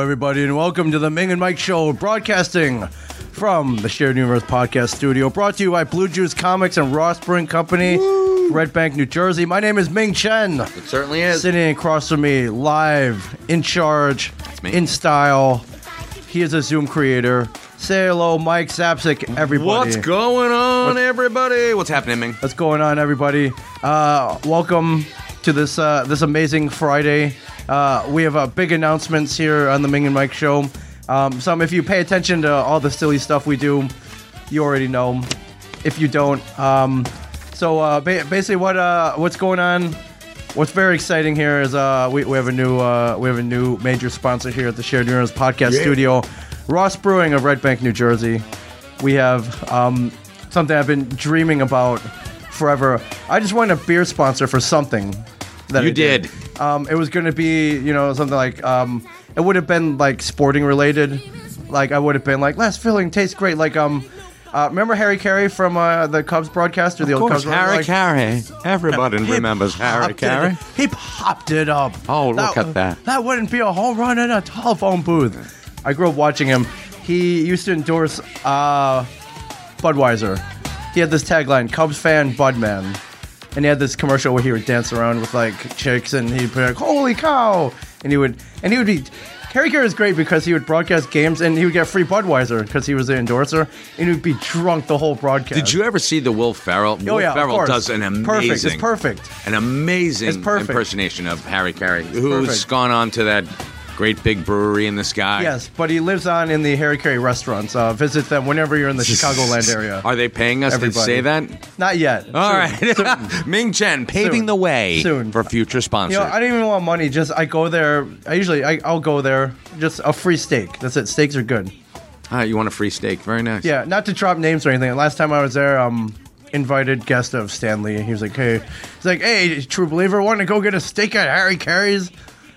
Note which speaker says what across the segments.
Speaker 1: everybody, and welcome to the Ming and Mike Show, broadcasting from the Shared Universe Podcast Studio, brought to you by Blue Juice Comics and Ross Brewing Company, Red Bank, New Jersey. My name is Ming Chen.
Speaker 2: It certainly is.
Speaker 1: Sitting across from me, live, in charge,
Speaker 2: me.
Speaker 1: in style. He is a Zoom creator. Say hello, Mike Sapsik, everybody.
Speaker 2: What's going on, everybody? What's happening, Ming?
Speaker 1: What's going on, everybody? Uh, welcome to this uh, this amazing Friday. Uh, we have uh, big announcements here on the Ming and Mike show. Um, some, if you pay attention to all the silly stuff we do, you already know. If you don't, um, so uh, ba- basically, what uh, what's going on? What's very exciting here is uh, we, we have a new uh, we have a new major sponsor here at the Shared Neurons Podcast Studio, Ross Brewing of Red Bank, New Jersey. We have um, something I've been dreaming about forever. I just wanted a beer sponsor for something. That
Speaker 2: You
Speaker 1: I Um, it was going to be you know something like um, it would have been like sporting related. Like I would have been like last filling tastes great. Like um. Uh, remember Harry Carey from uh, the Cubs broadcaster, the
Speaker 2: Of
Speaker 1: old
Speaker 2: course,
Speaker 1: Cubs broadcaster?
Speaker 2: Harry
Speaker 1: Like,
Speaker 2: Carey. Everybody remembers Harry
Speaker 1: popped it-
Speaker 2: Carey.
Speaker 1: He popped it up.
Speaker 2: Oh, look at that.
Speaker 1: That wouldn't be a home run in a telephone booth. I grew up watching him. He used to endorse uh, Budweiser. He had this tagline, Cubs fan, Budman. And he had this commercial where he would dance around with like chicks and he'd be like, holy cow. And he would, and he would be, Harry Carey is great because he would broadcast games and he would get free Budweiser because he was the endorser and he would be drunk the whole broadcast.
Speaker 2: Did you ever see the Will Ferrell?
Speaker 1: Oh,
Speaker 2: Will
Speaker 1: yeah, of
Speaker 2: Ferrell
Speaker 1: course.
Speaker 2: does an amazing,
Speaker 1: Perfect. It's perfect.
Speaker 2: an amazing
Speaker 1: It's perfect.
Speaker 2: impersonation of Harry Carey, who's
Speaker 1: perfect.
Speaker 2: gone on to that great big brewery in the sky.
Speaker 1: Yes, but he lives on in the Harry Carey restaurants. Uh, visit them whenever you're in the Chicagoland area.
Speaker 2: Are they paying us
Speaker 1: Everybody.
Speaker 2: to say that?
Speaker 1: Not yet.
Speaker 2: All
Speaker 1: Soon.
Speaker 2: right, Ming Chen paving
Speaker 1: Soon.
Speaker 2: the way
Speaker 1: Soon.
Speaker 2: for future
Speaker 1: You
Speaker 2: sponsors.
Speaker 1: know, I don't even want money. Just I go there. I usually I, I'll go there. Just a free steak. That's it. Steaks are good.
Speaker 2: Ah, you want a free steak? Very nice.
Speaker 1: Yeah, not to drop names or anything. Last time I was there, um, invited guest of Stanley, and he was like, "Hey, he's like, hey, true believer, want to go get a steak at Harry Carey's?"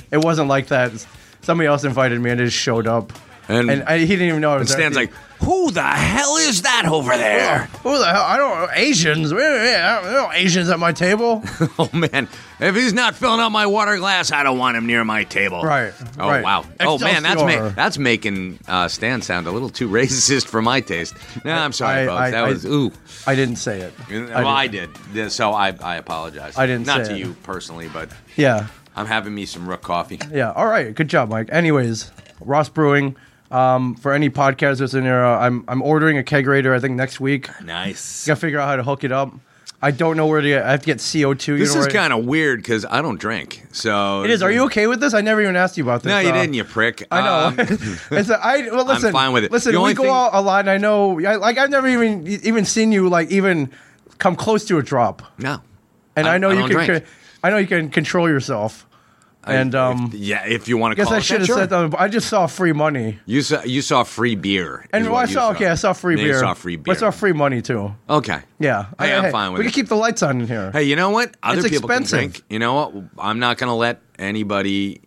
Speaker 1: It wasn't like that. Somebody else invited me and just showed up,
Speaker 2: And-
Speaker 1: and, I, he didn't even know I was
Speaker 2: And Stan's
Speaker 1: there.
Speaker 2: like, who the hell is that over there?
Speaker 1: Who the hell? I don't Asians. I don't know Asians at my table.
Speaker 2: Oh man, if he's not filling up my water glass, I don't want him near my table.
Speaker 1: Right,
Speaker 2: Oh
Speaker 1: right.
Speaker 2: wow. Oh man, that's ma-
Speaker 1: Excelsior.
Speaker 2: that's making uh, Stan sound a little too racist for my taste. No, I'm sorry,
Speaker 1: I-
Speaker 2: folks.
Speaker 1: I-
Speaker 2: that
Speaker 1: I-
Speaker 2: was ooh.
Speaker 1: I didn't say it.
Speaker 2: Well, I did. Yeah, So I, I apologize.
Speaker 1: I didn't
Speaker 2: Not
Speaker 1: say
Speaker 2: to
Speaker 1: it.
Speaker 2: you personally, but
Speaker 1: Yeah,
Speaker 2: I'm having me some rook coffee.
Speaker 1: yeah. All right, good job, Mike. Anyways, Ross Brewing. Um, for any podcasters in there, uh, I'm I'm ordering a kegerator. I think next week.
Speaker 2: Nice.
Speaker 1: Gotta figure out how to hook it up. I don't know where to get. I have to get CO2. you
Speaker 2: This
Speaker 1: know
Speaker 2: is
Speaker 1: where-
Speaker 2: kind of weird because I don't drink. So
Speaker 1: It is. Are you okay with this? I never even asked you about this.
Speaker 2: No, you
Speaker 1: uh,
Speaker 2: didn't, you prick.
Speaker 1: I know.
Speaker 2: Um,
Speaker 1: it's a, I well listen.
Speaker 2: fine with it.
Speaker 1: Listen,
Speaker 2: The
Speaker 1: we
Speaker 2: only
Speaker 1: go
Speaker 2: thing-
Speaker 1: out a lot, and I know. I, like I've never even even seen you like even come close to a drop.
Speaker 2: no.
Speaker 1: and I, know
Speaker 2: I
Speaker 1: you
Speaker 2: don't
Speaker 1: can.
Speaker 2: drink.
Speaker 1: I know you can control yourself. and um,
Speaker 2: If- yeah, if you want to
Speaker 1: guess
Speaker 2: call
Speaker 1: I
Speaker 2: it that,
Speaker 1: should have
Speaker 2: oh, sure.
Speaker 1: said that. but I just saw free money,
Speaker 2: You saw you saw free beer.
Speaker 1: and
Speaker 2: is
Speaker 1: well, I
Speaker 2: what you
Speaker 1: saw okay, I saw free
Speaker 2: Yeah,
Speaker 1: beer.
Speaker 2: You saw free
Speaker 1: But
Speaker 2: beer.
Speaker 1: I saw free money too.
Speaker 2: okay.
Speaker 1: Yeah,
Speaker 2: Hey,
Speaker 1: I,
Speaker 2: I'm fine with
Speaker 1: We
Speaker 2: it.
Speaker 1: can keep the lights on in here.
Speaker 2: Hey, you know what? Other
Speaker 1: It's
Speaker 2: people
Speaker 1: expensive.
Speaker 2: can drink. You know what? I'm not going to let anybody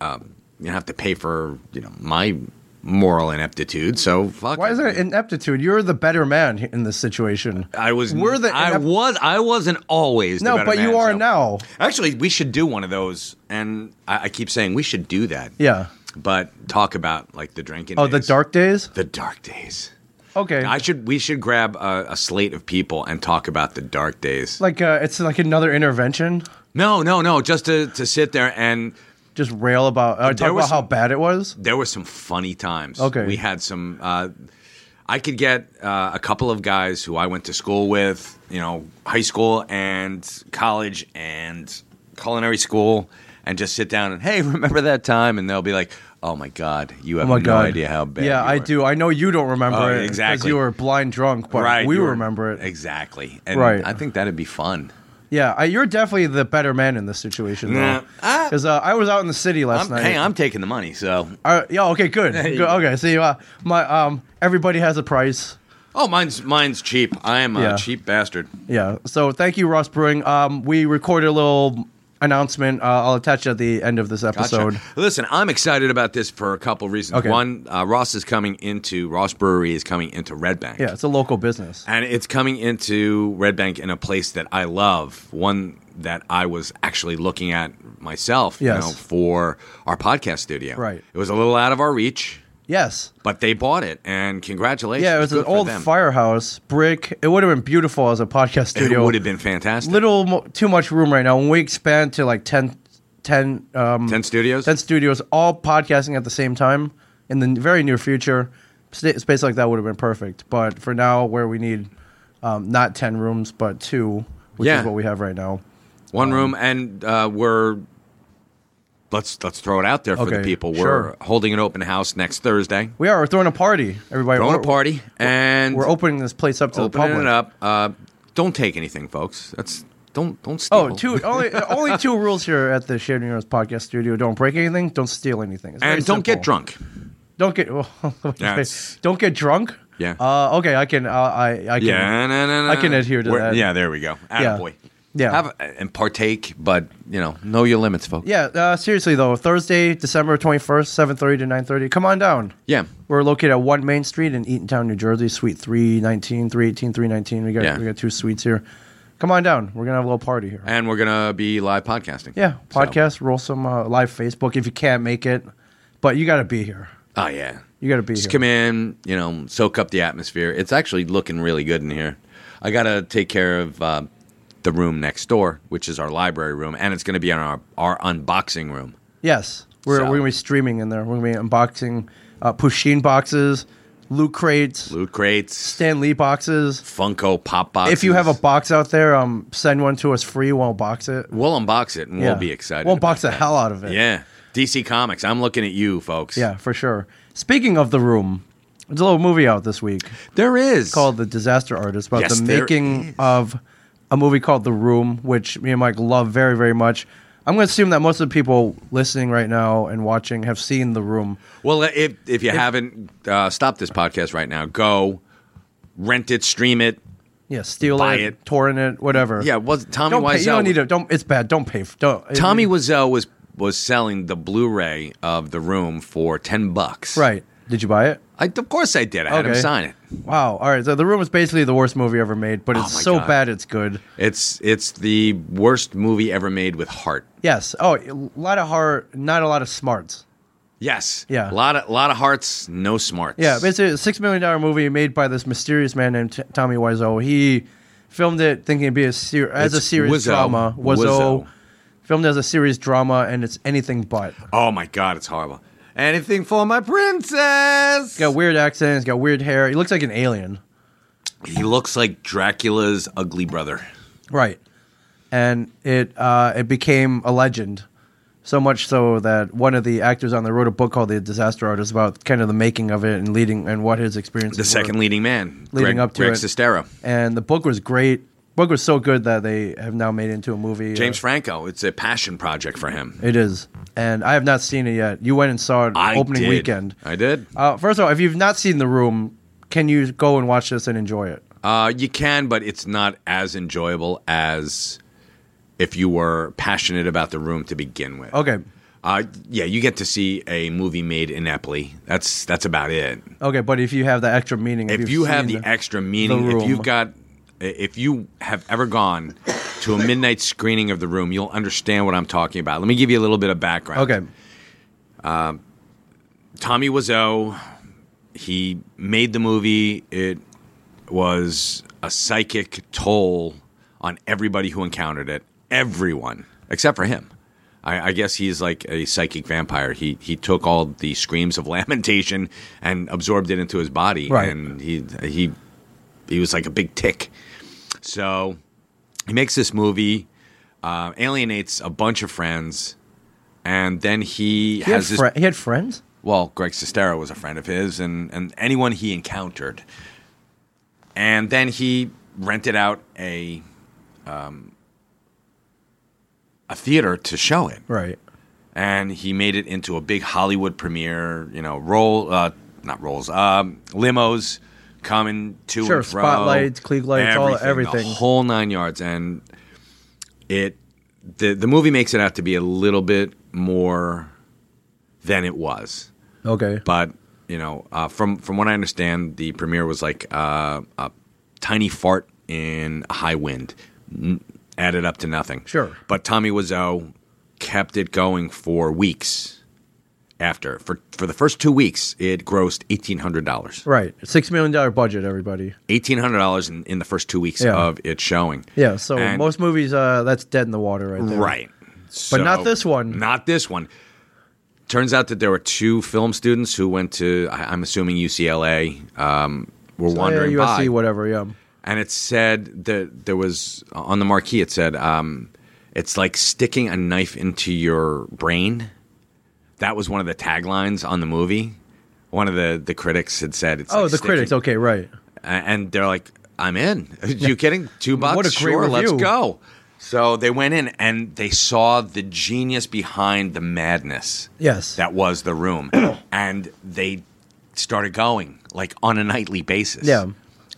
Speaker 2: um, you know, have to pay for you know my moral ineptitude. So fuck.
Speaker 1: Why is there ineptitude? You're the better man in this situation.
Speaker 2: I was.
Speaker 1: We're the
Speaker 2: I
Speaker 1: inept-
Speaker 2: was. I wasn't always. the
Speaker 1: no,
Speaker 2: better
Speaker 1: but you
Speaker 2: man,
Speaker 1: are
Speaker 2: so-
Speaker 1: now.
Speaker 2: Actually, we should do one of those. And I, I keep saying we should do that.
Speaker 1: Yeah.
Speaker 2: But talk about like the drinking.
Speaker 1: Oh, the
Speaker 2: days.
Speaker 1: dark days.
Speaker 2: The dark days.
Speaker 1: Okay.
Speaker 2: I should. We should grab a, a slate of people and talk about the dark days.
Speaker 1: like uh, it's like another intervention.
Speaker 2: No, no, no. Just to, to sit there and
Speaker 1: Just rail about uh, talk
Speaker 2: There was
Speaker 1: about how
Speaker 2: some-
Speaker 1: bad it was.
Speaker 2: there were some funny times.
Speaker 1: Okay.
Speaker 2: We had some. Uh, I could get uh, a couple of guys who I went to school with, you know, high school and college and culinary school, and just sit down and hey, remember that time? And they'll be like, "Oh my god, you have
Speaker 1: Oh my
Speaker 2: no
Speaker 1: god!
Speaker 2: idea how bad."
Speaker 1: Yeah,
Speaker 2: you
Speaker 1: I
Speaker 2: were."
Speaker 1: do. I know you don't remember
Speaker 2: Oh,
Speaker 1: it 'cause
Speaker 2: exactly.
Speaker 1: you were blind drunk, but
Speaker 2: Right,
Speaker 1: we
Speaker 2: you were-
Speaker 1: remember it.
Speaker 2: exactly. And
Speaker 1: Right.
Speaker 2: I think that'd be fun.
Speaker 1: Yeah, I, you're definitely the better man in this situation,
Speaker 2: Nah.
Speaker 1: though. Because uh, I was out in the city last
Speaker 2: I'm,
Speaker 1: night.
Speaker 2: hey, I'm taking the money, so
Speaker 1: Uh, yeah, okay, good.
Speaker 2: Hey.
Speaker 1: good. Okay, see, uh, my um, everybody has a price.
Speaker 2: oh, mine's mine's cheap. I am
Speaker 1: Yeah.
Speaker 2: a cheap bastard.
Speaker 1: Yeah. So thank you, Ross Brewing. Um, we recorded a little announcement. Uh, I'll attach at the end of this episode.
Speaker 2: Gotcha. Listen, I'm excited about this for a couple reasons.
Speaker 1: Okay.
Speaker 2: One, uh, Ross is coming into Ross Brewery is coming into Red Bank.
Speaker 1: Yeah, it's a local business.
Speaker 2: and it's coming into Red Bank in a place that I love, one that I was actually looking at myself, you
Speaker 1: Yes.
Speaker 2: know, for our podcast studio.
Speaker 1: Right.
Speaker 2: It was a little out of our reach,
Speaker 1: Yes.
Speaker 2: but they bought it, and congratulations.
Speaker 1: Yeah, it was
Speaker 2: Good
Speaker 1: an
Speaker 2: for
Speaker 1: old
Speaker 2: them.
Speaker 1: firehouse brick. It would have been beautiful as a podcast
Speaker 2: It
Speaker 1: studio.
Speaker 2: would have been fantastic.
Speaker 1: little mo- too much room right now. When we expand to like 10, 10, um, 10,
Speaker 2: Ten studios.
Speaker 1: studios, all podcasting at the same time in the n- very near future, sta- space like that would have been perfect. But for now, where we need um, not 10 rooms, but two, which
Speaker 2: Yeah.
Speaker 1: is what we have right now. Um,
Speaker 2: one room, and uh, we're let's let's throw it out there for the
Speaker 1: Okay,
Speaker 2: people.
Speaker 1: sure.
Speaker 2: We're holding an open house next Thursday.
Speaker 1: We are. We're throwing a party, everybody.
Speaker 2: Throwing a
Speaker 1: We're-
Speaker 2: party, and
Speaker 1: We're opening this place up to the
Speaker 2: opening
Speaker 1: public.
Speaker 2: it up. Uh, don't take anything, folks. That's don't don't steal.
Speaker 1: Oh, two only only two rules here at the Shared New York podcast studio: don't break anything, don't steal anything, It's very
Speaker 2: and don't get
Speaker 1: simple.
Speaker 2: drunk.
Speaker 1: Don't get well,
Speaker 2: Yeah, it's-
Speaker 1: don't get drunk.
Speaker 2: Yeah.
Speaker 1: Uh, okay, I can. Uh, I I can.
Speaker 2: Yeah, no, no, no,
Speaker 1: I can
Speaker 2: no.
Speaker 1: adhere to
Speaker 2: We're-
Speaker 1: that.
Speaker 2: Yeah, there we go. Attaboy.
Speaker 1: Yeah.
Speaker 2: Have a- and partake, but you know, know your limits, folks.
Speaker 1: Yeah, Uh, seriously though, Thursday, December twenty first, seven thirty to nine thirty. Come on down.
Speaker 2: yeah.
Speaker 1: We're located at One Main Street in Eatontown, New Jersey, Suite 319, 318, 319. We got
Speaker 2: Yeah.
Speaker 1: we got two suites here. Come on down. We're gonna have a little party here.
Speaker 2: And we're gonna be live podcasting.
Speaker 1: Yeah,
Speaker 2: So-
Speaker 1: podcast. Roll some uh, live Facebook if you can't make it, but you got to be here.
Speaker 2: Oh yeah.
Speaker 1: You got to be
Speaker 2: Just
Speaker 1: here.
Speaker 2: come in, you know, soak up the atmosphere. It's actually looking really good in here. I gotta take care of uh, the room next door, which is our library room, and it's gonna be on our our unboxing room.
Speaker 1: Yes, we're,
Speaker 2: So-
Speaker 1: we're gonna be streaming in there. We're gonna be unboxing uh, Pusheen boxes, loot crates,
Speaker 2: Loot crates,
Speaker 1: Stan Lee boxes.
Speaker 2: Funko Pop boxes.
Speaker 1: If you have a box out there, um, send one to us free. We'll box it.
Speaker 2: we'll unbox it and
Speaker 1: Yeah.
Speaker 2: we'll be excited.
Speaker 1: We'll
Speaker 2: about
Speaker 1: box the
Speaker 2: that.
Speaker 1: hell out of it.
Speaker 2: Yeah. DC Comics. I'm looking at you, folks.
Speaker 1: yeah, for sure. Speaking of the room, there's a little movie out this week
Speaker 2: There is.
Speaker 1: called The Disaster Artist about
Speaker 2: Yes,
Speaker 1: the
Speaker 2: there
Speaker 1: making
Speaker 2: is.
Speaker 1: of a movie called The Room, which me and Mike love very, very much. I'm going to assume that most of the people listening right now and watching have seen The Room.
Speaker 2: Well, if if you haven't uh, stop this podcast right now, go rent it, stream it.
Speaker 1: Yeah, steal
Speaker 2: Buy
Speaker 1: it,
Speaker 2: it.
Speaker 1: torrent it, whatever.
Speaker 2: Yeah, was Tommy
Speaker 1: don't pay.
Speaker 2: Wiseau?
Speaker 1: You don't need to. Don't. It's bad. Don't pay. For, don't.
Speaker 2: Tommy Wiseau was was selling the Blu-ray of The Room for ten bucks.
Speaker 1: Right. Did you buy it?
Speaker 2: I, of course I did. I had him
Speaker 1: Okay.
Speaker 2: sign it.
Speaker 1: Wow. All right. So The Room is basically the worst movie ever made, but it's
Speaker 2: Oh my
Speaker 1: so
Speaker 2: God.
Speaker 1: bad it's good.
Speaker 2: It's it's the worst movie ever made with heart.
Speaker 1: Yes. Oh, a lot of heart, not a lot of smarts.
Speaker 2: Yes.
Speaker 1: Yeah.
Speaker 2: A lot of lot of hearts, no smarts.
Speaker 1: Yeah, basically a six million dollar movie made by this mysterious man named T- Tommy Wiseau. He filmed it thinking it'd be a ser- as a
Speaker 2: It's
Speaker 1: serious
Speaker 2: Wiseau.
Speaker 1: drama. Wiseau,
Speaker 2: Wiseau.
Speaker 1: filmed as a serious drama, and it's anything but.
Speaker 2: Oh my god, it's horrible. Anything for my princess?
Speaker 1: Got weird accent. He's got weird hair. He looks like an alien.
Speaker 2: He looks like Dracula's ugly brother.
Speaker 1: Right. And it uh, it became a legend. So much so that one of the actors on there wrote a book called The Disaster Artist about kind of the making of it and leading and what his experience
Speaker 2: The second leading man,
Speaker 1: Leading
Speaker 2: Greg,
Speaker 1: up to
Speaker 2: Greg
Speaker 1: it.
Speaker 2: Sestero.
Speaker 1: And the book was great. Book was so good that they have now made it into a movie.
Speaker 2: James
Speaker 1: Uh,
Speaker 2: Franco. It's a passion project for him.
Speaker 1: it is. And I have not seen it yet. You went and saw it
Speaker 2: I
Speaker 1: opening
Speaker 2: did.
Speaker 1: weekend.
Speaker 2: I did.
Speaker 1: Uh, first of all, if you've not seen The Room, can you go and watch this and enjoy it?
Speaker 2: Uh, you can, but it's not as enjoyable as if you were passionate about the room to begin with.
Speaker 1: Okay.
Speaker 2: Uh, yeah, you get to see a movie made ineptly. That's that's about it.
Speaker 1: Okay, but if you have the extra meaning,
Speaker 2: if
Speaker 1: you've
Speaker 2: you have the
Speaker 1: seen
Speaker 2: extra meaning, if
Speaker 1: Room.
Speaker 2: you've got, if you have ever gone to a midnight screening of the room, you'll understand what I'm talking about. Let me give you a little bit of background.
Speaker 1: Okay.
Speaker 2: Tommy Wiseau, he made the movie. It was a psychic toll on everybody who encountered it. Everyone except for him. I, I guess he's like a psychic vampire. He he took all the screams of lamentation and absorbed it into his body,
Speaker 1: Right.
Speaker 2: and he he he was like a big tick. So he makes this movie, uh, alienates a bunch of friends, and then he,
Speaker 1: He had,
Speaker 2: has this
Speaker 1: fri- he had friends?
Speaker 2: well, Greg Sestero was a friend of his and, and anyone he encountered. And then he rented out a um, a theater to show it.
Speaker 1: Right.
Speaker 2: And he made it into a big Hollywood premiere, you know, roll, uh, not rolls, um, limos coming to
Speaker 1: Sure,
Speaker 2: and fro.
Speaker 1: spotlights, Klieg lights, all-
Speaker 2: the
Speaker 1: everything.
Speaker 2: whole nine yards. And it the the movie makes it out to be a little bit more than it was.
Speaker 1: Okay.
Speaker 2: But you know, uh, from from what I understand, the premiere was like uh, a tiny fart in a high wind, N- added up to nothing.
Speaker 1: Sure.
Speaker 2: But Tommy Wiseau kept it going for weeks after. For for the first two weeks, it grossed eighteen hundred dollars.
Speaker 1: Right. Six million dollar budget, everybody.
Speaker 2: Eighteen hundred dollars in, in the first two weeks
Speaker 1: Yeah.
Speaker 2: of it showing.
Speaker 1: Yeah. So
Speaker 2: And-
Speaker 1: most movies, uh, that's dead in the water, right there.
Speaker 2: Right. So-
Speaker 1: not this one.
Speaker 2: Not this one. Turns out that there were two film students who went to, I- I'm assuming UCLA, um, were wandering
Speaker 1: yeah, USC,
Speaker 2: by.
Speaker 1: whatever. Yeah.
Speaker 2: and it said that there was, on the marquee, it said, um, it's like sticking a knife into your brain. That was one of the taglines on the movie. One of the, the critics had said, it's
Speaker 1: Oh,
Speaker 2: like
Speaker 1: the
Speaker 2: sticking-
Speaker 1: critics. Okay, right.
Speaker 2: a- and they're like, "I'm in." Are you kidding? Two bucks?
Speaker 1: What a great
Speaker 2: sure, let's
Speaker 1: review.
Speaker 2: go. So they went in and they saw the genius behind the madness
Speaker 1: Yes.
Speaker 2: that was the room, and they started going like on a nightly basis.
Speaker 1: Yeah.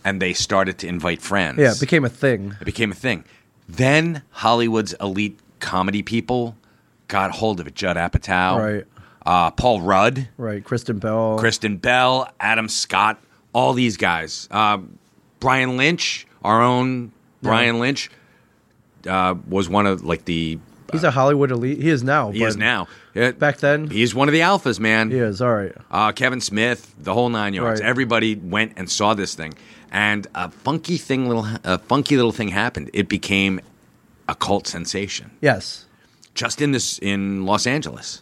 Speaker 2: and they started to invite friends.
Speaker 1: yeah. It became a thing.
Speaker 2: it became a thing. Then Hollywood's elite comedy people got hold of it. Judd Apatow,
Speaker 1: Right.
Speaker 2: Uh, Paul Rudd.
Speaker 1: Right. Kristen Bell.
Speaker 2: Kristen Bell, Adam Scott, all these guys. Uh, Brian Lynch, our own Brian Lynch, uh, was one of like the
Speaker 1: He's a Hollywood elite. He is now.
Speaker 2: he
Speaker 1: but
Speaker 2: is now. Yeah,
Speaker 1: Back then, he,
Speaker 2: he's one of the alphas, man.
Speaker 1: is. All right.
Speaker 2: Uh, Kevin Smith, the whole nine yards.
Speaker 1: Right.
Speaker 2: Everybody went and saw this thing, and a funky thing, little a funky little thing happened. It became a cult sensation
Speaker 1: Yes.
Speaker 2: just in this in Los Angeles.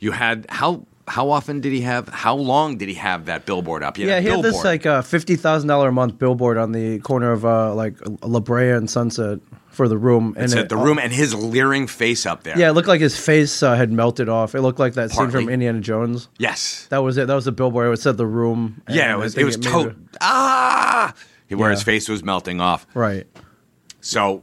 Speaker 2: You had how how often did he have? How long did he have that billboard up? You
Speaker 1: Yeah,
Speaker 2: a
Speaker 1: he had this
Speaker 2: billboard.
Speaker 1: like uh, fifty thousand dollar a month billboard on the corner of uh, like La Brea and Sunset for the room, and
Speaker 2: said
Speaker 1: it-
Speaker 2: the room and his leering face up there.
Speaker 1: Yeah, it looked like his face uh, had melted off. It looked like that scene from
Speaker 2: Partly.
Speaker 1: Indiana Jones.
Speaker 2: Yes.
Speaker 1: That was it. That was the billboard. It said the room. and
Speaker 2: yeah.
Speaker 1: I
Speaker 2: It was.
Speaker 1: think
Speaker 2: It was
Speaker 1: made
Speaker 2: to- ah. Where his
Speaker 1: Yeah.
Speaker 2: face was melting off.
Speaker 1: Right.
Speaker 2: So,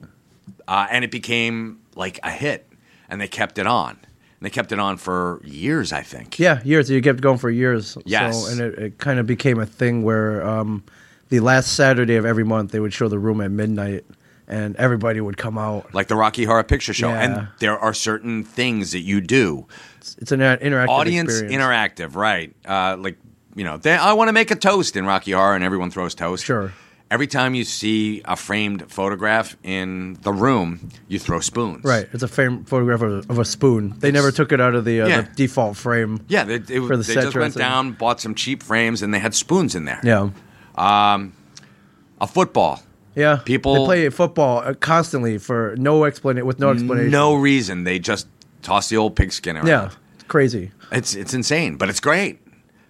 Speaker 2: uh, and it became like a hit, and they kept it on. And they kept it on for years, I think.
Speaker 1: Yeah, years. You kept going for years.
Speaker 2: Yes.
Speaker 1: So, and it, it kind of became a thing where um, the last Saturday of every month they would show the room at midnight, and everybody would come out.
Speaker 2: Like the Rocky Horror Picture Show.
Speaker 1: Yeah.
Speaker 2: And there are certain things that you do.
Speaker 1: It's, it's an inter- interactive
Speaker 2: Audience
Speaker 1: experience.
Speaker 2: interactive, right? Uh, like, you know, they, I want to make a toast in Rocky Horror, and everyone throws toast.
Speaker 1: Sure.
Speaker 2: Every time you see a framed photograph in the room, you throw spoons.
Speaker 1: Right. It's a frame photograph of, of a spoon. They never took it out of the, uh,
Speaker 2: Yeah.
Speaker 1: the default frame.
Speaker 2: Yeah, they, they,
Speaker 1: For the
Speaker 2: they
Speaker 1: set
Speaker 2: just went
Speaker 1: dressing.
Speaker 2: down, bought some cheap frames, and they had spoons in there.
Speaker 1: Yeah.
Speaker 2: A football.
Speaker 1: Yeah.
Speaker 2: People-
Speaker 1: they play football uh, constantly for no explanation with no explanation.
Speaker 2: No reason. They just toss the old pigskin around.
Speaker 1: Yeah. It's crazy.
Speaker 2: It's, it's insane, but it's great.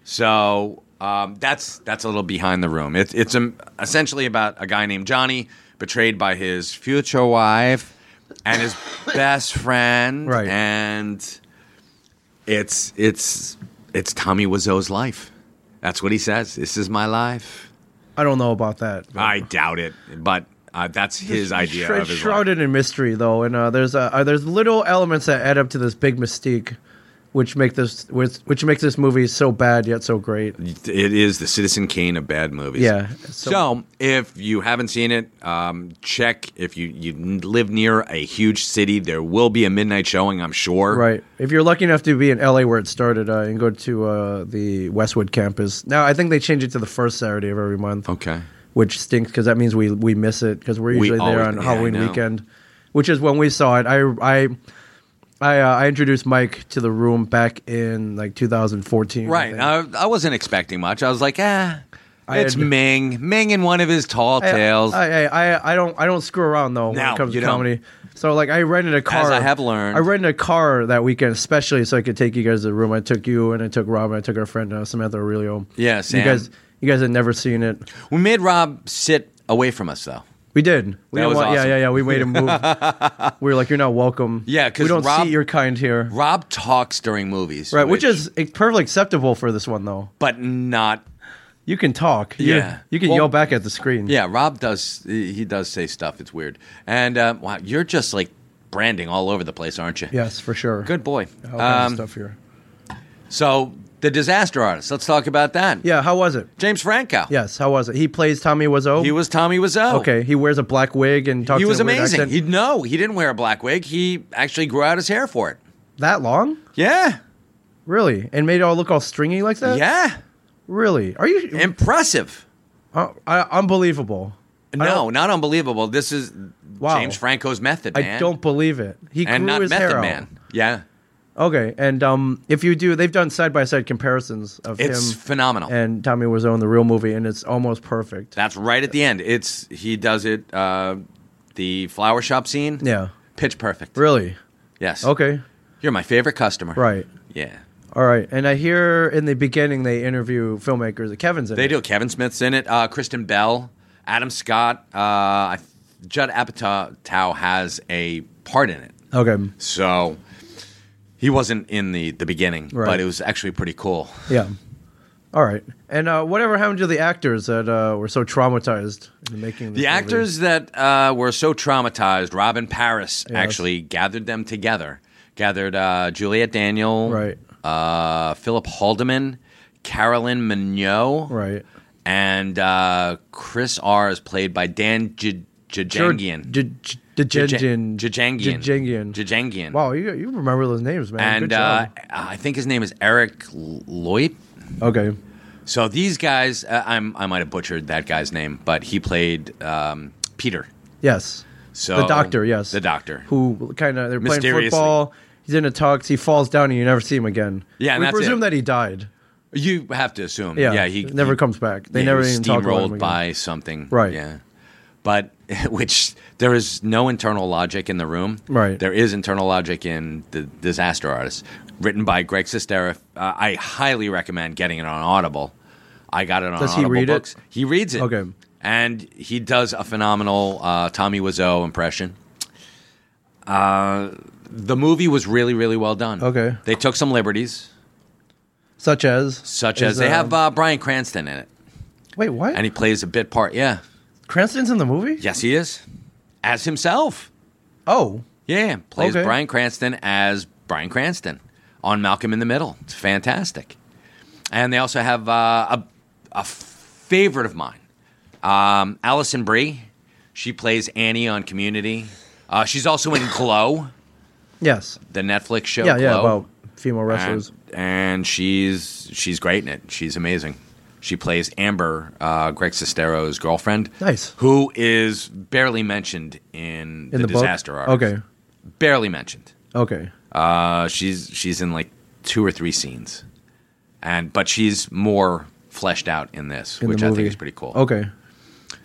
Speaker 2: So um, that's, that's a little behind the room. It's it's um essentially about a guy named Johnny, betrayed by his future wife and his best friend.
Speaker 1: Right.
Speaker 2: And it's, it's, it's Tommy Wiseau's life. That's what he says. This is my life.
Speaker 1: I don't know about that. but-
Speaker 2: I doubt it, but uh, that's his idea
Speaker 1: Shroud-
Speaker 2: of his life.
Speaker 1: shrouded in mystery though, and uh, there's uh, uh, there's little elements that add up to this big mystique, which make this which, which makes this movie so bad yet so great.
Speaker 2: It is the Citizen Kane of bad movies.
Speaker 1: Yeah,
Speaker 2: So,
Speaker 1: so-
Speaker 2: if you haven't seen it, um, check. If you, you live near a huge city, there will be a midnight showing, I'm sure.
Speaker 1: Right. If you're lucky enough to be in LA where it started uh, and go to uh, the Westwood campus, now I think they change it to the first Saturday of every month,
Speaker 2: Okay.
Speaker 1: which stinks because that means we we miss it because we're
Speaker 2: We
Speaker 1: usually there
Speaker 2: always-
Speaker 1: on
Speaker 2: yeah, I
Speaker 1: Halloween
Speaker 2: know.
Speaker 1: weekend, which is when we saw it. I I. I, uh, I introduced Mike to the room back in like 2014. I
Speaker 2: Right.
Speaker 1: think.
Speaker 2: I, I wasn't expecting much. I was like, ah,
Speaker 1: I
Speaker 2: it's
Speaker 1: had-
Speaker 2: Ming. Ming in one of his tall tales.
Speaker 1: I, I, I, I don't I don't screw around though when
Speaker 2: No,
Speaker 1: it comes
Speaker 2: you
Speaker 1: to
Speaker 2: don't.
Speaker 1: comedy. So like I rented a car.
Speaker 2: As I have learned.
Speaker 1: I rented a car that weekend, especially so I could take you guys to the room. I took you and I took Rob and I took our friend uh, Samantha Aurelio.
Speaker 2: Yeah, Sam.
Speaker 1: You guys, you guys had never seen it.
Speaker 2: we made Rob sit away from us, though.
Speaker 1: We did. We
Speaker 2: That
Speaker 1: didn't
Speaker 2: was
Speaker 1: want-
Speaker 2: awesome.
Speaker 1: Yeah, yeah, yeah. We made him move. we were like, "You're not welcome."
Speaker 2: Yeah, 'cause
Speaker 1: we don't
Speaker 2: Rob-
Speaker 1: see your kind here.
Speaker 2: Rob talks during movies.
Speaker 1: Right, which, is eh, perfectly acceptable for this one though.
Speaker 2: But not.
Speaker 1: You can talk. You-
Speaker 2: Yeah.
Speaker 1: you, can
Speaker 2: Well-
Speaker 1: yell back at the screen.
Speaker 2: Yeah, Rob does. He he does say stuff. It's weird. And um, wow, you're just like branding all over the place, aren't you?
Speaker 1: Yes, for sure.
Speaker 2: Good boy.
Speaker 1: All kinds of
Speaker 2: Um,
Speaker 1: stuff here.
Speaker 2: so The Disaster Artist. Let's talk about that.
Speaker 1: Yeah, how was it?
Speaker 2: James Franco.
Speaker 1: Yes, how was it? He plays Tommy Wiseau.
Speaker 2: He was Tommy Wiseau.
Speaker 1: okay. He wears a black wig and talks.
Speaker 2: Oh. He
Speaker 1: in
Speaker 2: was
Speaker 1: a weird
Speaker 2: amazing.
Speaker 1: accent.
Speaker 2: He no, he didn't wear a black wig. He actually grew out his hair for it.
Speaker 1: that long,
Speaker 2: Yeah.
Speaker 1: really, and made it all look all stringy like that.
Speaker 2: Yeah.
Speaker 1: really. Are you
Speaker 2: Impressive.
Speaker 1: uh, uh, unbelievable? I
Speaker 2: No,
Speaker 1: don't-
Speaker 2: not unbelievable. This is
Speaker 1: Wow.
Speaker 2: James Franco's method, man.
Speaker 1: I don't believe it. He
Speaker 2: and
Speaker 1: grew
Speaker 2: not
Speaker 1: his
Speaker 2: method
Speaker 1: hair out.
Speaker 2: man. Yeah.
Speaker 1: Okay, and um, if you do, they've done side by side comparisons of
Speaker 2: It's
Speaker 1: him
Speaker 2: phenomenal.
Speaker 1: and Tommy Wiseau in the real movie, and it's almost perfect.
Speaker 2: That's right at the end. It's he does it uh the flower shop scene.
Speaker 1: Yeah,
Speaker 2: Pitch perfect.
Speaker 1: really.
Speaker 2: Yes.
Speaker 1: Okay,
Speaker 2: You're my favorite customer.
Speaker 1: right,
Speaker 2: Yeah.
Speaker 1: all right. And I hear in the beginning they interview filmmakers. Kevin's in
Speaker 2: They
Speaker 1: it.
Speaker 2: do. Kevin Smith's in it. Uh, Kristen Bell, Adam Scott. Uh, I, Judd Apatow has a part in it.
Speaker 1: Okay,
Speaker 2: So he wasn't in the, the beginning,
Speaker 1: Right.
Speaker 2: but it was actually pretty cool.
Speaker 1: yeah. All right, and uh, whatever happened to the actors that uh, were so traumatized in making this
Speaker 2: The
Speaker 1: movie?
Speaker 2: actors that uh, were so traumatized, Robin Paris
Speaker 1: Yes.
Speaker 2: actually gathered them together. Gathered uh, Juliet Daniel,
Speaker 1: Right.
Speaker 2: uh, Philip Haldeman, Carolyn Mignot,
Speaker 1: Right.
Speaker 2: and uh, Chris R. is played by Dan J- Jajangian. Jajangian.
Speaker 1: Jajangian. Jajangian.
Speaker 2: Jajangian.
Speaker 1: Wow, you, you remember those names, man.
Speaker 2: And
Speaker 1: Good
Speaker 2: uh,
Speaker 1: job.
Speaker 2: I think his name is Eric L- Lloyd.
Speaker 1: okay.
Speaker 2: So these guys, uh, I'm, I might have butchered that guy's name, but he played um, Peter.
Speaker 1: Yes.
Speaker 2: So
Speaker 1: the doctor, yes.
Speaker 2: the doctor.
Speaker 1: Who kind of, they're playing
Speaker 2: Mysteriously.
Speaker 1: football. He's in a tux. He falls down and you never see him again.
Speaker 2: Yeah, and
Speaker 1: We
Speaker 2: that's
Speaker 1: presume
Speaker 2: it.
Speaker 1: that he died.
Speaker 2: you have to assume.
Speaker 1: Yeah.
Speaker 2: Yeah, he
Speaker 1: never
Speaker 2: he-
Speaker 1: comes back. They
Speaker 2: yeah, he
Speaker 1: never
Speaker 2: was
Speaker 1: even talk about him
Speaker 2: steamrolled
Speaker 1: again.
Speaker 2: by something.
Speaker 1: Right.
Speaker 2: Yeah, but which there is no internal logic in the room.
Speaker 1: Right.
Speaker 2: There is internal logic in the Disaster Artist, written by Greg Sestero. Uh, I highly recommend getting it on Audible. I got it on
Speaker 1: Does he
Speaker 2: Audible
Speaker 1: read it?
Speaker 2: Books. He reads it.
Speaker 1: Okay.
Speaker 2: And he does a phenomenal uh, Tommy Wiseau impression. Uh, the movie was really, really well done.
Speaker 1: Okay.
Speaker 2: They took some liberties,
Speaker 1: Such as?
Speaker 2: such
Speaker 1: is,
Speaker 2: as they
Speaker 1: uh,
Speaker 2: have uh, Brian Cranston in it,
Speaker 1: Wait, what?
Speaker 2: and he plays a bit part. Yeah.
Speaker 1: Cranston's in the movie?
Speaker 2: Yes, he is. As himself.
Speaker 1: Oh.
Speaker 2: Yeah, plays
Speaker 1: Okay.
Speaker 2: Brian Cranston as Brian Cranston on Malcolm in the Middle. It's fantastic. And they also have uh, a, a favorite of mine, um, Allison Brie. She plays Annie on Community. Uh, she's also in Glow,
Speaker 1: Yes.
Speaker 2: the Netflix show.
Speaker 1: Yeah, yeah,
Speaker 2: Glow. Uh-huh.
Speaker 1: about female
Speaker 2: and,
Speaker 1: wrestlers.
Speaker 2: and she's she's great in it. She's amazing. She plays Amber, uh, Greg Sestero's girlfriend.
Speaker 1: Nice.
Speaker 2: Who is barely mentioned in,
Speaker 1: in
Speaker 2: the,
Speaker 1: the, book?
Speaker 2: disaster artist.
Speaker 1: Okay.
Speaker 2: Barely mentioned.
Speaker 1: Okay.
Speaker 2: Uh, she's she's in like two or three scenes, and but she's more fleshed out in this,
Speaker 1: In the
Speaker 2: which I
Speaker 1: movie.
Speaker 2: think is pretty cool.
Speaker 1: Okay.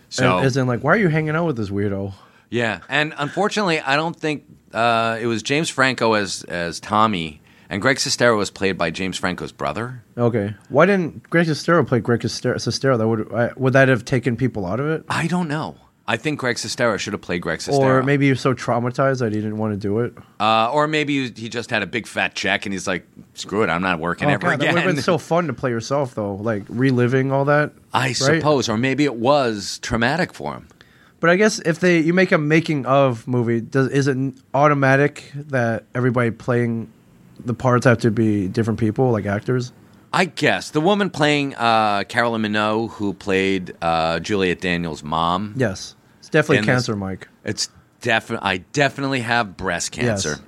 Speaker 2: So
Speaker 1: as in, like, why are you hanging out with this weirdo?
Speaker 2: yeah, and unfortunately, I don't think uh, it was James Franco as as Tommy, and Greg Sestero was played by James Franco's brother.
Speaker 1: Okay. Why didn't Greg Sestero play Greg Sestero? Sestero? That would I- would that have taken people out of it?
Speaker 2: I don't know. I think Greg Sestero should have played Greg Sestero,
Speaker 1: Or maybe he was so traumatized that he didn't want to do it.
Speaker 2: uh, or maybe he just had a big fat check and he's like, "Screw it, I'm not working
Speaker 1: Oh,
Speaker 2: ever
Speaker 1: God, that
Speaker 2: again."
Speaker 1: would have been so fun to play yourself, though, like reliving all that.
Speaker 2: I
Speaker 1: right?
Speaker 2: suppose, or maybe it was traumatic for him.
Speaker 1: But I guess if they you make a making of movie, does is it automatic that everybody playing the parts have to be different people, like actors?
Speaker 2: I guess the woman playing uh, Carolyn Minogue, who played uh, Juliet Daniels' mom,
Speaker 1: Yes, it's definitely
Speaker 2: And
Speaker 1: cancer,
Speaker 2: this-
Speaker 1: Mike.
Speaker 2: it's definitely I definitely have breast
Speaker 1: Yes.
Speaker 2: cancer.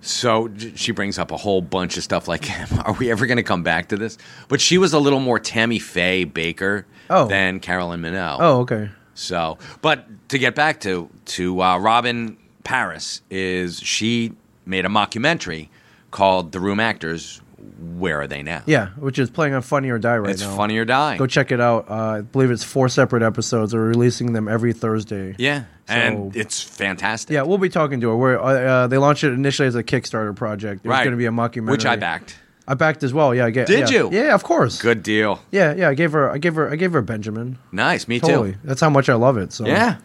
Speaker 2: So j- she brings up a whole bunch of stuff like, "Are we ever going to come back to this?" But she was a little more Tammy Faye Baker
Speaker 1: Oh.
Speaker 2: than Carolyn Minogue.
Speaker 1: Oh, okay.
Speaker 2: So, but to get back to to uh, Robin Paris is she made a mockumentary called "The Room Actors." Where are they now?
Speaker 1: Yeah, which is playing on Funny or Die right
Speaker 2: it's
Speaker 1: now.
Speaker 2: Funny or Die.
Speaker 1: Go check it out. Uh, I believe it's four separate episodes. We're releasing them every Thursday.
Speaker 2: Yeah, and
Speaker 1: So-
Speaker 2: it's fantastic.
Speaker 1: Yeah, we'll be talking to her. We're, uh, uh, they launched it initially as a Kickstarter project. It was
Speaker 2: Right.
Speaker 1: going to be a mockumentary,
Speaker 2: which I backed.
Speaker 1: I backed as well. Yeah, I ga-
Speaker 2: Did
Speaker 1: yeah.
Speaker 2: you?
Speaker 1: Yeah, of course.
Speaker 2: Good deal.
Speaker 1: Yeah, yeah. I gave her. I gave her. I gave her Benjamin.
Speaker 2: Nice, me
Speaker 1: Totally.
Speaker 2: too.
Speaker 1: That's how much I love it. So
Speaker 2: Yeah,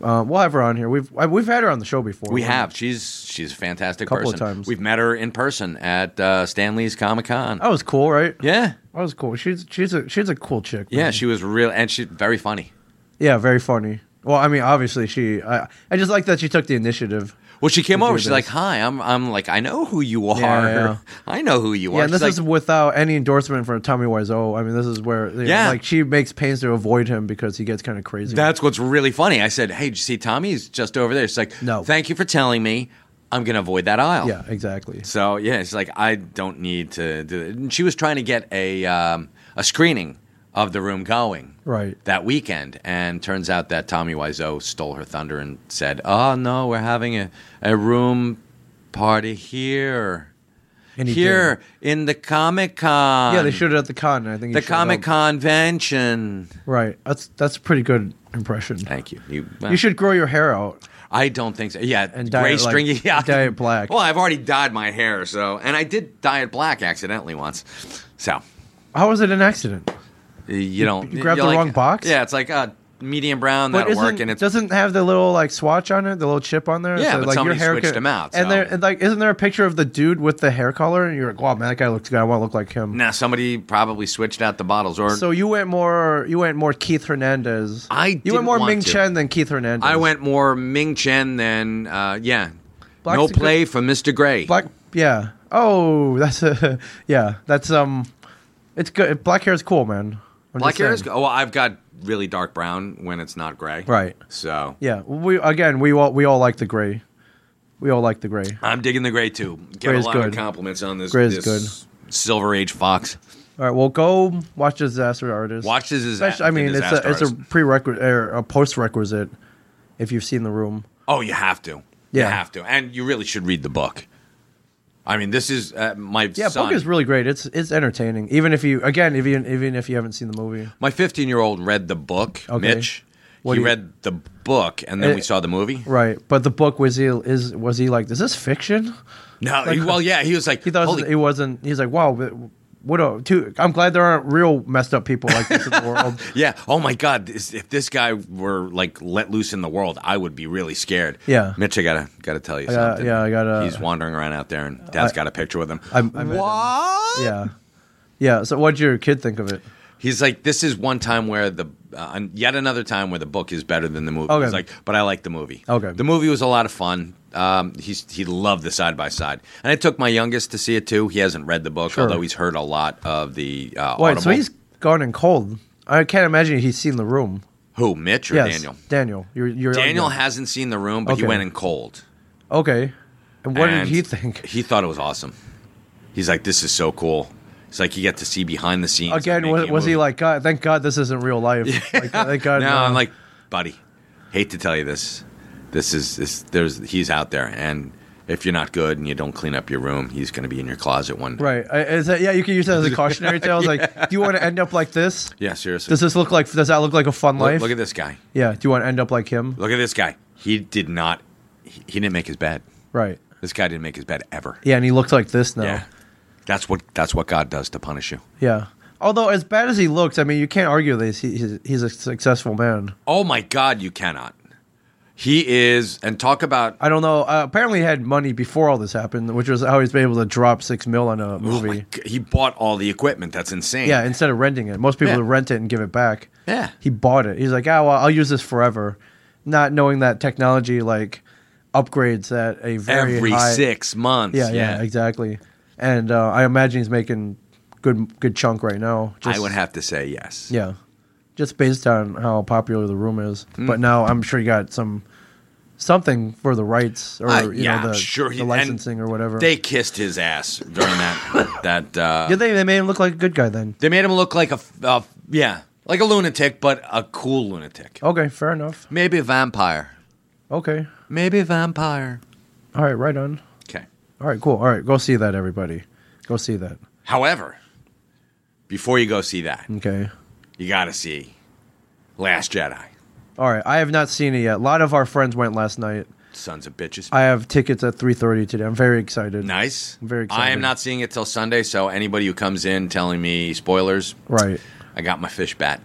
Speaker 1: uh, we'll have her on here. We've I, we've had her on the show before.
Speaker 2: we have. She's she's a fantastic
Speaker 1: Couple of
Speaker 2: person.
Speaker 1: times. Oh.
Speaker 2: We've met her in person at uh, Stanley's Comic Con.
Speaker 1: That was cool, right?
Speaker 2: Yeah,
Speaker 1: That was cool. She's she's a she's a cool chick. man.
Speaker 2: yeah. She was real, and she's very funny.
Speaker 1: yeah, very funny. Well, I mean, obviously she. I I just like that she took the initiative.
Speaker 2: Well, she came
Speaker 1: do
Speaker 2: over. She's
Speaker 1: this.
Speaker 2: like, "Hi, I'm." I'm like, "I know who you are.
Speaker 1: yeah.
Speaker 2: I know who you
Speaker 1: Yeah,
Speaker 2: are."
Speaker 1: and
Speaker 2: She's
Speaker 1: this is
Speaker 2: like,
Speaker 1: without any endorsement from Tommy Wiseau. I mean, this is where you know,
Speaker 2: Yeah.
Speaker 1: like she makes pains to avoid him because he gets kind of crazy.
Speaker 2: That's what's really funny. I said, "Hey, did you see Tommy's just over there?" She's like,
Speaker 1: No.
Speaker 2: Thank you for telling me. I'm gonna avoid that aisle."
Speaker 1: yeah, exactly.
Speaker 2: So yeah, she's like, "I don't need to do it." And she was trying to get a um, a screening of the room going
Speaker 1: Right.
Speaker 2: that weekend, and turns out that Tommy Wiseau stole her thunder and said, "Oh no, we're having a, a room party here."
Speaker 1: And he
Speaker 2: here
Speaker 1: did.
Speaker 2: in the Comic Con.
Speaker 1: Yeah, they showed it at the con. and I think he
Speaker 2: the
Speaker 1: showed up.
Speaker 2: Comic Convention.
Speaker 1: Right. That's that's a pretty good impression.
Speaker 2: Thank you. You, well,
Speaker 1: You should grow your hair out.
Speaker 2: I don't think so. Yeah,
Speaker 1: And dye
Speaker 2: gray
Speaker 1: it, like,
Speaker 2: stringy. yeah,
Speaker 1: dye it black.
Speaker 2: Well, I've already dyed my hair, so and I did dye it black accidentally once. So
Speaker 1: How was it an accident?
Speaker 2: you, you don't
Speaker 1: you grabbed
Speaker 2: you're
Speaker 1: the
Speaker 2: like-
Speaker 1: wrong box?
Speaker 2: Yeah, it's like uh, medium brown. That'll
Speaker 1: isn't-
Speaker 2: work, and it's
Speaker 1: doesn't have the little like swatch on it, the little chip on there.
Speaker 2: Yeah, but
Speaker 1: like
Speaker 2: somebody switched them out,
Speaker 1: And
Speaker 2: so-
Speaker 1: there, and, like, isn't there a picture of the dude with the hair color? And you're like, wow, man, that guy looks good. I want to look like him.
Speaker 2: now somebody probably switched out the bottles or.
Speaker 1: So you went more, you went more Keith Hernandez.
Speaker 2: I
Speaker 1: you
Speaker 2: didn't
Speaker 1: went more
Speaker 2: want
Speaker 1: Ming
Speaker 2: to.
Speaker 1: Chen than Keith Hernandez.
Speaker 2: I went more Ming Chen than uh, yeah.
Speaker 1: Black's
Speaker 2: no
Speaker 1: a good-
Speaker 2: play for Mr. Gray.
Speaker 1: black. Yeah. Oh, that's a yeah. That's um, it's good. Black hair is cool, man. I'm
Speaker 2: Black
Speaker 1: just
Speaker 2: hair is
Speaker 1: saying.
Speaker 2: good. Oh, well, I've got really dark brown when it's not gray.
Speaker 1: Right.
Speaker 2: So
Speaker 1: Yeah. We again, we all we all like the gray. We all like the gray.
Speaker 2: I'm digging the gray too. Get
Speaker 1: Gray
Speaker 2: a
Speaker 1: is
Speaker 2: lot
Speaker 1: good.
Speaker 2: of compliments on this.
Speaker 1: Gray is
Speaker 2: this Silver Age Fox.
Speaker 1: All right, well, go watch Disaster Artist.
Speaker 2: Watch this as
Speaker 1: Especially, I mean, it's a it's a prerequisite or a postrequisite if you've seen the room.
Speaker 2: oh, you have to. You
Speaker 1: Yeah.
Speaker 2: have to, and you really should read the book. I mean, this is uh, my
Speaker 1: Yeah,
Speaker 2: son.
Speaker 1: book is really great. It's it's entertaining, even if you again, even even if you haven't seen the movie.
Speaker 2: my 15 year old read the book.
Speaker 1: Okay.
Speaker 2: Mitch,
Speaker 1: What do
Speaker 2: he
Speaker 1: you-
Speaker 2: read the book, and then
Speaker 1: Eh,
Speaker 2: we saw the movie.
Speaker 1: Right, but the book was he is was he like is this fiction?
Speaker 2: No, he- well, yeah, he was like,
Speaker 1: He thought
Speaker 2: Holy
Speaker 1: it wasn't. He's like, wow, but what a two. I'm glad there aren't real messed up people like this in the world.
Speaker 2: Yeah. Oh my God. This, if this guy were like let loose in the world, I would be really scared.
Speaker 1: Yeah.
Speaker 2: Mitch, I gotta gotta tell you
Speaker 1: gotta-
Speaker 2: something.
Speaker 1: yeah, I gotta-
Speaker 2: He's wandering around out there, and Dad's got a picture with him.
Speaker 1: I'm- I met him.
Speaker 2: what?
Speaker 1: Yeah, yeah. So what'd your kid think of it?
Speaker 2: He's like, this is one time where the uh, yet another time where the book is better than the movie.
Speaker 1: Okay.
Speaker 2: He's like, but I like the movie.
Speaker 1: Okay.
Speaker 2: The movie was a lot of fun. Um, he's he loved the side by side, and I took my youngest to see it too. He hasn't read the book,
Speaker 1: Sure.
Speaker 2: although he's heard a lot of the uh,
Speaker 1: Wait,
Speaker 2: Audible.
Speaker 1: so he's gone and cold. I can't imagine he's seen the room.
Speaker 2: who? Mitch or
Speaker 1: yes,
Speaker 2: Daniel?
Speaker 1: Daniel, you're, you're
Speaker 2: Daniel
Speaker 1: yeah.
Speaker 2: hasn't seen the room, but he
Speaker 1: Okay.
Speaker 2: went in cold.
Speaker 1: Okay. And what
Speaker 2: And
Speaker 1: did he think?
Speaker 2: He thought it was awesome. He's like, this is so cool. It's like you get to see behind the scenes. of
Speaker 1: Again, was,
Speaker 2: making a
Speaker 1: was he
Speaker 2: movie.
Speaker 1: like, God, thank God this isn't real life. Like, thank God.
Speaker 2: No,
Speaker 1: uh,
Speaker 2: I'm like, buddy, hate to tell you this. This is this. There's he's out there, and if you're not good and you don't clean up your room, he's going to be in your closet one day.
Speaker 1: Right. I- Is that, yeah, you can use that as a cautionary tale. It's Like, do you want to end up like this?
Speaker 2: Yeah, seriously.
Speaker 1: Does this look like, does that look like a fun
Speaker 2: look,
Speaker 1: life?
Speaker 2: look at this guy.
Speaker 1: yeah. Do you want to end up like him?
Speaker 2: Look at this guy. He did not. He, he didn't make his bed.
Speaker 1: Right.
Speaker 2: This guy didn't make his bed ever.
Speaker 1: Yeah. And he looks like this now.
Speaker 2: Yeah. That's what that's what God does to punish you.
Speaker 1: Yeah. Although, as bad as he looks, I mean, you can't argue this. He, he's, he's a successful man.
Speaker 2: Oh my God, you cannot. He is, and talk about
Speaker 1: I don't know. Uh, apparently, he had money before all this happened, which was how he's been able to drop six mil on a
Speaker 2: Oh
Speaker 1: movie.
Speaker 2: my g- he bought all the equipment. That's insane.
Speaker 1: Yeah, instead of renting it, most people
Speaker 2: Yeah.
Speaker 1: would rent it and give it back.
Speaker 2: Yeah.
Speaker 1: he bought it. He's like, ah, well, I'll use this forever, not knowing that technology like upgrades at a very
Speaker 2: every
Speaker 1: high-
Speaker 2: six months.
Speaker 1: Yeah, yeah, exactly. And uh, I imagine he's making good good chunk right now.
Speaker 2: I would have to say yes.
Speaker 1: yeah, just based on how popular the room is.
Speaker 2: Hmm.
Speaker 1: But now I'm sure he got some something for the rights or
Speaker 2: Uh,
Speaker 1: you
Speaker 2: yeah, I'm
Speaker 1: know the,
Speaker 2: sure he-
Speaker 1: the
Speaker 2: and
Speaker 1: licensing or whatever.
Speaker 2: They kissed his ass during that. that uh,
Speaker 1: yeah, they they made him look like a good guy then.
Speaker 2: they made him look like a f- uh, yeah, like a lunatic, but a cool lunatic.
Speaker 1: Okay, fair enough.
Speaker 2: Maybe a vampire.
Speaker 1: Okay,
Speaker 2: Maybe a vampire.
Speaker 1: all right, right on.
Speaker 2: Okay.
Speaker 1: All right, cool. All right, go see that, everybody. Go see that.
Speaker 2: However, before you go see that,
Speaker 1: Okay.
Speaker 2: you got to see Last Jedi.
Speaker 1: All right, I have not seen it yet. A lot of our friends went last night.
Speaker 2: Sons of bitches.
Speaker 1: I have tickets at three thirty today. I'm very excited.
Speaker 2: Nice.
Speaker 1: I'm very
Speaker 2: I
Speaker 1: excited.
Speaker 2: am not seeing it till Sunday, so anybody who comes in telling me spoilers,
Speaker 1: Right.
Speaker 2: I got my fish bat.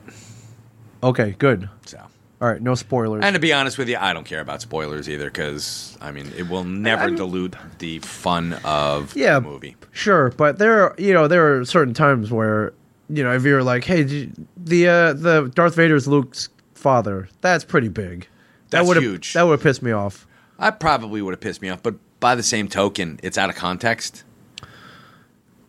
Speaker 1: Okay. Good.
Speaker 2: So,
Speaker 1: All right. No spoilers.
Speaker 2: and to be honest with you, I don't care about spoilers either because I mean it will never dilute the fun of
Speaker 1: yeah.
Speaker 2: the movie.
Speaker 1: Sure, but there are you know there are certain times where you know if you're like, hey, did you- the uh, the Darth Vader's Luke's father. That's pretty big.
Speaker 2: That's
Speaker 1: that would've-
Speaker 2: huge.
Speaker 1: That would have pissed me off.
Speaker 2: I probably would have pissed me off, but by the same token, it's out of context.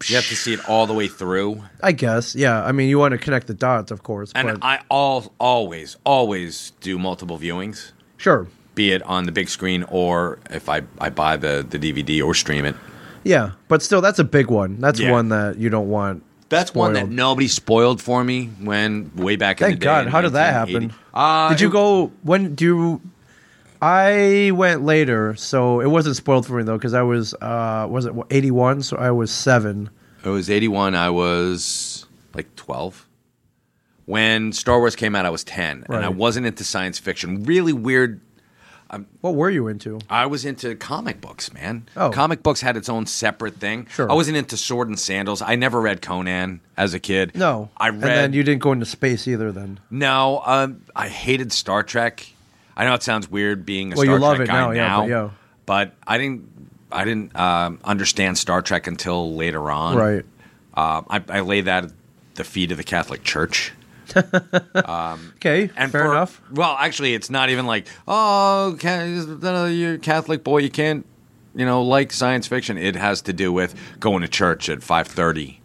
Speaker 2: You have to see it all the way through.
Speaker 1: I guess. Yeah. I mean, you want to connect the dots, of course.
Speaker 2: And
Speaker 1: but
Speaker 2: I all always always do multiple viewings,
Speaker 1: sure.
Speaker 2: be it on the big screen or if I I buy the the DVD or stream it.
Speaker 1: Yeah. But still, that's a big one. That's
Speaker 2: Yeah.
Speaker 1: one that you don't want.
Speaker 2: That's one that
Speaker 1: spoiled.
Speaker 2: nobody spoiled for me when way back in
Speaker 1: Thank
Speaker 2: the day.
Speaker 1: God.
Speaker 2: in
Speaker 1: How did that happen?
Speaker 2: 1980. Uh,
Speaker 1: did you
Speaker 2: it-
Speaker 1: go? When do you? I went later, so it wasn't spoiled for me though, because I was uh, was it eighty one? So I was seven.
Speaker 2: It was 81. I was like 12. When Star Wars came out, I was 10,
Speaker 1: Right.
Speaker 2: and I wasn't into science fiction. Really weird.
Speaker 1: What were you into?
Speaker 2: I was into comic books, man.
Speaker 1: Oh.
Speaker 2: Comic books had its own separate thing.
Speaker 1: Sure.
Speaker 2: I wasn't into sword and sandals. I never read Conan as a kid.
Speaker 1: No,
Speaker 2: I
Speaker 1: And
Speaker 2: read.
Speaker 1: then you didn't go into space either. Then
Speaker 2: no, um, I hated Star Trek. I know it sounds weird being a
Speaker 1: Well, you
Speaker 2: Star
Speaker 1: love
Speaker 2: Trek
Speaker 1: it
Speaker 2: guy
Speaker 1: now, yeah, but yeah.
Speaker 2: but I didn't. I didn't um, understand Star Trek until later on.
Speaker 1: right?
Speaker 2: Uh, I, I lay that at the feet of the Catholic Church.
Speaker 1: Okay,
Speaker 2: And
Speaker 1: fair
Speaker 2: for-
Speaker 1: enough.
Speaker 2: Well, actually, it's not even like oh, ca- you're a Catholic boy, you can't, you know, like science fiction. It has to do with going to church at five thirty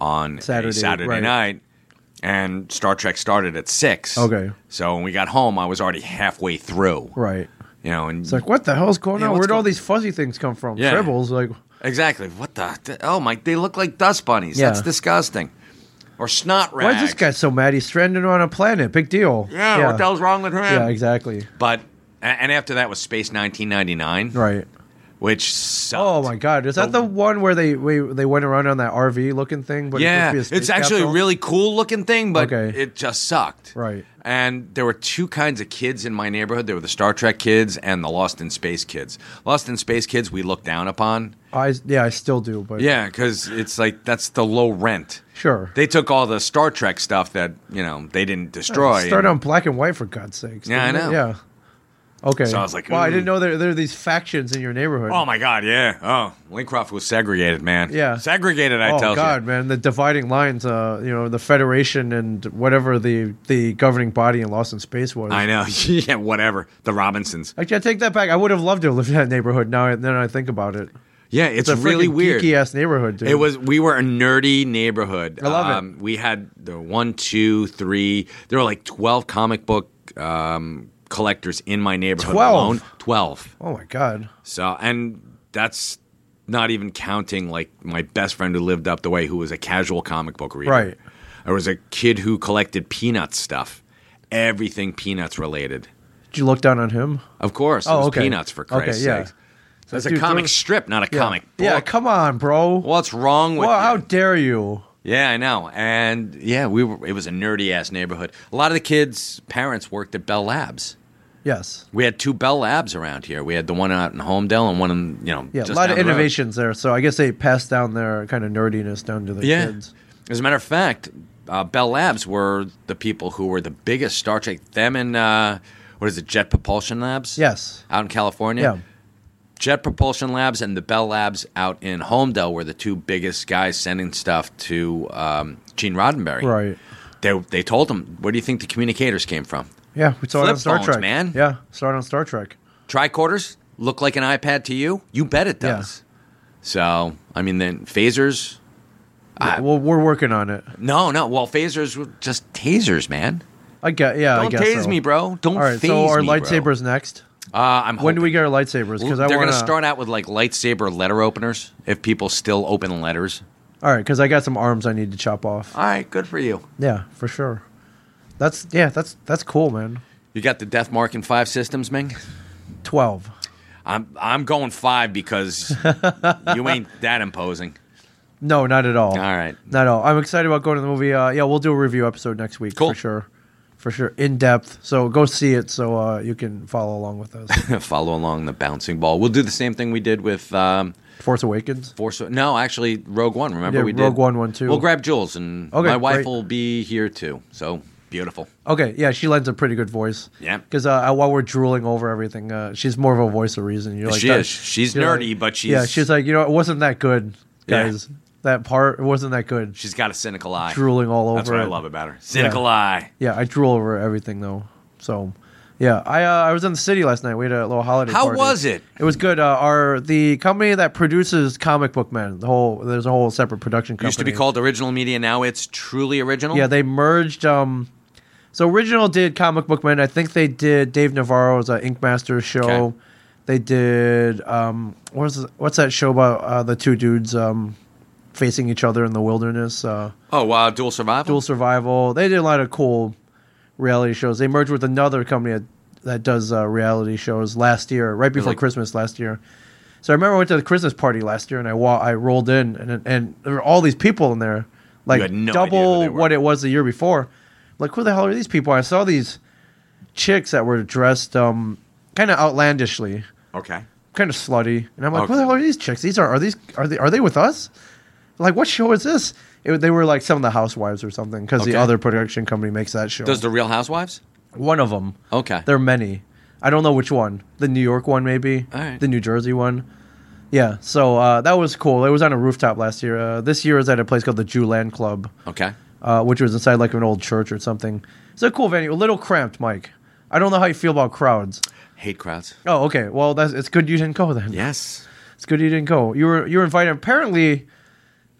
Speaker 2: on
Speaker 1: Saturday,
Speaker 2: Saturday, Saturday
Speaker 1: right.
Speaker 2: night, and Star Trek started at six.
Speaker 1: Okay.
Speaker 2: so when we got home, I was already halfway through.
Speaker 1: Right.
Speaker 2: You know, and
Speaker 1: It's like, what the hell's going
Speaker 2: Yeah,
Speaker 1: on?
Speaker 2: what's
Speaker 1: Where'd all
Speaker 2: going-
Speaker 1: these fuzzy things come from?
Speaker 2: Yeah.
Speaker 1: Tribbles, like,
Speaker 2: exactly what the th- oh my, they look like dust bunnies.
Speaker 1: Yeah.
Speaker 2: That's disgusting. Or snot rags.
Speaker 1: why is this guy so mad? He's stranded on a planet. Big deal.
Speaker 2: Yeah, what the hell's wrong with him?
Speaker 1: Yeah, exactly.
Speaker 2: But a- and after that was Space 1999.
Speaker 1: Right.
Speaker 2: which sucked.
Speaker 1: Oh my God! Is that the one where they we, they went around on that RV looking thing? But
Speaker 2: Yeah,
Speaker 1: it's, supposed to be a
Speaker 2: it's
Speaker 1: space
Speaker 2: actually a
Speaker 1: capsule?
Speaker 2: really cool looking thing, but
Speaker 1: Okay.
Speaker 2: it just sucked.
Speaker 1: Right.
Speaker 2: And there were two kinds of kids in my neighborhood. There were the Star Trek kids and the Lost in Space kids. Lost in Space kids we looked down upon.
Speaker 1: I yeah, I still do, but
Speaker 2: Yeah, because it's like that's the low rent.
Speaker 1: sure.
Speaker 2: They took all the Star Trek stuff that you know they didn't destroy.
Speaker 1: Start on black and white for God's sakes.
Speaker 2: Yeah, I
Speaker 1: didn't they?
Speaker 2: know.
Speaker 1: Yeah. Okay.
Speaker 2: So I was like,
Speaker 1: wow, I
Speaker 2: ooh.
Speaker 1: didn't know there there are these factions in your neighborhood.
Speaker 2: Oh my God! Yeah. Oh, Lincroft was segregated, man.
Speaker 1: Yeah.
Speaker 2: Segregated. I
Speaker 1: Oh,
Speaker 2: tell
Speaker 1: God,
Speaker 2: you.
Speaker 1: man, the dividing lines. Uh, you know, the Federation and whatever the the governing body in Lost in Space was.
Speaker 2: I know. yeah. Whatever. The Robinsons.
Speaker 1: Actually, I take that back. I would have loved to live in that neighborhood. Now, I- then I think about it.
Speaker 2: Yeah, it's,
Speaker 1: It's a
Speaker 2: really weird.
Speaker 1: geeky ass neighborhood, dude.
Speaker 2: It was. We were a nerdy neighborhood. Um,
Speaker 1: I love it.
Speaker 2: We had the one, two, three. There were like twelve comic book um, collectors in my neighborhood
Speaker 1: 12?
Speaker 2: alone. Twelve.
Speaker 1: Oh my God.
Speaker 2: So, and that's not even counting like my best friend who lived up the way, who was a casual comic book reader.
Speaker 1: Right.
Speaker 2: There was a kid who collected peanuts stuff, everything peanuts related.
Speaker 1: Did you look down on him?
Speaker 2: Of course,
Speaker 1: Oh,
Speaker 2: it was
Speaker 1: okay.
Speaker 2: peanuts for
Speaker 1: Okay,
Speaker 2: Christ's
Speaker 1: yeah.
Speaker 2: sake. So it's a
Speaker 1: dude,
Speaker 2: comic
Speaker 1: those-
Speaker 2: strip, not a
Speaker 1: Yeah.
Speaker 2: comic book.
Speaker 1: Yeah, come on, bro.
Speaker 2: What's wrong with
Speaker 1: Well, how
Speaker 2: you?
Speaker 1: dare you?
Speaker 2: Yeah, I know. And yeah, we were, it was a nerdy ass neighborhood. A lot of the kids' parents worked at Bell Labs.
Speaker 1: Yes.
Speaker 2: We had two Bell Labs around here. We had the one out in Homedale and one in, you know,
Speaker 1: Yeah,
Speaker 2: just
Speaker 1: a lot
Speaker 2: down
Speaker 1: of
Speaker 2: the road.
Speaker 1: innovations there. So I guess they passed down their kind of nerdiness down to the
Speaker 2: Yeah.
Speaker 1: kids.
Speaker 2: As a matter of fact, uh, Bell Labs were the people who were the biggest Star Trek. Them and, uh, what is it, Jet Propulsion Labs?
Speaker 1: Yes.
Speaker 2: Out in California?
Speaker 1: Yeah.
Speaker 2: Jet Propulsion Labs and the Bell Labs out in Homedale were the two biggest guys sending stuff to um, Gene Roddenberry.
Speaker 1: Right.
Speaker 2: They, they told him, where do you think the communicators came from?
Speaker 1: Yeah, we saw it
Speaker 2: Flip
Speaker 1: on Star
Speaker 2: phones,
Speaker 1: Trek,
Speaker 2: man.
Speaker 1: Yeah, saw it on Star Trek.
Speaker 2: Tricorders look like an iPad to you? You bet it
Speaker 1: Yeah.
Speaker 2: does. So, I mean, then phasers.
Speaker 1: Yeah, well, we're working on it.
Speaker 2: No, no. Well, phasers were just tasers, man.
Speaker 1: I guess. Yeah, I
Speaker 2: Don't
Speaker 1: guess
Speaker 2: tase
Speaker 1: so.
Speaker 2: me, bro. Don't
Speaker 1: All right,
Speaker 2: phase
Speaker 1: so our
Speaker 2: me, bro.
Speaker 1: lightsabers next.
Speaker 2: Uh, I'm
Speaker 1: When do
Speaker 2: hoping.
Speaker 1: we get our lightsabers? Because I
Speaker 2: They're
Speaker 1: want
Speaker 2: to start out with like lightsaber letter openers if people still open letters.
Speaker 1: All right, because I got some arms I need to chop off.
Speaker 2: All right, good for you.
Speaker 1: Yeah, for sure. That's yeah, that's that's cool, man.
Speaker 2: You got the death mark in five systems, Ming.
Speaker 1: Twelve.
Speaker 2: I'm I'm going five because you ain't that imposing.
Speaker 1: No, not at all.
Speaker 2: All right.
Speaker 1: not at all. I'm excited about going to the movie. Uh, yeah, we'll do a review episode next week
Speaker 2: Cool.
Speaker 1: for sure, for sure, in depth. So go see it so uh, you can follow along with us.
Speaker 2: Follow along the bouncing ball. We'll do the same thing we did with um,
Speaker 1: Force Awakens.
Speaker 2: Force. No, actually, Rogue One. Remember
Speaker 1: Yeah,
Speaker 2: we did
Speaker 1: Rogue One, one, two.
Speaker 2: We'll grab Jules, and
Speaker 1: Okay,
Speaker 2: my wife
Speaker 1: great.
Speaker 2: will be here too. So beautiful.
Speaker 1: Okay, yeah, she lends a pretty good voice.
Speaker 2: Yeah.
Speaker 1: because uh, while we're drooling over everything, uh, she's more of a voice of reason. You're like
Speaker 2: she
Speaker 1: that-
Speaker 2: is. She's
Speaker 1: you're like-
Speaker 2: nerdy, but she's
Speaker 1: yeah, she's like you know it wasn't that good,
Speaker 2: Yeah.
Speaker 1: guys. That part it wasn't that good.
Speaker 2: she's got a cynical eye.
Speaker 1: drooling all over.
Speaker 2: That's what I
Speaker 1: it.
Speaker 2: love about her. Cynical eye.
Speaker 1: Yeah, I drool over everything though. So Yeah, I uh, I was in the city last night. We had a little holiday.
Speaker 2: How
Speaker 1: party.
Speaker 2: was it?
Speaker 1: It was good. Uh, our the company that produces Comic Book Man, the whole there's a whole separate production company.
Speaker 2: Used to be called Original Media. Now it's Truly Original.
Speaker 1: Yeah, they merged. Um, so original did Comic Book Man. I think they did Dave Navarro's uh, Ink Master show.
Speaker 2: Okay.
Speaker 1: They did um, what's what's that show about uh, the two dudes um, facing each other in the wilderness? Uh,
Speaker 2: oh, uh, Dual Survival.
Speaker 1: Dual Survival. They did a lot of cool reality shows. They merged with another company that, that does uh, reality shows last year, right before
Speaker 2: Really?
Speaker 1: Christmas last year. So I remember I went to the Christmas party last year and I wa- I rolled in and and there were all these people in there, like
Speaker 2: had no idea who they
Speaker 1: double
Speaker 2: were.
Speaker 1: what it was the year before. Like who the hell are these people? I saw these chicks that were dressed um kind of outlandishly,
Speaker 2: Okay.
Speaker 1: kind of slutty, and I'm like, who
Speaker 2: Okay.
Speaker 1: the hell are these chicks? These are are these are they are they with us? Like what show is this? It, they were like some of the housewives or something because
Speaker 2: Okay.
Speaker 1: the other production company makes that show.
Speaker 2: Does the Real Housewives?
Speaker 1: One of them.
Speaker 2: Okay.
Speaker 1: There are many. I don't know which one. The New York one, maybe.
Speaker 2: All right.
Speaker 1: The New Jersey one. Yeah. So uh, that was cool. It was on a rooftop last year. Uh, this year is at a place called the Jewland Club,
Speaker 2: okay.
Speaker 1: uh, which was inside like an old church or something. It's a cool venue. A little cramped, Mike. I don't know how you feel about crowds.
Speaker 2: Hate crowds.
Speaker 1: Oh, okay. Well, that's it's good you didn't go then.
Speaker 2: Yes.
Speaker 1: It's good you didn't go. You were you were invited. Apparently,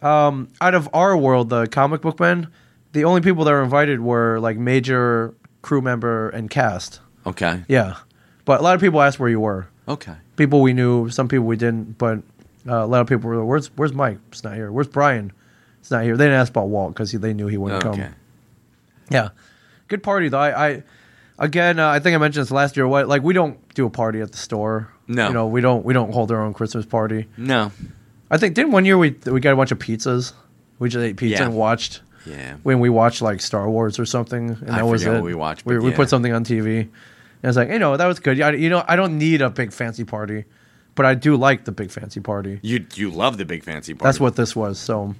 Speaker 1: um, out of our world, the comic book men, the only people that were invited were like major crew member and cast.
Speaker 2: Okay.
Speaker 1: Yeah, but a lot of people asked where you were.
Speaker 2: Okay.
Speaker 1: People we knew, some people we didn't, but uh, a lot of people were like, "Where's Where's Mike? It's not here. Where's Brian? It's not here." They didn't ask about Walt because they knew he wouldn't
Speaker 2: Oh, Okay.
Speaker 1: come. Yeah, good party though. I, I again, uh, I think I mentioned this last year. What like we don't do a party at the store.
Speaker 2: No.
Speaker 1: you know we don't we don't hold our own Christmas party.
Speaker 2: No.
Speaker 1: I think didn't one year we we got a bunch of pizzas. We just ate pizza
Speaker 2: Yeah.
Speaker 1: and watched
Speaker 2: Yeah.
Speaker 1: when we watched like Star Wars or something, and
Speaker 2: I
Speaker 1: that was
Speaker 2: forget
Speaker 1: it.
Speaker 2: what we watched,
Speaker 1: We,
Speaker 2: but
Speaker 1: we
Speaker 2: yeah.
Speaker 1: put something on TV, and it's like you know that was good. I, you know, I don't need a big fancy party, but I do like the big fancy party.
Speaker 2: You you love the big fancy party.
Speaker 1: That's what this was. So,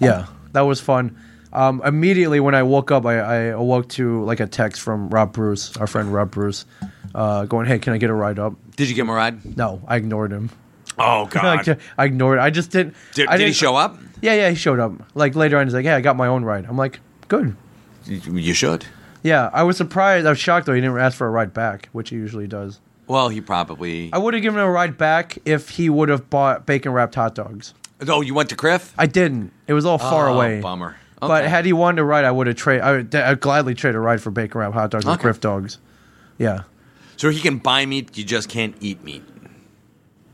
Speaker 1: yeah, that was fun. Um, immediately when I woke up, I, I awoke to like a text from Rob Bruce, our friend Rob Bruce, uh, going, "Hey, can I get a ride up?"
Speaker 2: Did you get him a ride?
Speaker 1: No, I ignored him.
Speaker 2: Oh God.
Speaker 1: I, ignored. I just didn't.
Speaker 2: did,
Speaker 1: I
Speaker 2: did he
Speaker 1: didn't-
Speaker 2: show up?
Speaker 1: Yeah, yeah, he showed up. Like later on, he's like, "Yeah, I got my own ride." I'm like, "Good."
Speaker 2: You you should.
Speaker 1: Yeah, I was surprised. I was shocked though he didn't ask for a ride back, which he usually does.
Speaker 2: Well, he probably.
Speaker 1: I would have given him a ride back if he would have bought bacon wrapped hot dogs.
Speaker 2: oh, you went to Criff?
Speaker 1: I didn't. It was all far
Speaker 2: Oh,
Speaker 1: away.
Speaker 2: Bummer.
Speaker 1: But
Speaker 2: Okay.
Speaker 1: had he wanted a ride, I would have trade. I would I'd gladly trade a ride for bacon wrapped hot dogs and
Speaker 2: Okay.
Speaker 1: Griff dogs. Yeah,
Speaker 2: so he can buy meat. You just can't eat meat.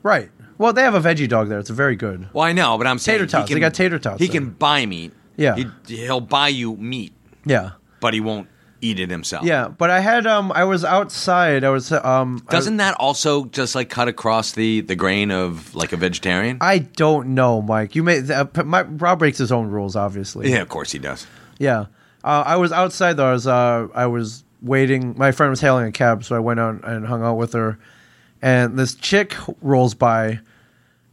Speaker 1: right. Well, they have a veggie dog there. It's very good.
Speaker 2: Well, I know, but I'm saying
Speaker 1: Tater
Speaker 2: he
Speaker 1: tots. They
Speaker 2: can-
Speaker 1: got tater tots
Speaker 2: He
Speaker 1: there.
Speaker 2: can buy meat.
Speaker 1: Yeah.
Speaker 2: He, he'll buy you meat,
Speaker 1: Yeah,
Speaker 2: but he won't eat it himself.
Speaker 1: yeah. But I had um, I was outside. I was um, I-
Speaker 2: Doesn't that also just like cut across the the grain of like a vegetarian?
Speaker 1: I don't know, Mike. You may uh, my, Rob breaks his own rules, obviously.
Speaker 2: yeah, of course he does.
Speaker 1: Yeah. Uh, I was outside though. I was uh, I was waiting. My friend was hailing a cab, so I went out and hung out with her. And this chick rolls by,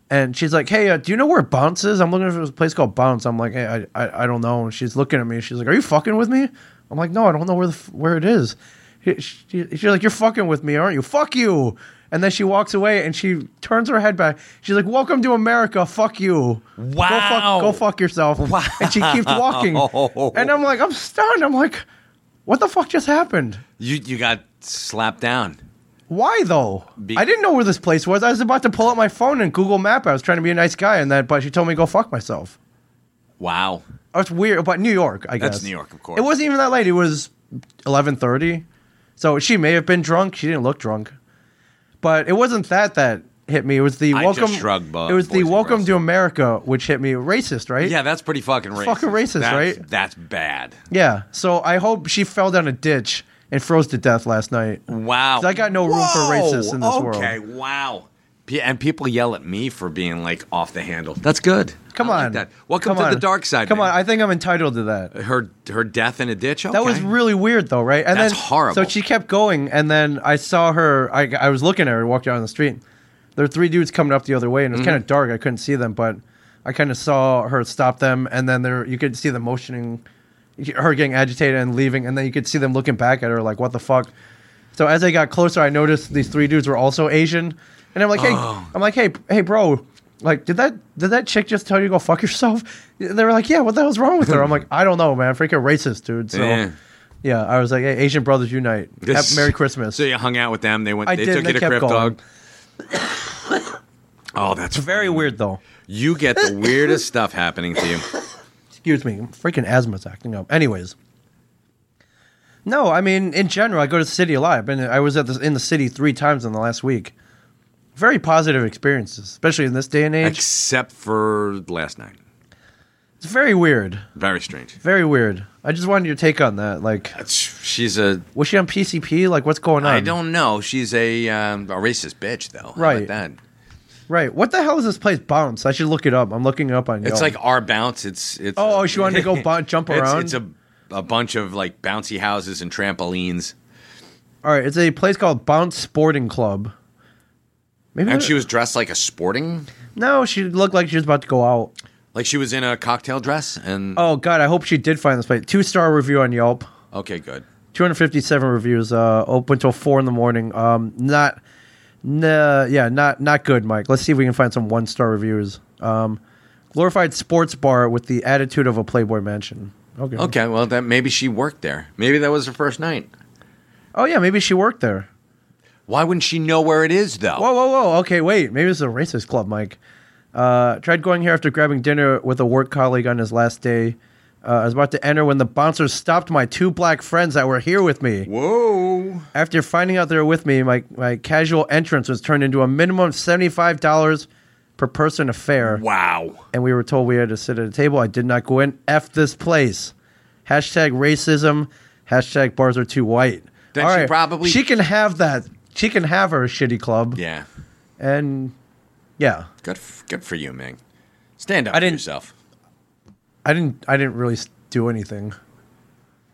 Speaker 1: and she's like, "Hey, uh, do you know where Bounce is? I'm looking for this place called Bounce." I'm like, "Hey, I, I, I don't know." And she's looking at me. She's like, "Are you fucking with me?" I'm like, "No, I don't know where the f- where it is." She, she- she's like, "You're fucking with me, aren't you? Fuck you!" And then she walks away, and she turns her head back. She's like, "Welcome to America. Fuck you. Go
Speaker 2: Wow.
Speaker 1: fuck, go fuck yourself." And she keeps walking,
Speaker 2: Oh.
Speaker 1: and I'm like, I'm stunned. I'm like, what the fuck just happened?
Speaker 2: You you got slapped down.
Speaker 1: Why though?
Speaker 2: Be-
Speaker 1: I didn't know where this place was. I was about to pull out my phone and Google Map. I was trying to be a nice guy, and that, but she told me to go fuck myself.
Speaker 2: Wow.
Speaker 1: Oh, it's weird, but New York, I guess.
Speaker 2: That's New York, of course.
Speaker 1: It wasn't even that late. It was eleven thirty, so she may have been drunk. She didn't look drunk, but it wasn't that that hit me. It was the
Speaker 2: I just
Speaker 1: welcome.
Speaker 2: shrugged, bu-
Speaker 1: it was
Speaker 2: boys
Speaker 1: the
Speaker 2: and
Speaker 1: welcome
Speaker 2: girls.
Speaker 1: to America, which hit me. Racist, right?
Speaker 2: Yeah, that's pretty fucking racist.
Speaker 1: fucking racist,
Speaker 2: That's-
Speaker 1: right?
Speaker 2: That's bad.
Speaker 1: Yeah. So I hope she fell down a ditch and froze to death last night.
Speaker 2: Wow.
Speaker 1: 'Cause I got no room for racists in this world.
Speaker 2: Okay, wow. P- and people yell at me for being like off the handle. That's good.
Speaker 1: Come
Speaker 2: I like
Speaker 1: on.
Speaker 2: that. Welcome
Speaker 1: Come
Speaker 2: to
Speaker 1: on.
Speaker 2: the dark side.
Speaker 1: Come
Speaker 2: man.
Speaker 1: on. I think I'm entitled to that.
Speaker 2: her her death in a ditch.
Speaker 1: That was
Speaker 2: Okay.
Speaker 1: really weird, though, right? And
Speaker 2: That's
Speaker 1: then,
Speaker 2: horrible.
Speaker 1: So she kept going, and then I saw her. I, I was looking at her, walked down the street. There were three dudes coming up the other way, and it was
Speaker 2: Mm-hmm.
Speaker 1: kind of dark. I couldn't see them, but I kind of saw her stop them, and then there you could see them motioning, her getting agitated and leaving, and then you could see them looking back at her like, "What the fuck." So as I got closer, I noticed these three dudes were also Asian, and I'm like, "Hey,
Speaker 2: Oh.
Speaker 1: I'm like, hey, hey, bro." Like, did that did that chick just tell you to go fuck yourself? They were like, "Yeah, what the hell's wrong with her?" I'm like, "I don't know, man. Freaking racist, dude." So
Speaker 2: Yeah.
Speaker 1: Yeah, I was like, hey, Asian Brothers Unite. Have,
Speaker 2: This-
Speaker 1: Merry Christmas.
Speaker 2: So you hung out with them. They went.
Speaker 1: I
Speaker 2: they
Speaker 1: did,
Speaker 2: took
Speaker 1: and
Speaker 2: you to
Speaker 1: they kept
Speaker 2: Crip
Speaker 1: going.
Speaker 2: Dog. Oh, that's
Speaker 1: Very weird, though.
Speaker 2: You get the weirdest stuff happening to you.
Speaker 1: Excuse me, freaking asthma's acting up. Anyways, no, I mean in general, I go to the city a lot. I've been, I was at the, in the city three times in the last week. Very positive experiences, especially in this day and age.
Speaker 2: Except for last night.
Speaker 1: It's very weird,
Speaker 2: Very strange.
Speaker 1: very weird. I just wanted your take on that. Like,
Speaker 2: That's- She's a.
Speaker 1: was she on PCP? Like, what's going on?
Speaker 2: I don't know. She's a um, a racist bitch though. How about
Speaker 1: Right.
Speaker 2: that.
Speaker 1: Right. What the hell is this place? Bounce. I should look it up. I'm looking it up on.
Speaker 2: It's
Speaker 1: Yelp.
Speaker 2: like our bounce. It's it's.
Speaker 1: Oh, oh, she wanted to go bou- jump
Speaker 2: It's-
Speaker 1: around?
Speaker 2: It's, a a bunch of like bouncy houses and trampolines.
Speaker 1: all right. It's a place called Bounce Sporting Club. Maybe
Speaker 2: And
Speaker 1: that-
Speaker 2: she was dressed like a sporting,
Speaker 1: no, she looked like she was about to go out.
Speaker 2: like she was in a cocktail dress. And
Speaker 1: Oh God, I hope she did find this place. Two star review on Yelp.
Speaker 2: okay, good.
Speaker 1: 257 reviews. Uh, open till four in the morning. Um, not, nah, yeah, not not good, Mike. Let's see if we can find some one star reviews. Um, glorified sports bar with the attitude of a Playboy mansion. Okay.
Speaker 2: Okay, well that maybe she worked there. Maybe that was her first night.
Speaker 1: Oh yeah, maybe she worked there.
Speaker 2: Why wouldn't she know where it is though?
Speaker 1: Whoa, whoa, whoa. Okay, wait. Maybe it's a racist club, Mike. Uh, tried going here after grabbing dinner with a work colleague on his last day. Uh, I was about to enter when the bouncer stopped my two black friends that were here with me.
Speaker 2: Whoa.
Speaker 1: After finding out they were with me, my, my casual entrance was turned into a minimum of $75 per person affair.
Speaker 2: Wow.
Speaker 1: And we were told we had to sit at a table. I did not go in. F this place. Hashtag racism. Hashtag bars are too white.
Speaker 2: Then she probably-
Speaker 1: She can have that. She can have her shitty club.
Speaker 2: Yeah.
Speaker 1: And yeah.
Speaker 2: Good. F- good for you, Ming. Stand up
Speaker 1: I
Speaker 2: for
Speaker 1: didn't-
Speaker 2: yourself.
Speaker 1: I didn't. I didn't really s- do anything.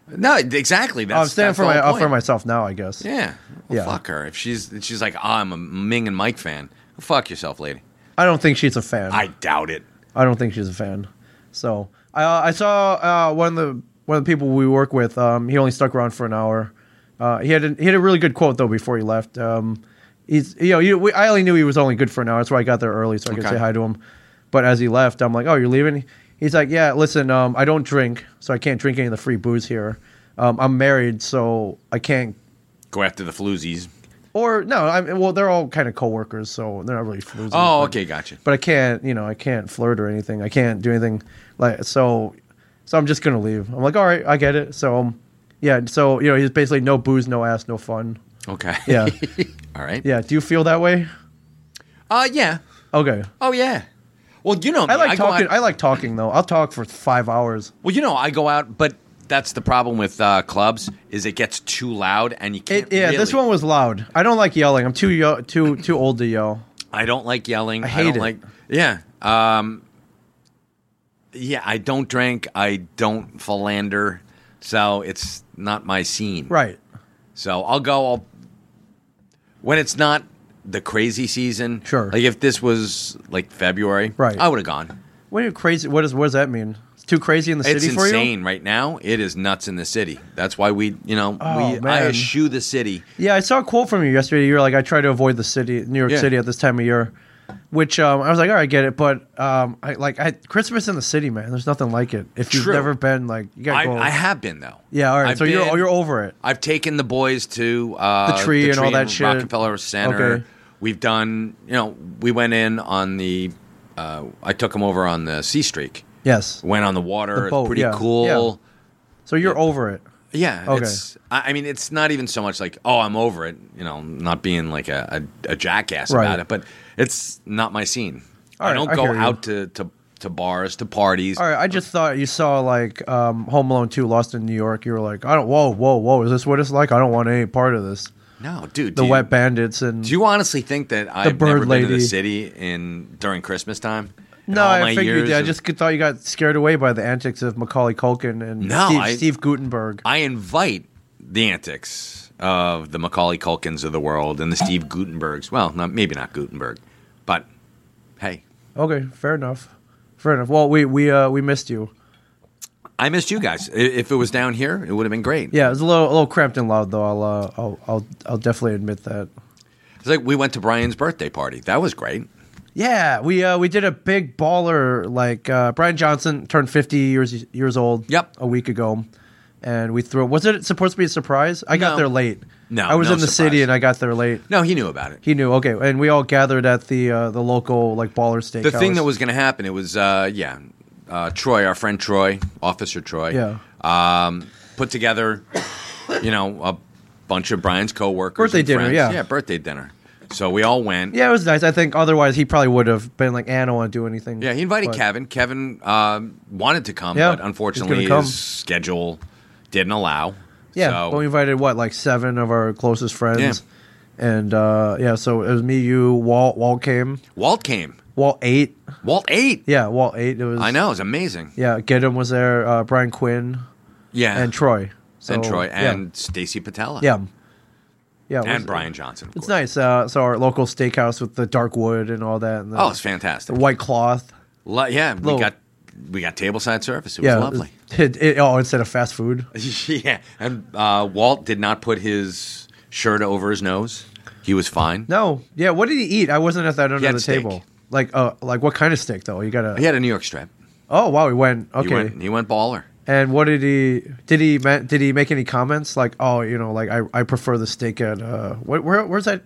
Speaker 2: No, exactly. That's,
Speaker 1: I'm standing
Speaker 2: that's
Speaker 1: for
Speaker 2: the
Speaker 1: my
Speaker 2: whole
Speaker 1: uh, for
Speaker 2: point.
Speaker 1: myself now. I guess.
Speaker 2: Yeah. Well,
Speaker 1: Yeah.
Speaker 2: Fuck her. If she's if she's like, oh, I'm a Ming and Mike fan. Well, fuck yourself, lady.
Speaker 1: I don't think she's a fan.
Speaker 2: I doubt it.
Speaker 1: I don't think she's a fan. So I uh, I saw uh, one of the one of the people we work with. Um, he only stuck around for an hour. Uh, he had a, he had a really good quote though before he left. Um, he's you know you, we, I only knew he was only good for an hour. That's why I got there early so I could
Speaker 2: Okay.
Speaker 1: say hi to him. But as he left, I'm like, oh, you're leaving? He's like, yeah. Listen, um, I don't drink, so I can't drink any of the free booze here. Um, I'm married, so I can't
Speaker 2: Go after the floozies.
Speaker 1: Or no, I mean, well, they're all kind of coworkers, so they're not really flirting.
Speaker 2: Oh,
Speaker 1: but,
Speaker 2: okay, gotcha.
Speaker 1: But I can't, you know, I can't flirt or anything. I can't do anything like so. So I'm just gonna leave. I'm like, all right, I get it. So, um, yeah. So you know, he's basically no booze, no ass, no fun.
Speaker 2: Okay.
Speaker 1: Yeah.
Speaker 2: All right.
Speaker 1: Yeah. Do you feel that way?
Speaker 2: Uh, yeah.
Speaker 1: Okay.
Speaker 2: Oh, yeah. Well, you know, me.
Speaker 1: I like
Speaker 2: go
Speaker 1: talking.
Speaker 2: out-
Speaker 1: I like talking though. I'll talk for five hours.
Speaker 2: well, you know, I go out, but that's the problem with uh, clubs is it gets too loud and you can't.
Speaker 1: It, yeah. This
Speaker 2: really-
Speaker 1: one was loud. I don't like yelling. I'm too yo- too too old to yell.
Speaker 2: I don't like yelling. I
Speaker 1: hate
Speaker 2: don't
Speaker 1: it.
Speaker 2: Like, yeah. Um, yeah, I don't drink. I don't philander. So it's not my scene.
Speaker 1: Right.
Speaker 2: So I'll go. I'll, when it's not the crazy season.
Speaker 1: Sure.
Speaker 2: Like if this was like February,
Speaker 1: Right.
Speaker 2: I would have gone.
Speaker 1: What are you crazy? What is what does that mean? It's too crazy in the
Speaker 2: It's
Speaker 1: city for you.
Speaker 2: insane right now. It is nuts in the city. That's why we, you know,
Speaker 1: Oh,
Speaker 2: we I
Speaker 1: man.
Speaker 2: eschew the city.
Speaker 1: Yeah, I saw a quote from you yesterday. You were like, "I try to avoid the city, New York
Speaker 2: Yeah.
Speaker 1: City, at this time of year," which um, I was like, "All right, I get it." But um, I like I, Christmas in the city, man. There's nothing like it. If you've
Speaker 2: True.
Speaker 1: never been, like, you gotta
Speaker 2: I,
Speaker 1: go.
Speaker 2: I have been though.
Speaker 1: yeah, all right.
Speaker 2: I've
Speaker 1: so you're
Speaker 2: been-
Speaker 1: you're over it.
Speaker 2: I've taken the boys to uh,
Speaker 1: The tree and all that shit.
Speaker 2: Rockefeller Center.
Speaker 1: Okay.
Speaker 2: We've done, you know, we went in on the. Uh, I took them over on the Sea Streak.
Speaker 1: Yes.
Speaker 2: Went on the water.
Speaker 1: The boat,
Speaker 2: it's pretty
Speaker 1: yeah,
Speaker 2: cool.
Speaker 1: yeah. So you're over it.
Speaker 2: Yeah.
Speaker 1: Okay.
Speaker 2: It's, I I mean, it's not even so much like, oh, I'm over it, you know, not being like a, a, a jackass
Speaker 1: Right.
Speaker 2: about it, but it's not my scene.
Speaker 1: All
Speaker 2: I
Speaker 1: right,
Speaker 2: don't
Speaker 1: I
Speaker 2: go
Speaker 1: hear you.
Speaker 2: out to, to, to bars, to parties.
Speaker 1: All right. I just thought you saw like um, Home Alone Two, Lost in New York. You were like, "I don't. Whoa, whoa, whoa. Is this what it's like? I don't want any part of this."
Speaker 2: No, dude.
Speaker 1: The
Speaker 2: do
Speaker 1: wet
Speaker 2: You,
Speaker 1: bandits and
Speaker 2: do you honestly think that I've
Speaker 1: bird
Speaker 2: never been to
Speaker 1: lady.
Speaker 2: the city in during Christmas time? In
Speaker 1: no,
Speaker 2: all
Speaker 1: I
Speaker 2: my
Speaker 1: figured you
Speaker 2: years
Speaker 1: did. I
Speaker 2: of-
Speaker 1: just thought you got scared away by the antics of Macaulay Culkin and
Speaker 2: No,
Speaker 1: Steve,
Speaker 2: I-
Speaker 1: Steve Gutenberg.
Speaker 2: I invite the antics of the Macaulay Culkins of the world and the Steve Gutenbergs. Well, not, maybe not Gutenberg, but hey,
Speaker 1: Okay, fair enough. Fair enough. Well, we we uh we missed you.
Speaker 2: I missed you guys. I- If it was down here, it would have been great.
Speaker 1: Yeah, it was a little a little cramped and loud though. I'll uh, I'll I'll I'll definitely admit that.
Speaker 2: It's like we went to Brian's birthday party. That was great.
Speaker 1: Yeah, we uh we did a big baller like uh Brian Johnson turned 50 years years old
Speaker 2: Yep.
Speaker 1: a week ago. and we threw. Was it supposed to be a surprise? I got
Speaker 2: No.
Speaker 1: there late.
Speaker 2: No,
Speaker 1: I was
Speaker 2: no
Speaker 1: in the
Speaker 2: surprise.
Speaker 1: city and I got there late.
Speaker 2: No, he knew about it.
Speaker 1: He knew. Okay, and we all gathered at the uh, the local like baller steakhouse.
Speaker 2: the thing that was going to happen, it was, uh, yeah, uh, Troy, our friend Troy, Officer Troy,
Speaker 1: Yeah.
Speaker 2: um, put together, you know, a bunch of Brian's coworkers,
Speaker 1: Birthday
Speaker 2: and
Speaker 1: dinner,
Speaker 2: friends.
Speaker 1: yeah.
Speaker 2: yeah, birthday dinner. So we all went.
Speaker 1: Yeah, it was nice. I think otherwise he probably would have been like, "Eh, I don't want to do anything."
Speaker 2: Yeah, he invited
Speaker 1: But-
Speaker 2: Kevin. Kevin um, wanted to come,
Speaker 1: Yeah,
Speaker 2: but
Speaker 1: he's
Speaker 2: unfortunately,
Speaker 1: gonna come.
Speaker 2: his schedule didn't allow.
Speaker 1: Yeah,
Speaker 2: so,
Speaker 1: but we invited what like seven of our closest friends, and uh, yeah, so it was me, you, Walt. Walt came.
Speaker 2: Walt came.
Speaker 1: Walt eight.
Speaker 2: Walt ate.
Speaker 1: Yeah, Walt eight. It was.
Speaker 2: I know, it was amazing.
Speaker 1: Yeah, Gidim was there. Uh, Brian Quinn
Speaker 2: Yeah,
Speaker 1: and Troy. So,
Speaker 2: and Troy
Speaker 1: yeah.
Speaker 2: and Stacy Patella.
Speaker 1: yeah, yeah, it was-
Speaker 2: and Brian Johnson. Of
Speaker 1: It's
Speaker 2: course.
Speaker 1: nice. Uh, so our local steakhouse with the dark wood and all that, and the,
Speaker 2: Oh, it's
Speaker 1: the
Speaker 2: fantastic.
Speaker 1: white cloth.
Speaker 2: Lo- yeah, we
Speaker 1: Little-
Speaker 2: got we got tableside service. It was
Speaker 1: yeah,
Speaker 2: lovely.
Speaker 1: It, it, oh, instead of fast food.
Speaker 2: yeah, and uh, Walt did not put his shirt over his nose. He was fine.
Speaker 1: No, yeah. What did he eat? I wasn't at that end of
Speaker 2: had
Speaker 1: the
Speaker 2: steak.
Speaker 1: table. Like, uh, like what kind of steak though? You gotta.
Speaker 2: He had a New York strip.
Speaker 1: Oh wow, he went. Okay.
Speaker 2: He went. He went baller.
Speaker 1: And what did he did he ma- did he make any comments like oh you know like I, I prefer the steak at uh where, where where's that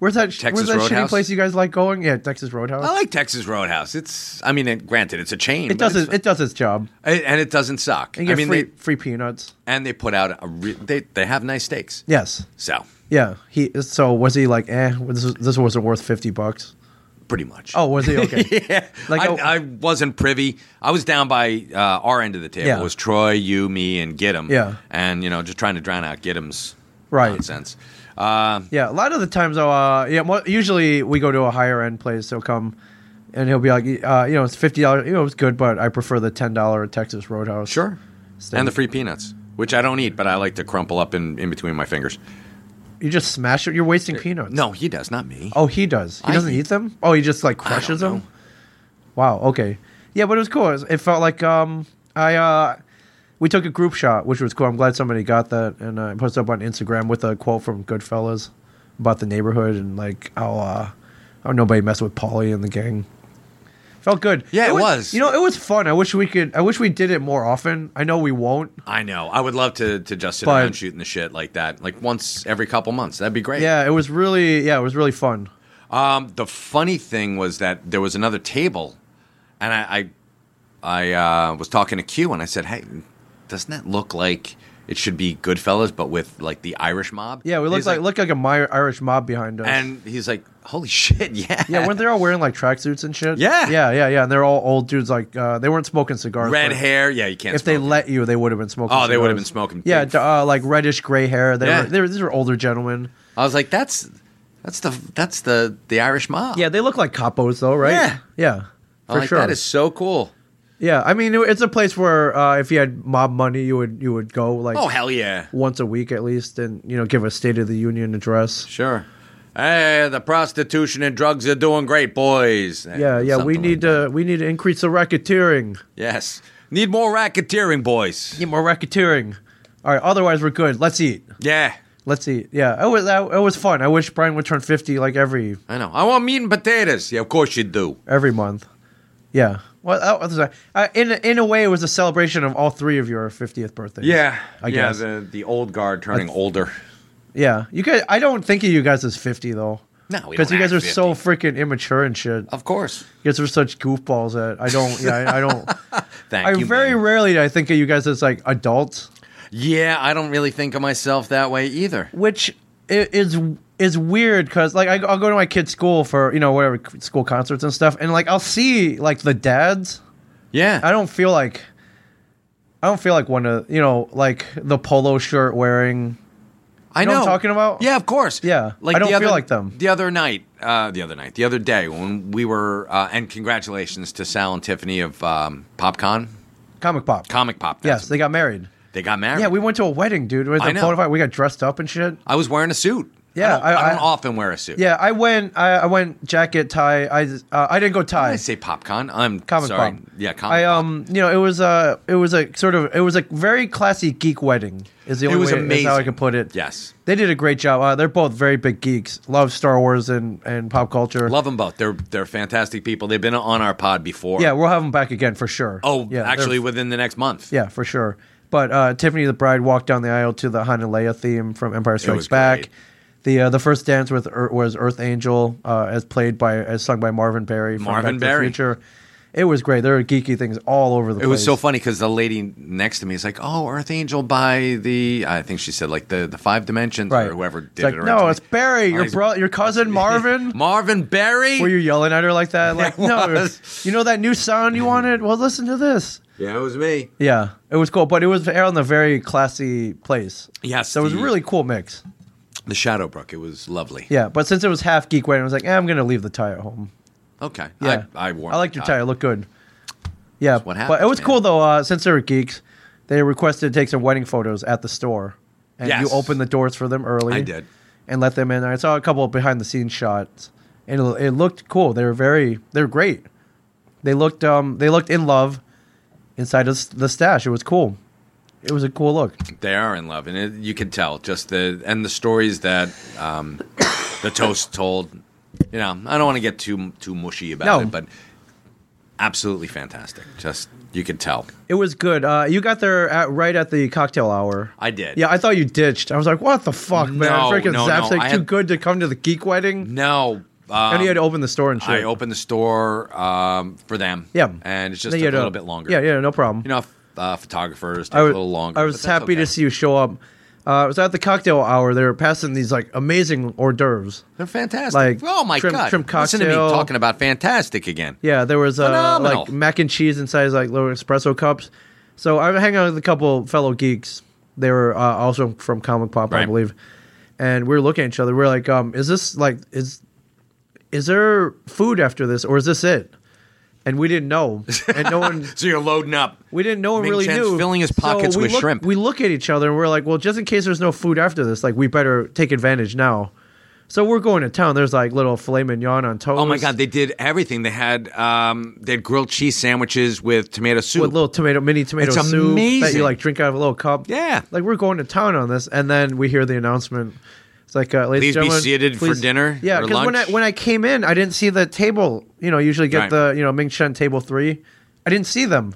Speaker 1: where's that
Speaker 2: Texas
Speaker 1: where's that shitty
Speaker 2: Roadhouse?
Speaker 1: place you guys like going yeah Texas Roadhouse
Speaker 2: I like Texas Roadhouse. It's. I mean, it, granted, it's a chain. but
Speaker 1: it does
Speaker 2: it's
Speaker 1: it, it does its job
Speaker 2: And- and it doesn't suck.
Speaker 1: you get
Speaker 2: I mean,
Speaker 1: free
Speaker 2: they,
Speaker 1: free peanuts
Speaker 2: and they put out a re- they they have nice steaks.
Speaker 1: yes
Speaker 2: So
Speaker 1: yeah he so was he like eh this, this wasn't worth fifty bucks
Speaker 2: pretty much.
Speaker 1: oh was he okay
Speaker 2: yeah.
Speaker 1: Like,
Speaker 2: I,
Speaker 1: oh-
Speaker 2: I wasn't privy. I was down by uh, our end of the table.
Speaker 1: Yeah.
Speaker 2: It was Troy, you, me, and Gidim.
Speaker 1: Yeah.
Speaker 2: And you know, just trying to drown out Gidim's
Speaker 1: Right.
Speaker 2: nonsense. Uh,
Speaker 1: yeah a lot of the times though uh yeah mo- usually we go to a higher end place he'll come and he'll be like uh you know it's fifty dollars you know it's good but I prefer the ten dollar Texas Roadhouse
Speaker 2: sure.
Speaker 1: Steak.
Speaker 2: And the free peanuts, which I don't eat, but I like to crumple up in, in between my fingers.
Speaker 1: you just smash it you're wasting peanuts
Speaker 2: No, he does, not me.
Speaker 1: Oh, he does. He
Speaker 2: I
Speaker 1: doesn't
Speaker 2: eat-
Speaker 1: eat them. Oh, he just like
Speaker 2: don't
Speaker 1: crushes
Speaker 2: know.
Speaker 1: them. Wow. Okay. Yeah, but it was cool. It was- It felt like um, I uh, we took a group shot, which was cool. I'm glad somebody got that and uh, I posted up on Instagram with a quote from Goodfellas about the neighborhood and like how uh, how nobody messed with Polly and the gang. Felt good.
Speaker 2: Yeah, it was.
Speaker 1: You know, it was fun. I wish we could. I wish we did it more often. I know we won't.
Speaker 2: I know. I would love to, to just sit
Speaker 1: But-
Speaker 2: around shooting the shit like that, like once every couple months. That'd be great.
Speaker 1: Yeah, it was really. Yeah, it was really fun.
Speaker 2: Um, the funny thing was that there was another table, and I, I, I uh, was talking to Q, and I said, "Hey, doesn't that look like it should be Goodfellas, but with like the Irish mob?"
Speaker 1: Yeah, we
Speaker 2: And
Speaker 1: looked
Speaker 2: he's
Speaker 1: like, looked like a my, Irish mob behind us.
Speaker 2: and he's like, "Holy shit, yeah,
Speaker 1: Yeah, weren't they all wearing like tracksuits and shit?
Speaker 2: Yeah.
Speaker 1: yeah, yeah, yeah. And they're all old dudes. Like uh, they weren't smoking cigars.
Speaker 2: red
Speaker 1: but
Speaker 2: hair? Yeah, you can't.
Speaker 1: If they
Speaker 2: smoke.
Speaker 1: let you, they would have been smoking.
Speaker 2: Oh, they would have
Speaker 1: cigars.
Speaker 2: been smoking
Speaker 1: Yeah,
Speaker 2: big
Speaker 1: d- uh, like reddish gray hair. They
Speaker 2: Yeah.
Speaker 1: were, they were, these were older gentlemen.
Speaker 2: I was like, "That's that's the that's the the Irish mob."
Speaker 1: Yeah, they look like capos though, right?
Speaker 2: Yeah.
Speaker 1: yeah,
Speaker 2: I'm
Speaker 1: for
Speaker 2: like,
Speaker 1: sure.
Speaker 2: That is so cool.
Speaker 1: yeah, I mean, it- it's a place where uh, if you had mob money, you would you would go like
Speaker 2: Oh hell yeah,
Speaker 1: once a week at least, and you know give a State of the Union address.
Speaker 2: sure. Hey, the prostitution and drugs are doing great, boys.
Speaker 1: Yeah, yeah, we need
Speaker 2: to.
Speaker 1: to we need to increase the racketeering.
Speaker 2: Yes. Need more racketeering, boys.
Speaker 1: Need more racketeering. All right, otherwise we're good. Let's eat.
Speaker 2: Yeah.
Speaker 1: Let's see. Yeah, it was that, it was fun. I wish Brian would turn fifty like every
Speaker 2: I know. I want meat and potatoes. Yeah, of course you do.
Speaker 1: every month. Yeah. Well, that was a- uh, in a- in a way, it was a celebration of all three of your fiftieth birthdays. I
Speaker 2: yeah,
Speaker 1: guess.
Speaker 2: the the old guard turning older.
Speaker 1: yeah, you guys. I don't think of you guys as fifty though.
Speaker 2: No, we
Speaker 1: because you
Speaker 2: don't
Speaker 1: guys are
Speaker 2: have
Speaker 1: so freaking immature and shit.
Speaker 2: Of course.
Speaker 1: You guys are such goofballs that I don't. Yeah, I, I don't.
Speaker 2: Thank
Speaker 1: I
Speaker 2: you.
Speaker 1: very
Speaker 2: man.
Speaker 1: rarely do I think of you guys as like adults,
Speaker 2: Yeah, I don't really think of myself that way either.
Speaker 1: which i- is is weird because like I, I'll go to my kids' school for you know whatever school concerts and stuff, and like I'll see like the dads.
Speaker 2: Yeah.
Speaker 1: I don't feel like I don't feel like one of you know like the polo shirt wearing.
Speaker 2: I
Speaker 1: know
Speaker 2: know.
Speaker 1: what I'm talking about?
Speaker 2: Yeah, of course.
Speaker 1: Yeah. I don't
Speaker 2: the
Speaker 1: feel
Speaker 2: other-
Speaker 1: like them.
Speaker 2: The other night, uh, the other night, the other day when we were, uh, and congratulations to Sal and Tiffany of um, PopCon,
Speaker 1: Comic pop.
Speaker 2: Comic Pop. that's
Speaker 1: yes,
Speaker 2: it.
Speaker 1: they got married.
Speaker 2: they got married.
Speaker 1: Yeah, we went to a wedding, dude. With
Speaker 2: I
Speaker 1: the
Speaker 2: know.
Speaker 1: bona fide- we got dressed up and shit.
Speaker 2: I was wearing a suit. I
Speaker 1: Yeah,
Speaker 2: don't, I,
Speaker 1: I-
Speaker 2: don't
Speaker 1: I-
Speaker 2: often wear a suit.
Speaker 1: Yeah, I went. I, I went jacket tie. I uh, I didn't go tie.
Speaker 2: I say PopCon. I'm
Speaker 1: Comic
Speaker 2: sorry.
Speaker 1: pop.
Speaker 2: Yeah, Comic
Speaker 1: I
Speaker 2: Pop.
Speaker 1: um, you know, it was a, it was a sort of, it was a very classy geek wedding. Is the only
Speaker 2: was
Speaker 1: way is how I
Speaker 2: amazing.
Speaker 1: could put it.
Speaker 2: Yes.
Speaker 1: they did a great job. Uh, they're both very big geeks. Love Star Wars and and pop culture.
Speaker 2: Love them both. They're they're fantastic people. They've been on our pod before.
Speaker 1: yeah, we'll have them back again for sure.
Speaker 2: Oh,
Speaker 1: yeah, they're
Speaker 2: actually, within the next month.
Speaker 1: Yeah, for sure. But uh, Tiffany the Bride walked down the aisle to the Hanalea theme from Empire Strikes
Speaker 2: was
Speaker 1: Back.
Speaker 2: great.
Speaker 1: The uh, the first dance with Ear- was Earth Angel, uh, as played by as sung by Marvin Berry. From
Speaker 2: Marvin
Speaker 1: Back
Speaker 2: Berry.
Speaker 1: To the Future. It was great. There were geeky things all over the
Speaker 2: It
Speaker 1: place.
Speaker 2: was so funny because the lady next to me is like, "Oh, Earth Angel by the I think she said like the the five dimensions
Speaker 1: Right.
Speaker 2: or whoever did
Speaker 1: It's like,
Speaker 2: it." around to
Speaker 1: no,
Speaker 2: me."
Speaker 1: it's Barry, your
Speaker 2: he's-
Speaker 1: bro, your cousin Marvin.
Speaker 2: Marvin Berry.
Speaker 1: Were you yelling at her like that? Like,
Speaker 2: Yeah, I
Speaker 1: no,
Speaker 2: was.
Speaker 1: you know that new sound you wanted? Well, listen to this.
Speaker 2: yeah, it was me.
Speaker 1: Yeah, it was cool, but it was aired on the very classy place.
Speaker 2: Yes,
Speaker 1: so it was a
Speaker 2: the-
Speaker 1: really cool mix.
Speaker 2: The Shadowbrook. It was lovely.
Speaker 1: Yeah, but since it was half geek wedding, I was like, eh, I'm gonna leave the tie at home.
Speaker 2: Okay.
Speaker 1: Yeah,
Speaker 2: I, I wore.
Speaker 1: I liked your
Speaker 2: my
Speaker 1: tie; it looked good. Yeah,
Speaker 2: what
Speaker 1: but it
Speaker 2: happens,
Speaker 1: was
Speaker 2: man.
Speaker 1: cool though. Uh, since they were geeks, they requested to take some wedding photos at the store, and you
Speaker 2: Yes.
Speaker 1: opened the doors for them early.
Speaker 2: I did.
Speaker 1: and let them in. I saw a couple of behind the scenes shots, and it, it looked cool. They were very, they were great. They looked, um, they looked in love inside of the stash. It was cool. It was a cool look.
Speaker 2: They are in love, and it, you can tell just the and the stories that um, the toast told. You know, I don't want to get too too mushy about
Speaker 1: No.
Speaker 2: it, but absolutely fantastic. Just you can tell.
Speaker 1: It was good. Uh, you got there at right at the cocktail hour.
Speaker 2: I did.
Speaker 1: Yeah, I thought you ditched. I was like, what the fuck, man?
Speaker 2: No,
Speaker 1: Freaking
Speaker 2: no,
Speaker 1: Zap's
Speaker 2: no,
Speaker 1: like
Speaker 2: I
Speaker 1: too
Speaker 2: had-
Speaker 1: good to come to the geek wedding,
Speaker 2: No. Um,
Speaker 1: and he had to open the store and shit.
Speaker 2: I opened the store um, for them.
Speaker 1: yeah,
Speaker 2: and it's just a
Speaker 1: Then you had to-
Speaker 2: little bit longer.
Speaker 1: Yeah, yeah, no problem.
Speaker 2: You know, f- uh, photographers take
Speaker 1: I
Speaker 2: a
Speaker 1: was,
Speaker 2: little longer.
Speaker 1: I
Speaker 2: but
Speaker 1: was
Speaker 2: that's
Speaker 1: happy
Speaker 2: okay.
Speaker 1: to see you show up. Uh, I was at the cocktail hour. They were passing these like amazing hors d'oeuvres.
Speaker 2: They're fantastic.
Speaker 1: like,
Speaker 2: oh my
Speaker 1: shrimp-
Speaker 2: god!
Speaker 1: shrimp
Speaker 2: Listen to me
Speaker 1: cocktail.
Speaker 2: talking about fantastic again.
Speaker 1: Yeah, there was uh,
Speaker 2: Phenomenal.
Speaker 1: like mac and cheese inside like little espresso cups. So I hang out with a couple fellow geeks. They were uh, also from Comic Pop, I
Speaker 2: Right.
Speaker 1: believe. And we were looking at each other. We are like, um, "Is this like is is there food after this, or is this it?" And we didn't know, and no one
Speaker 2: So you're loading up.
Speaker 1: We didn't know one
Speaker 2: Ming
Speaker 1: really
Speaker 2: Chen's
Speaker 1: knew.
Speaker 2: filling his pockets
Speaker 1: we
Speaker 2: with
Speaker 1: look,
Speaker 2: shrimp.
Speaker 1: We look at each other and we're like, well, just in case there's no food after this, like we better take advantage now. So we're going to town. There's like little filet mignon on toast.
Speaker 2: Oh my god! They did everything. They had um, they had grilled cheese sandwiches with tomato soup.
Speaker 1: with little tomato, mini tomato
Speaker 2: It's
Speaker 1: soup that you
Speaker 2: amazing.
Speaker 1: like drink out of a little cup.
Speaker 2: Yeah.
Speaker 1: like we're going to town on this, and then we hear the announcement. It's like, uh,
Speaker 2: Please
Speaker 1: ladies and
Speaker 2: be
Speaker 1: gentlemen,
Speaker 2: seated for dinner
Speaker 1: Yeah,
Speaker 2: or
Speaker 1: because when I
Speaker 2: lunch.
Speaker 1: when I came in, I didn't see the table. You know, usually
Speaker 2: Right.
Speaker 1: get the you know Ming Chen table three. I didn't see them.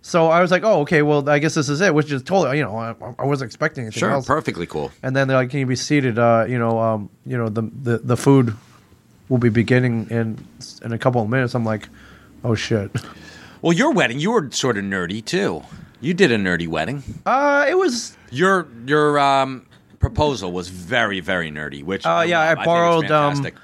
Speaker 1: So I was like, "Oh, okay. Well, I guess this is it," which is totally, you know, I, I wasn't expecting anything
Speaker 2: sure,
Speaker 1: else.
Speaker 2: perfectly cool.
Speaker 1: and then they're like, "Can you be seated?" Uh, you know, um, you know, the, the the food will be beginning in in a couple of minutes. I'm like, "Oh shit!"
Speaker 2: Well, your wedding, you were sort of nerdy too. You did a nerdy wedding.
Speaker 1: Uh, it was.
Speaker 2: Your your um, proposal was very very nerdy. Which
Speaker 1: Uh,
Speaker 2: I
Speaker 1: yeah,
Speaker 2: love.
Speaker 1: I
Speaker 2: think it's
Speaker 1: borrowed um,
Speaker 2: fantastic.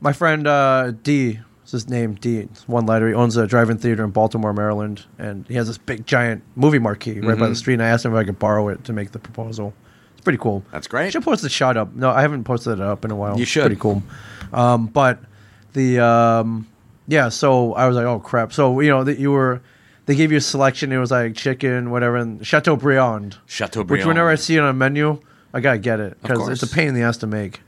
Speaker 1: my friend uh, D. It's his name D. It's one letter. He owns a drive-in theater in Baltimore, Maryland, and he has this big giant movie marquee right
Speaker 2: Mm-hmm.
Speaker 1: by the street. And I asked him if I could borrow it to make the proposal. It's pretty cool.
Speaker 2: That's great.
Speaker 1: Should post the shot up. No, I haven't posted it up in a while.
Speaker 2: You
Speaker 1: It's
Speaker 2: should.
Speaker 1: Pretty cool. Um, but the um, yeah, so I was like, oh crap. So you know that you were. They gave you a selection. It was like chicken, whatever, and Chateaubriand. Which
Speaker 2: Chateaubriand.
Speaker 1: whenever I see it on a menu, I gotta get it because it's
Speaker 2: course.
Speaker 1: a pain in the ass to make.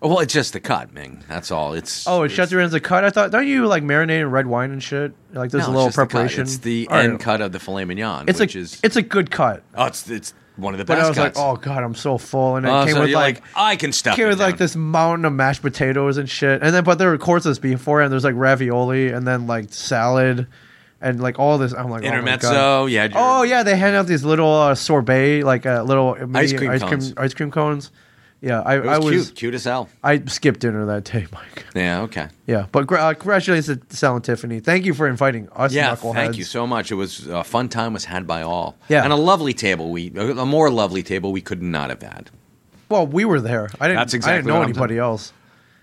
Speaker 2: Oh, Well, it's just the cut, Ming. That's all. It's
Speaker 1: Oh, it shuts your ends a cut. I thought, don't you like marinate in red wine and shit? Like there's
Speaker 2: no,
Speaker 1: a little
Speaker 2: just the cut.
Speaker 1: preparation.
Speaker 2: It's the
Speaker 1: All right.
Speaker 2: end cut of the filet mignon,
Speaker 1: It's
Speaker 2: which
Speaker 1: a
Speaker 2: is
Speaker 1: it's a good cut.
Speaker 2: oh, it's it's one of the
Speaker 1: But
Speaker 2: best
Speaker 1: I was
Speaker 2: cuts.
Speaker 1: like, oh god, I'm so full, and it
Speaker 2: Uh,
Speaker 1: came
Speaker 2: so
Speaker 1: with
Speaker 2: you're
Speaker 1: like,
Speaker 2: like, I can stuff
Speaker 1: came
Speaker 2: it
Speaker 1: with like
Speaker 2: down.
Speaker 1: this mountain of mashed potatoes and shit. And then but there were courses beforehand. There's like ravioli and then like salad, and like all this. I'm like oh my God.
Speaker 2: intermezzo. yeah. your-
Speaker 1: Oh yeah, they hand out these little uh, sorbet, like uh, little mini
Speaker 2: Ice cream
Speaker 1: ice
Speaker 2: cones.
Speaker 1: ice cream cones. Yeah, I
Speaker 2: It was,
Speaker 1: I was
Speaker 2: cute, cute as hell.
Speaker 1: I skipped dinner that day, Mike.
Speaker 2: Yeah. Okay.
Speaker 1: Yeah, but gra- uh, congratulations to Sal and Tiffany. Thank you for inviting us.
Speaker 2: Yeah,
Speaker 1: knuckleheads.
Speaker 2: thank you so much. It was a fun time was had by all.
Speaker 1: Yeah.
Speaker 2: and a lovely table. We a more lovely table we could not have had.
Speaker 1: Well, we were there. I didn't.
Speaker 2: That's
Speaker 1: I
Speaker 2: exactly
Speaker 1: didn't know
Speaker 2: what I'm
Speaker 1: anybody else.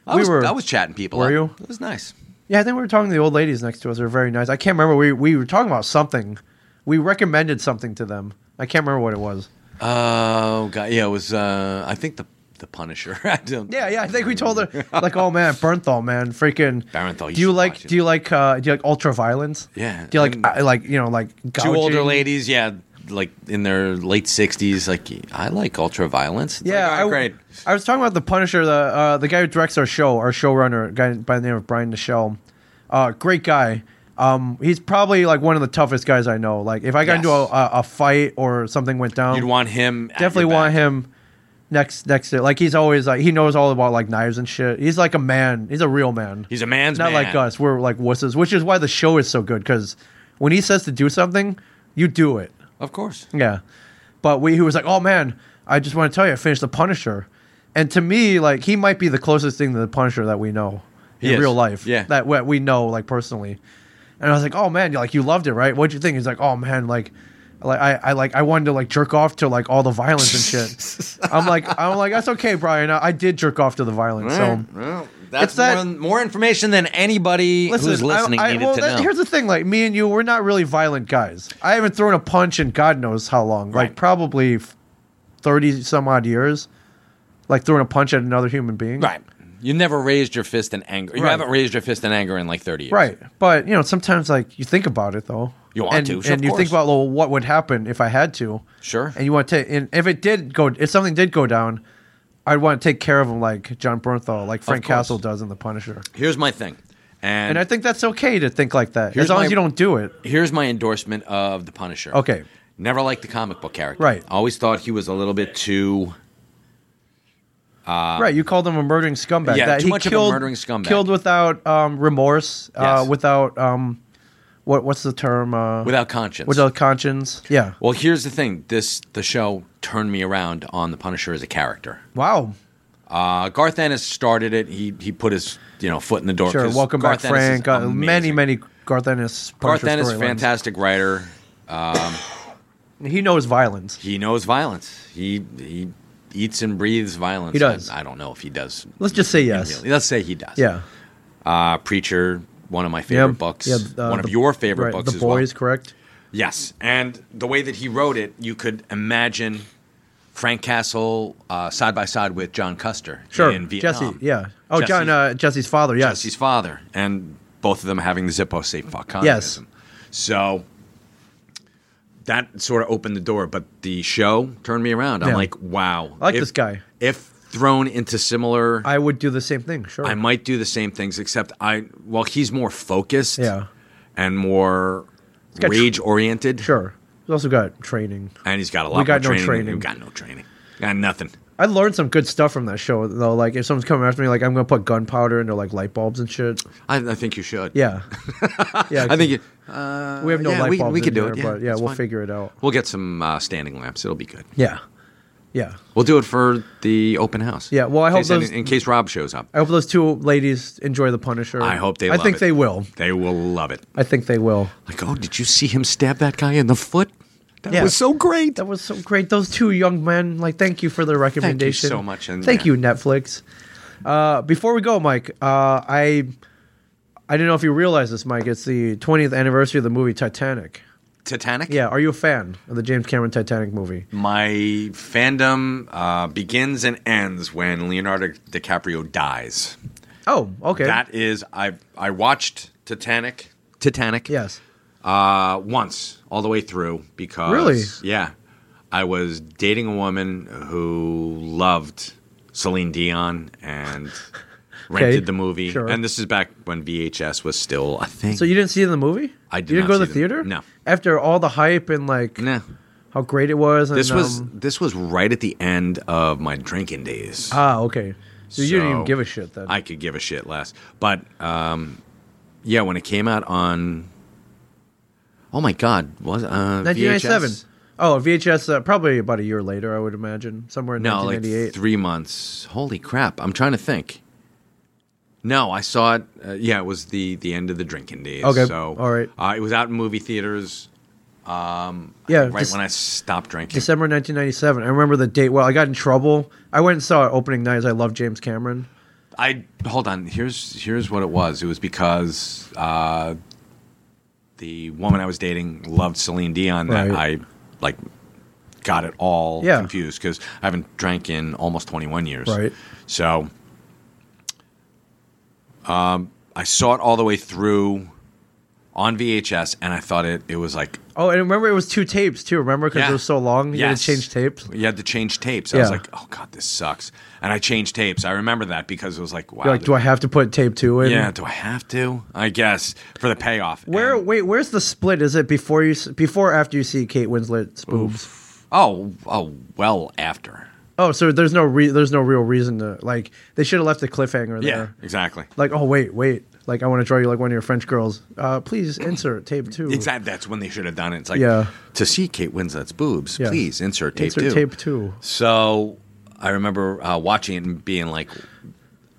Speaker 2: I
Speaker 1: we
Speaker 2: was,
Speaker 1: were.
Speaker 2: I was chatting people.
Speaker 1: Were
Speaker 2: up.
Speaker 1: you?
Speaker 2: It was nice.
Speaker 1: Yeah, I think we were talking to the old ladies next to us. They're very nice. I can't remember. We we were talking about something. We recommended something to them. I can't remember what it was.
Speaker 2: Oh god, yeah, it was. Uh, I think the the Punisher. I don't.
Speaker 1: Yeah, yeah. I think we told her like, "Oh man, Bernthal, man, freaking
Speaker 2: Bernthal, you
Speaker 1: do you
Speaker 2: should
Speaker 1: like
Speaker 2: watch it.
Speaker 1: do you like uh, do you like ultra violence?
Speaker 2: Yeah,
Speaker 1: Do you like
Speaker 2: and-
Speaker 1: uh, like you know like
Speaker 2: two older
Speaker 1: gouging?
Speaker 2: ladies. Yeah, like in their late sixties. Like I like ultra violence. like,
Speaker 1: Yeah, I,
Speaker 2: "Ah, all right,
Speaker 1: w- I was talking about the Punisher, the uh, the guy who directs our show, our showrunner, a guy by the name of Brian Nichelle. Uh, great guy. Um, he's probably like one of the toughest guys I know. Like if I got
Speaker 2: Yes.
Speaker 1: into a, a, a fight or something went down,
Speaker 2: You'd want him. at
Speaker 1: definitely
Speaker 2: your
Speaker 1: want
Speaker 2: back.
Speaker 1: him next next to like he's always like he knows all about like knives and shit. He's like a man. He's a real man.
Speaker 2: He's a man's
Speaker 1: not
Speaker 2: man.
Speaker 1: like us. We're like wusses, which is why the show is so good. Because when he says to do something, you do it.
Speaker 2: Of course.
Speaker 1: Yeah. But we, he was like, "Oh man, I just want to tell you, I finished The Punisher," and to me, like he might be the closest thing to The Punisher that we know in
Speaker 2: He is.
Speaker 1: real life.
Speaker 2: Yeah.
Speaker 1: that what we know like personally. And I was like, "Oh man, you- like you loved it, right? What'd you think?" He's like, "Oh man, like." Like I, I like I wanted to like jerk off to like all the violence and shit. I'm like I'm like that's okay, Brian. I, I did jerk off to the violence. So
Speaker 2: Alright, well, that's
Speaker 1: it's that-
Speaker 2: more, more information than anybody who's listening
Speaker 1: I, I,
Speaker 2: needed
Speaker 1: well,
Speaker 2: to
Speaker 1: that-
Speaker 2: know.
Speaker 1: Here's the thing: like me and you, we're not really violent guys. I haven't thrown a punch in God knows how long,
Speaker 2: Right.
Speaker 1: like probably thirty some odd years. Like throwing a punch at another human being,
Speaker 2: right. You never raised your fist in anger. You
Speaker 1: Right.
Speaker 2: haven't raised your fist in anger in like 30 years.
Speaker 1: Right. But you know, sometimes like you think about it though.
Speaker 2: You want
Speaker 1: and,
Speaker 2: to, sure,
Speaker 1: and
Speaker 2: of
Speaker 1: you
Speaker 2: course.
Speaker 1: think about well, what would happen if I had to,
Speaker 2: Sure.
Speaker 1: and you want to. And if it did go, if something did go down, I'd want to take care of him like John Bernthal, like Frank
Speaker 2: course.
Speaker 1: Castle does in The Punisher.
Speaker 2: Here's my thing. And,
Speaker 1: And I think that's okay to think like that,
Speaker 2: Here's
Speaker 1: as long
Speaker 2: my-
Speaker 1: as you don't do it.
Speaker 2: here's my endorsement of The Punisher.
Speaker 1: Okay.
Speaker 2: Never liked the comic book character.
Speaker 1: Right. Uh-huh.
Speaker 2: Always thought he was a little bit too.
Speaker 1: right, you called him a murdering scumbag.
Speaker 2: Uh, Yeah,
Speaker 1: that
Speaker 2: too
Speaker 1: he
Speaker 2: much of a
Speaker 1: killed,
Speaker 2: murdering scumbag.
Speaker 1: Killed without um, remorse. Uh,
Speaker 2: Yes.
Speaker 1: without um, what? What's the term? Uh,
Speaker 2: Without conscience.
Speaker 1: without conscience. Yeah.
Speaker 2: Well, here's the thing. This the show turned me around on the Punisher as a character.
Speaker 1: Wow.
Speaker 2: Uh, Garth Ennis started it. He he put his you know foot in the door.
Speaker 1: Sure.
Speaker 2: 'cause
Speaker 1: Welcome
Speaker 2: Garth
Speaker 1: back,
Speaker 2: Ennis is
Speaker 1: Frank. Uh, many,
Speaker 2: amazing.
Speaker 1: many Garth Ennis.
Speaker 2: Garth
Speaker 1: Punisher
Speaker 2: Ennis,
Speaker 1: storylines.
Speaker 2: fantastic writer.
Speaker 1: He knows violence.
Speaker 2: He knows violence. He he eats and breathes violence.
Speaker 1: He does.
Speaker 2: I, I don't know if he does.
Speaker 1: Let's just say yes.
Speaker 2: Really. Let's say he does.
Speaker 1: Yeah.
Speaker 2: Uh, Preacher, one of my favorite books.
Speaker 1: Yeah, uh,
Speaker 2: one of
Speaker 1: the-
Speaker 2: your favorite
Speaker 1: right,
Speaker 2: books.
Speaker 1: The
Speaker 2: as well.
Speaker 1: boys, correct?
Speaker 2: Yes, and the way that he wrote it, you could imagine Frank Castle uh, side by side with John Custer
Speaker 1: Sure.
Speaker 2: in Vietnam.
Speaker 1: Jesse. Yeah. Oh,
Speaker 2: Jesse's-
Speaker 1: John. Uh, Jesse's father. Yes.
Speaker 2: Jesse's father, and both of them having the Zippo safe fuck communism. So that sort of opened the door, but the show turned me around. I'm
Speaker 1: Yeah.
Speaker 2: like, wow,
Speaker 1: I like
Speaker 2: If-
Speaker 1: this guy.
Speaker 2: If thrown into similar, I,
Speaker 1: I would do the same thing. Sure.
Speaker 2: might do the same things, except I well, he's more focused,
Speaker 1: Yeah.
Speaker 2: and more
Speaker 1: got tr-
Speaker 2: rage oriented,
Speaker 1: sure. He's also got training.
Speaker 2: and he's got a lot.
Speaker 1: We got
Speaker 2: more
Speaker 1: no
Speaker 2: training. than-
Speaker 1: training.
Speaker 2: We got no training. Got nothing.
Speaker 1: I learned some good stuff from that show though. Like if someone's coming after me, like I'm gonna put gunpowder into like light bulbs and shit.
Speaker 2: I, I think you should.
Speaker 1: Yeah, yeah.
Speaker 2: I think you,
Speaker 1: we have no
Speaker 2: yeah,
Speaker 1: light
Speaker 2: we-
Speaker 1: bulbs.
Speaker 2: we
Speaker 1: in
Speaker 2: could do
Speaker 1: there,
Speaker 2: it. Yeah,
Speaker 1: but yeah,
Speaker 2: it's
Speaker 1: we'll
Speaker 2: fine.
Speaker 1: figure it out.
Speaker 2: we'll get some uh, standing lamps. It'll be good.
Speaker 1: Yeah, yeah.
Speaker 2: We'll do it for the open house.
Speaker 1: Yeah, well, I
Speaker 2: in
Speaker 1: hope
Speaker 2: case any-
Speaker 1: those- Oh.
Speaker 2: in case Rob shows up,
Speaker 1: I hope those two ladies enjoy the Punisher.
Speaker 2: I hope they
Speaker 1: I
Speaker 2: love
Speaker 1: think
Speaker 2: it.
Speaker 1: they will.
Speaker 2: they will love it.
Speaker 1: I think they will.
Speaker 2: Like, oh, did you see him stab that guy in the foot? That
Speaker 1: Yeah.
Speaker 2: was so great.
Speaker 1: That was so great. Those two young men. Like, thank you for the recommendation.
Speaker 2: so much, and
Speaker 1: thank
Speaker 2: yeah.
Speaker 1: you, Netflix. Uh, before we go, Mike, uh, I I don't know if you realize this, Mike. It's the 20th anniversary of the movie Titanic.
Speaker 2: Titanic.
Speaker 1: Yeah, are you a fan of the James Cameron Titanic movie?
Speaker 2: My fandom uh, begins and ends when Leonardo DiCaprio dies.
Speaker 1: Oh, okay.
Speaker 2: That is, I I watched Titanic. Titanic.
Speaker 1: yes.
Speaker 2: Uh, once all the way through because
Speaker 1: Really?
Speaker 2: yeah, I was dating a woman who loved Celine Dion and rented the movie.
Speaker 1: sure.
Speaker 2: And this is back when VHS was still a thing.
Speaker 1: So you didn't see it in the movie?
Speaker 2: I did
Speaker 1: You didn't
Speaker 2: not
Speaker 1: go to
Speaker 2: see the-
Speaker 1: the theater?
Speaker 2: no.
Speaker 1: After all the hype and like
Speaker 2: nah.
Speaker 1: how great it was. And,
Speaker 2: This was
Speaker 1: um,
Speaker 2: this was right at the end of my drinking days.
Speaker 1: ah okay. So, you didn't even
Speaker 2: So,
Speaker 1: give a shit then.
Speaker 2: I could give a shit less. But um, yeah, when it came out on Oh my god, was uh
Speaker 1: 1997.
Speaker 2: VHS?
Speaker 1: Oh, VHS. Uh, probably about a year later, I would imagine, somewhere in
Speaker 2: No, like
Speaker 1: 1998.
Speaker 2: three months. Holy crap! I'm trying to think. No, I saw it. Uh, yeah, it was the the end of the drinking days.
Speaker 1: Okay,
Speaker 2: so
Speaker 1: all right.
Speaker 2: Uh, it was out in movie theaters
Speaker 1: yeah,
Speaker 2: right
Speaker 1: Dec-
Speaker 2: when I stopped drinking.
Speaker 1: December 1997. I remember the date. Well, I got in trouble. I went and saw it opening night. As I love James Cameron.
Speaker 2: I hold on. Here's here's what it was. It was because uh, the woman I was dating loved Celine Dion that
Speaker 1: Right.
Speaker 2: I like got it all
Speaker 1: Yeah.
Speaker 2: confused because I haven't drank in almost 21 years.
Speaker 1: Right.
Speaker 2: So um, I saw it all the way through on VHS, and I thought it it was like
Speaker 1: Oh, and remember it was two tapes too. Remember because
Speaker 2: Yeah.
Speaker 1: it was so long. You had
Speaker 2: Yes.
Speaker 1: to change tapes.
Speaker 2: You had to change tapes. I was
Speaker 1: Yeah.
Speaker 2: like, oh god, this sucks. And I changed tapes. I remember that because it was like, wow.
Speaker 1: You're like, do I have to put tape two in?
Speaker 2: Yeah, do I have to? I guess for the payoff.
Speaker 1: Where?
Speaker 2: And-
Speaker 1: wait, where's the split? Is it before you, s- before or after you see Kate Winslet's boobs?
Speaker 2: oh, oh, well after.
Speaker 1: Oh, so there's no re- there's no real reason to like. They should have left a cliffhanger there.
Speaker 2: exactly.
Speaker 1: Like, oh wait, wait. like I want to draw you like one of your French girls. Uh, please insert tape two.
Speaker 2: Exactly. That's when they should have done it. It's like
Speaker 1: Yeah.
Speaker 2: to see Kate Winslet's boobs.
Speaker 1: Yeah.
Speaker 2: Please insert tape
Speaker 1: Insert
Speaker 2: two.
Speaker 1: tape two.
Speaker 2: So I remember uh, watching it and being like,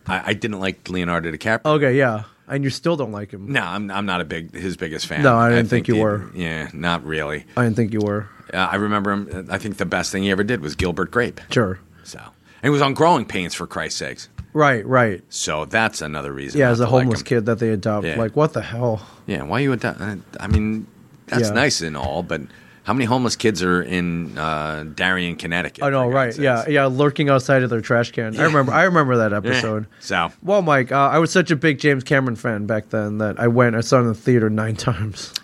Speaker 2: I, I didn't like Leonardo DiCaprio.
Speaker 1: Okay, yeah, and you still don't like him.
Speaker 2: No, I'm I'm not a big his biggest fan.
Speaker 1: No, I didn't think you
Speaker 2: he-
Speaker 1: were.
Speaker 2: Yeah, not really.
Speaker 1: I didn't think you were.
Speaker 2: Uh, I remember him. I think the best thing he ever did was Gilbert Grape.
Speaker 1: Sure.
Speaker 2: So and he was on Growing Pains for Christ's sakes.
Speaker 1: Right, right.
Speaker 2: So that's another reason.
Speaker 1: Yeah,
Speaker 2: not
Speaker 1: as a
Speaker 2: to like
Speaker 1: homeless
Speaker 2: him.
Speaker 1: kid that they adopt.
Speaker 2: Yeah.
Speaker 1: Like, what the hell?
Speaker 2: Yeah, why you? Ado- uh, I mean, that's
Speaker 1: Yeah.
Speaker 2: nice and all, but how many homeless kids are in uh, Darien, Connecticut?
Speaker 1: I know,
Speaker 2: for
Speaker 1: right?
Speaker 2: God's
Speaker 1: Yeah,
Speaker 2: sakes?
Speaker 1: yeah, lurking outside of their trash can. I remember. I remember that
Speaker 2: Yeah.
Speaker 1: episode.
Speaker 2: Eh, So
Speaker 1: Well, Mike, uh, I was such a big James Cameron fan back then that I went. I saw it in the theater nine times.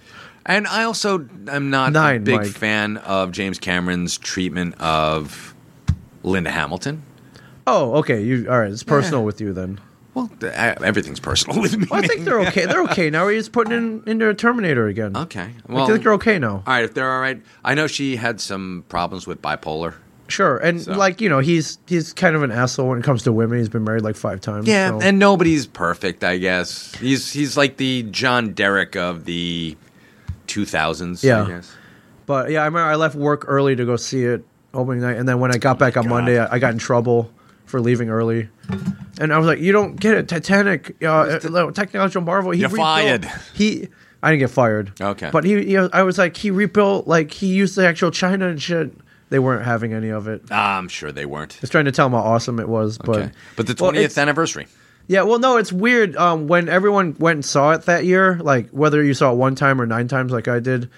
Speaker 2: And I also am not a
Speaker 1: Nine,
Speaker 2: big
Speaker 1: Mike.
Speaker 2: fan of James Cameron's treatment of Linda Hamilton.
Speaker 1: Oh, okay. You all right? It's personal with you then.
Speaker 2: Well, th- I, everything's personal with me.
Speaker 1: Well, I think they're okay. They're okay now. He's putting in into a Terminator again.
Speaker 2: okay.
Speaker 1: I
Speaker 2: Well,
Speaker 1: think they're okay now.
Speaker 2: All right, if they're all right. I know she had some problems with bipolar.
Speaker 1: Sure, and
Speaker 2: So.
Speaker 1: like you know, he's he's kind of an asshole when it comes to women. He's been married like five times.
Speaker 2: Yeah,
Speaker 1: so-
Speaker 2: and nobody's perfect, I guess. He's he's like the John Derrick of the 2000s,
Speaker 1: Yeah.
Speaker 2: I guess.
Speaker 1: but yeah, I remember I left work early to go see it opening night, and then when I got back on Monday, I, I got in trouble for leaving early. And I was like, "You don't get it, Titanic, uh, uh, technological marvel." He
Speaker 2: You're
Speaker 1: rebuilt-
Speaker 2: fired. Oh,
Speaker 1: He, I didn't get fired.
Speaker 2: Okay.
Speaker 1: but he, he, I was like, he rebuilt, like he used the actual China and shit. They weren't having any of it. I
Speaker 2: Ah, I'm sure they weren't.
Speaker 1: was trying to tell him how awesome it was, but
Speaker 2: Okay. But the 20th
Speaker 1: Well, it's-
Speaker 2: anniversary.
Speaker 1: yeah, well, no, it's weird. Um, when everyone went and saw it that year, like whether you saw it one time or nine times, like I did,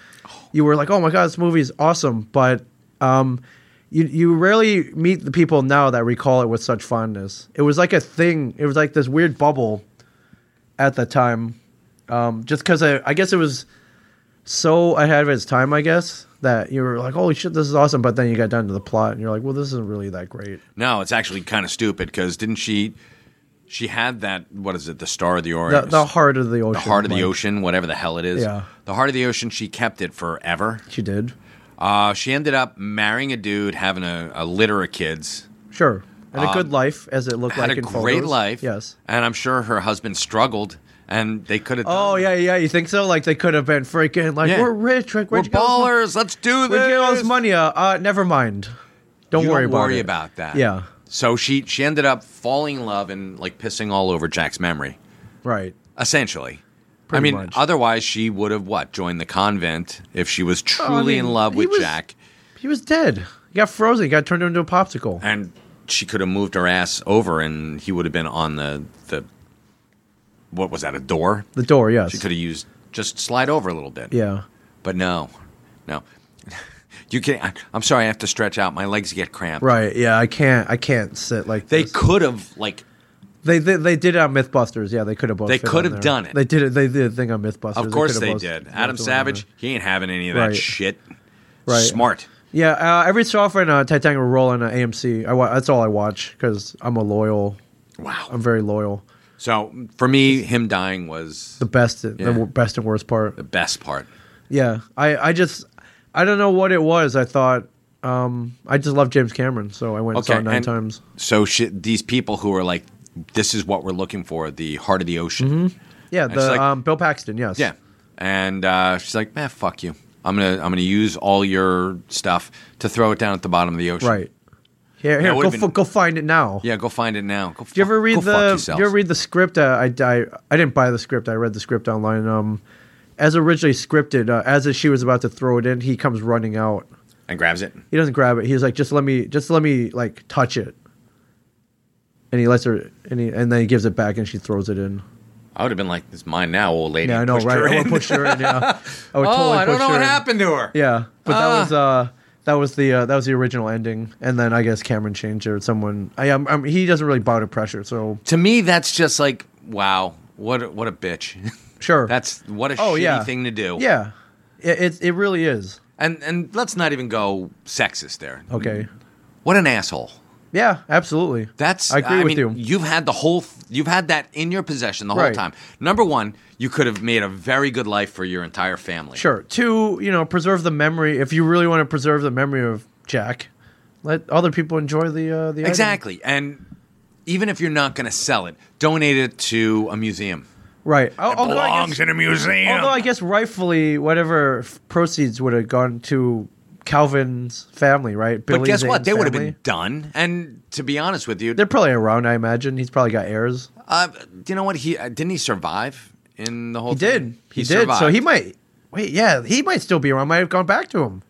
Speaker 1: you were like, "Oh my god, this movie is awesome!" But um, you you rarely meet the people now that recall it with such fondness. It was like a thing. It was like this weird bubble at the time, um, just because I, I guess it was so ahead of its time. I guess that you were like, "Holy shit, this is awesome!" But then you got down to the plot, and you're like, "Well, this isn't really that great."
Speaker 2: No, it's actually kind of stupid because didn't she? She had that. What is it? The Star of the
Speaker 1: The,
Speaker 2: Orient.
Speaker 1: the heart of the ocean.
Speaker 2: The heart of the
Speaker 1: like,
Speaker 2: ocean, whatever the hell it is.
Speaker 1: Yeah.
Speaker 2: The heart of the ocean. She kept it forever.
Speaker 1: She did.
Speaker 2: Uh, she ended up marrying a dude, having a, a litter of kids.
Speaker 1: Sure. And a good life, as it looked
Speaker 2: Um, had
Speaker 1: like
Speaker 2: a
Speaker 1: in
Speaker 2: great
Speaker 1: photos.
Speaker 2: life.
Speaker 1: Yes.
Speaker 2: And I'm sure her husband struggled, and they could have.
Speaker 1: Oh yeah, yeah. You think so? Like they could have been freaking like
Speaker 2: Yeah.
Speaker 1: we're rich, like
Speaker 2: we're
Speaker 1: where'd you get all this mon-
Speaker 2: ballers. Let's do this.
Speaker 1: Where'd you get all this money? Uh, uh never mind. Don't
Speaker 2: You
Speaker 1: worry about
Speaker 2: worry
Speaker 1: it.
Speaker 2: about that.
Speaker 1: Yeah.
Speaker 2: So she she ended up falling in love and like pissing all over Jack's memory.
Speaker 1: Right.
Speaker 2: Essentially. I
Speaker 1: Pretty
Speaker 2: mean,
Speaker 1: much.
Speaker 2: otherwise she would have what? Joined the convent if she was truly in
Speaker 1: Oh, mean,
Speaker 2: love
Speaker 1: he
Speaker 2: with
Speaker 1: was-
Speaker 2: Jack.
Speaker 1: He was dead. He got frozen. He got turned into a popsicle.
Speaker 2: And she could have moved her ass over and he would have been on the the what was that, a door?
Speaker 1: The door. Yes.
Speaker 2: She could have used just slide over a little bit.
Speaker 1: yeah.
Speaker 2: But no. No. You can I, I'm sorry, I have to stretch out. My legs get cramped.
Speaker 1: Right. Yeah. I can't. I can't sit like
Speaker 2: They
Speaker 1: this.
Speaker 2: could have like
Speaker 1: They, they they did it on MythBusters. Yeah. They could have both.
Speaker 2: They
Speaker 1: fit
Speaker 2: could
Speaker 1: on
Speaker 2: have
Speaker 1: there.
Speaker 2: done it.
Speaker 1: They did it. They did a thing on MythBusters.
Speaker 2: Of course
Speaker 1: could have
Speaker 2: they
Speaker 1: both-
Speaker 2: did.
Speaker 1: both
Speaker 2: Adam
Speaker 1: went on
Speaker 2: Savage,
Speaker 1: there.
Speaker 2: he ain't having any of that
Speaker 1: Right.
Speaker 2: shit.
Speaker 1: Right.
Speaker 2: Smart.
Speaker 1: Yeah, uh, every so often uh, Titanic will roll on uh, AMC. I wa- that's all I watch because I'm a loyal.
Speaker 2: Wow.
Speaker 1: I'm very loyal.
Speaker 2: Um, So for me, him dying was
Speaker 1: The best, the
Speaker 2: Yeah.
Speaker 1: w- best and worst part.
Speaker 2: the best part.
Speaker 1: Yeah, I, I just, I don't know what it was. I thought, um, I just love James Cameron, so I went and saw
Speaker 2: Okay,
Speaker 1: it nine
Speaker 2: and-
Speaker 1: times.
Speaker 2: So shit, these people who are like, this is what we're looking for, the heart of the ocean.
Speaker 1: Mm-hmm. Yeah,
Speaker 2: it's
Speaker 1: the
Speaker 2: like-
Speaker 1: um, Bill Paxton. Yes.
Speaker 2: Yeah. And uh, she's like, man, fuck you. I'm gonna I'm gonna use all your stuff to throw it down at the bottom of the ocean.
Speaker 1: Right. Here, here, go,
Speaker 2: would've
Speaker 1: fu-
Speaker 2: been-
Speaker 1: go find it now.
Speaker 2: Yeah, go find it now. Go
Speaker 1: Do you ever read the? Do you ever
Speaker 2: read
Speaker 1: read the script? Uh, I, I I didn't buy the script. I read the script online. Um, as originally scripted, uh, as she was about to throw it in, he comes running out.
Speaker 2: and grabs it.
Speaker 1: he doesn't grab it. He's like, just let me, just let me like touch it. And he lets her, and he, and then he gives it back, and she throws it in.
Speaker 2: I would have been like, it's mine now, old lady.
Speaker 1: Yeah, I know,
Speaker 2: Pushed
Speaker 1: right?
Speaker 2: her
Speaker 1: I
Speaker 2: in.
Speaker 1: would push her in. Yeah, I would
Speaker 2: oh,
Speaker 1: totally
Speaker 2: I don't
Speaker 1: push
Speaker 2: know
Speaker 1: her
Speaker 2: what
Speaker 1: in.
Speaker 2: happened to her.
Speaker 1: Yeah, but
Speaker 2: Ah.
Speaker 1: that was uh, that was the uh, that was the original ending, and then I guess Cameron changed it. Or someone, I am, I'm, he doesn't really bow to pressure, so
Speaker 2: To me, that's just like, wow, what a, what a bitch.
Speaker 1: sure,
Speaker 2: That's what a
Speaker 1: oh
Speaker 2: shitty
Speaker 1: yeah
Speaker 2: thing to do.
Speaker 1: Yeah, it it, it really is.
Speaker 2: And and let's not even go sexist there.
Speaker 1: Okay.
Speaker 2: What an asshole.
Speaker 1: Yeah, absolutely.
Speaker 2: That's
Speaker 1: I agree
Speaker 2: mean,
Speaker 1: with you.
Speaker 2: You've had the whole you've had that in your possession the whole
Speaker 1: Right.
Speaker 2: time. Number 1, you could have made a very good life for your entire family.
Speaker 1: Sure. Two, you know, preserve the memory. If you really want to preserve the memory of Jack, let other people enjoy the uh, the item.
Speaker 2: Exactly. And even if you're not going to sell it, donate it to a museum.
Speaker 1: Right. Al- although, I
Speaker 2: Belongs
Speaker 1: guess,
Speaker 2: in a museum.
Speaker 1: although I guess rightfully, whatever f- proceeds would have gone to Calvin's family, right? Billy
Speaker 2: but guess what?
Speaker 1: Zane's
Speaker 2: They would have
Speaker 1: family.
Speaker 2: been done. And to be honest with you,
Speaker 1: They're probably around, I imagine. He's probably got heirs.
Speaker 2: uh, do you know what? He uh, didn't he survive in the whole.
Speaker 1: He did.
Speaker 2: Thing?
Speaker 1: He, did. So he might. Wait, yeah, he might still be around. Might have gone back to him.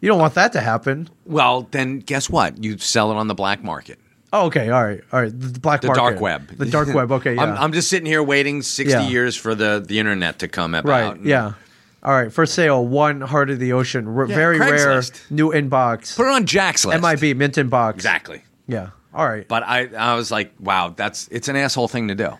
Speaker 1: You don't want that to happen.
Speaker 2: Well, then guess what? You sell it on the black market.
Speaker 1: Oh, okay. All right. All right. The black
Speaker 2: the
Speaker 1: market.
Speaker 2: dark web.
Speaker 1: The dark web. Okay. Yeah.
Speaker 2: I'm, I'm just sitting here waiting 60
Speaker 1: Yeah.
Speaker 2: years for the, the internet to come about.
Speaker 1: right. Yeah. All right. For sale, one heart of the ocean. R-
Speaker 2: Yeah,
Speaker 1: very rare.
Speaker 2: Craigslist.
Speaker 1: New inbox.
Speaker 2: Put it on Jack's list.
Speaker 1: MIB mint inbox.
Speaker 2: Exactly.
Speaker 1: Yeah. All right.
Speaker 2: But I, I was like, wow, that's it's an asshole thing to do.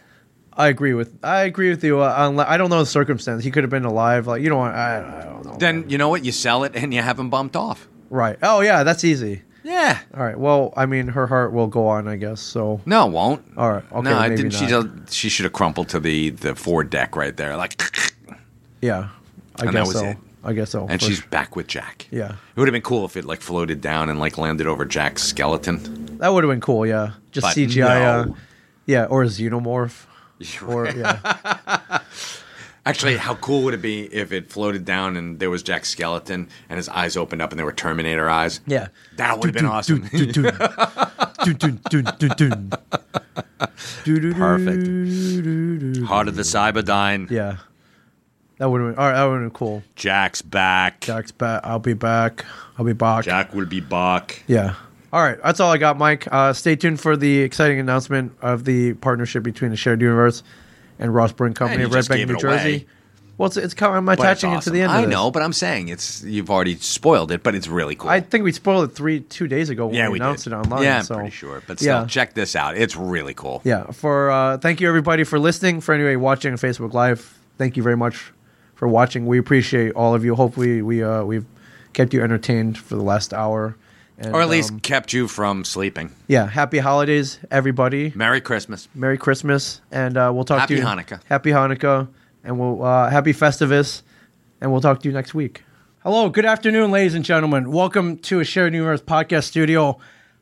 Speaker 1: I agree with I agree with you. Uh, on, I don't know the circumstance. He could have been alive. Like you don't want. I, I don't know.
Speaker 2: Then you know what? You sell it and you have them bumped off.
Speaker 1: Right. Oh yeah. That's easy.
Speaker 2: Yeah.
Speaker 1: All right. Well, I mean, her heart will go on, I guess. So.
Speaker 2: No, it won't.
Speaker 1: All right. Okay.
Speaker 2: no, I
Speaker 1: maybe
Speaker 2: didn't. She
Speaker 1: not.
Speaker 2: does, she should have crumpled to the the forward deck right there, like,
Speaker 1: Yeah, I
Speaker 2: And that
Speaker 1: guess
Speaker 2: was
Speaker 1: so.
Speaker 2: it.
Speaker 1: I guess so.
Speaker 2: and
Speaker 1: for
Speaker 2: she's
Speaker 1: sure.
Speaker 2: back with Jack.
Speaker 1: Yeah.
Speaker 2: It would have been cool if it like floated down and like landed over Jack's skeleton.
Speaker 1: that would have been cool. Yeah, just
Speaker 2: But
Speaker 1: CGI.
Speaker 2: no.
Speaker 1: Uh, yeah, or a xenomorph. Or yeah,
Speaker 2: Actually, how cool would it be if it floated down and there was Jack's skeleton and his eyes opened up and they were Terminator eyes?
Speaker 1: yeah.
Speaker 2: That would have been awesome.
Speaker 1: Dun, dun, dun, dun, dun, dun. Doo-doo-doo,
Speaker 2: Perfect.
Speaker 1: doo-doo-doo.
Speaker 2: Heart of the Cyberdyne.
Speaker 1: Yeah, that would have been. All right, that would have been cool.
Speaker 2: Jack's back.
Speaker 1: Jack's back. I'll be back. I'll be back.
Speaker 2: Jack will be back.
Speaker 1: Yeah. All right, that's all I got, Mike. Uh, stay tuned for the exciting announcement of the partnership between the Shared Universe and Ross Brewing Company
Speaker 2: you
Speaker 1: of Red
Speaker 2: just
Speaker 1: Bank,
Speaker 2: gave
Speaker 1: New
Speaker 2: it
Speaker 1: Jersey.
Speaker 2: away.
Speaker 1: Well, it's, it's kind of, I'm
Speaker 2: But it's
Speaker 1: attaching it to the end.
Speaker 2: awesome.
Speaker 1: Of
Speaker 2: I
Speaker 1: this.
Speaker 2: know, but I'm saying it's you've already spoiled it, but it's really cool.
Speaker 1: I think we spoiled it three two days ago when
Speaker 2: yeah,
Speaker 1: we,
Speaker 2: we
Speaker 1: announced
Speaker 2: did.
Speaker 1: it online.
Speaker 2: Yeah, I'm
Speaker 1: so.
Speaker 2: pretty sure. But still,
Speaker 1: yeah.
Speaker 2: check this out. It's really cool.
Speaker 1: Yeah. For uh, thank you everybody for listening. For anybody watching on Facebook Live, thank you very much for watching. We appreciate all of you. Hopefully, we uh, we've kept you entertained for the last hour. And,
Speaker 2: Or at least
Speaker 1: um,
Speaker 2: kept you from sleeping.
Speaker 1: yeah. Happy holidays, everybody.
Speaker 2: Merry Christmas.
Speaker 1: Merry Christmas, and uh, we'll talk
Speaker 2: Happy
Speaker 1: to you.
Speaker 2: Hanukkah.
Speaker 1: Happy Hanukkah, and we'll uh, happy Festivus, and we'll talk to you next week. Hello, good afternoon, ladies and gentlemen. Welcome to a Shared Universe podcast studio.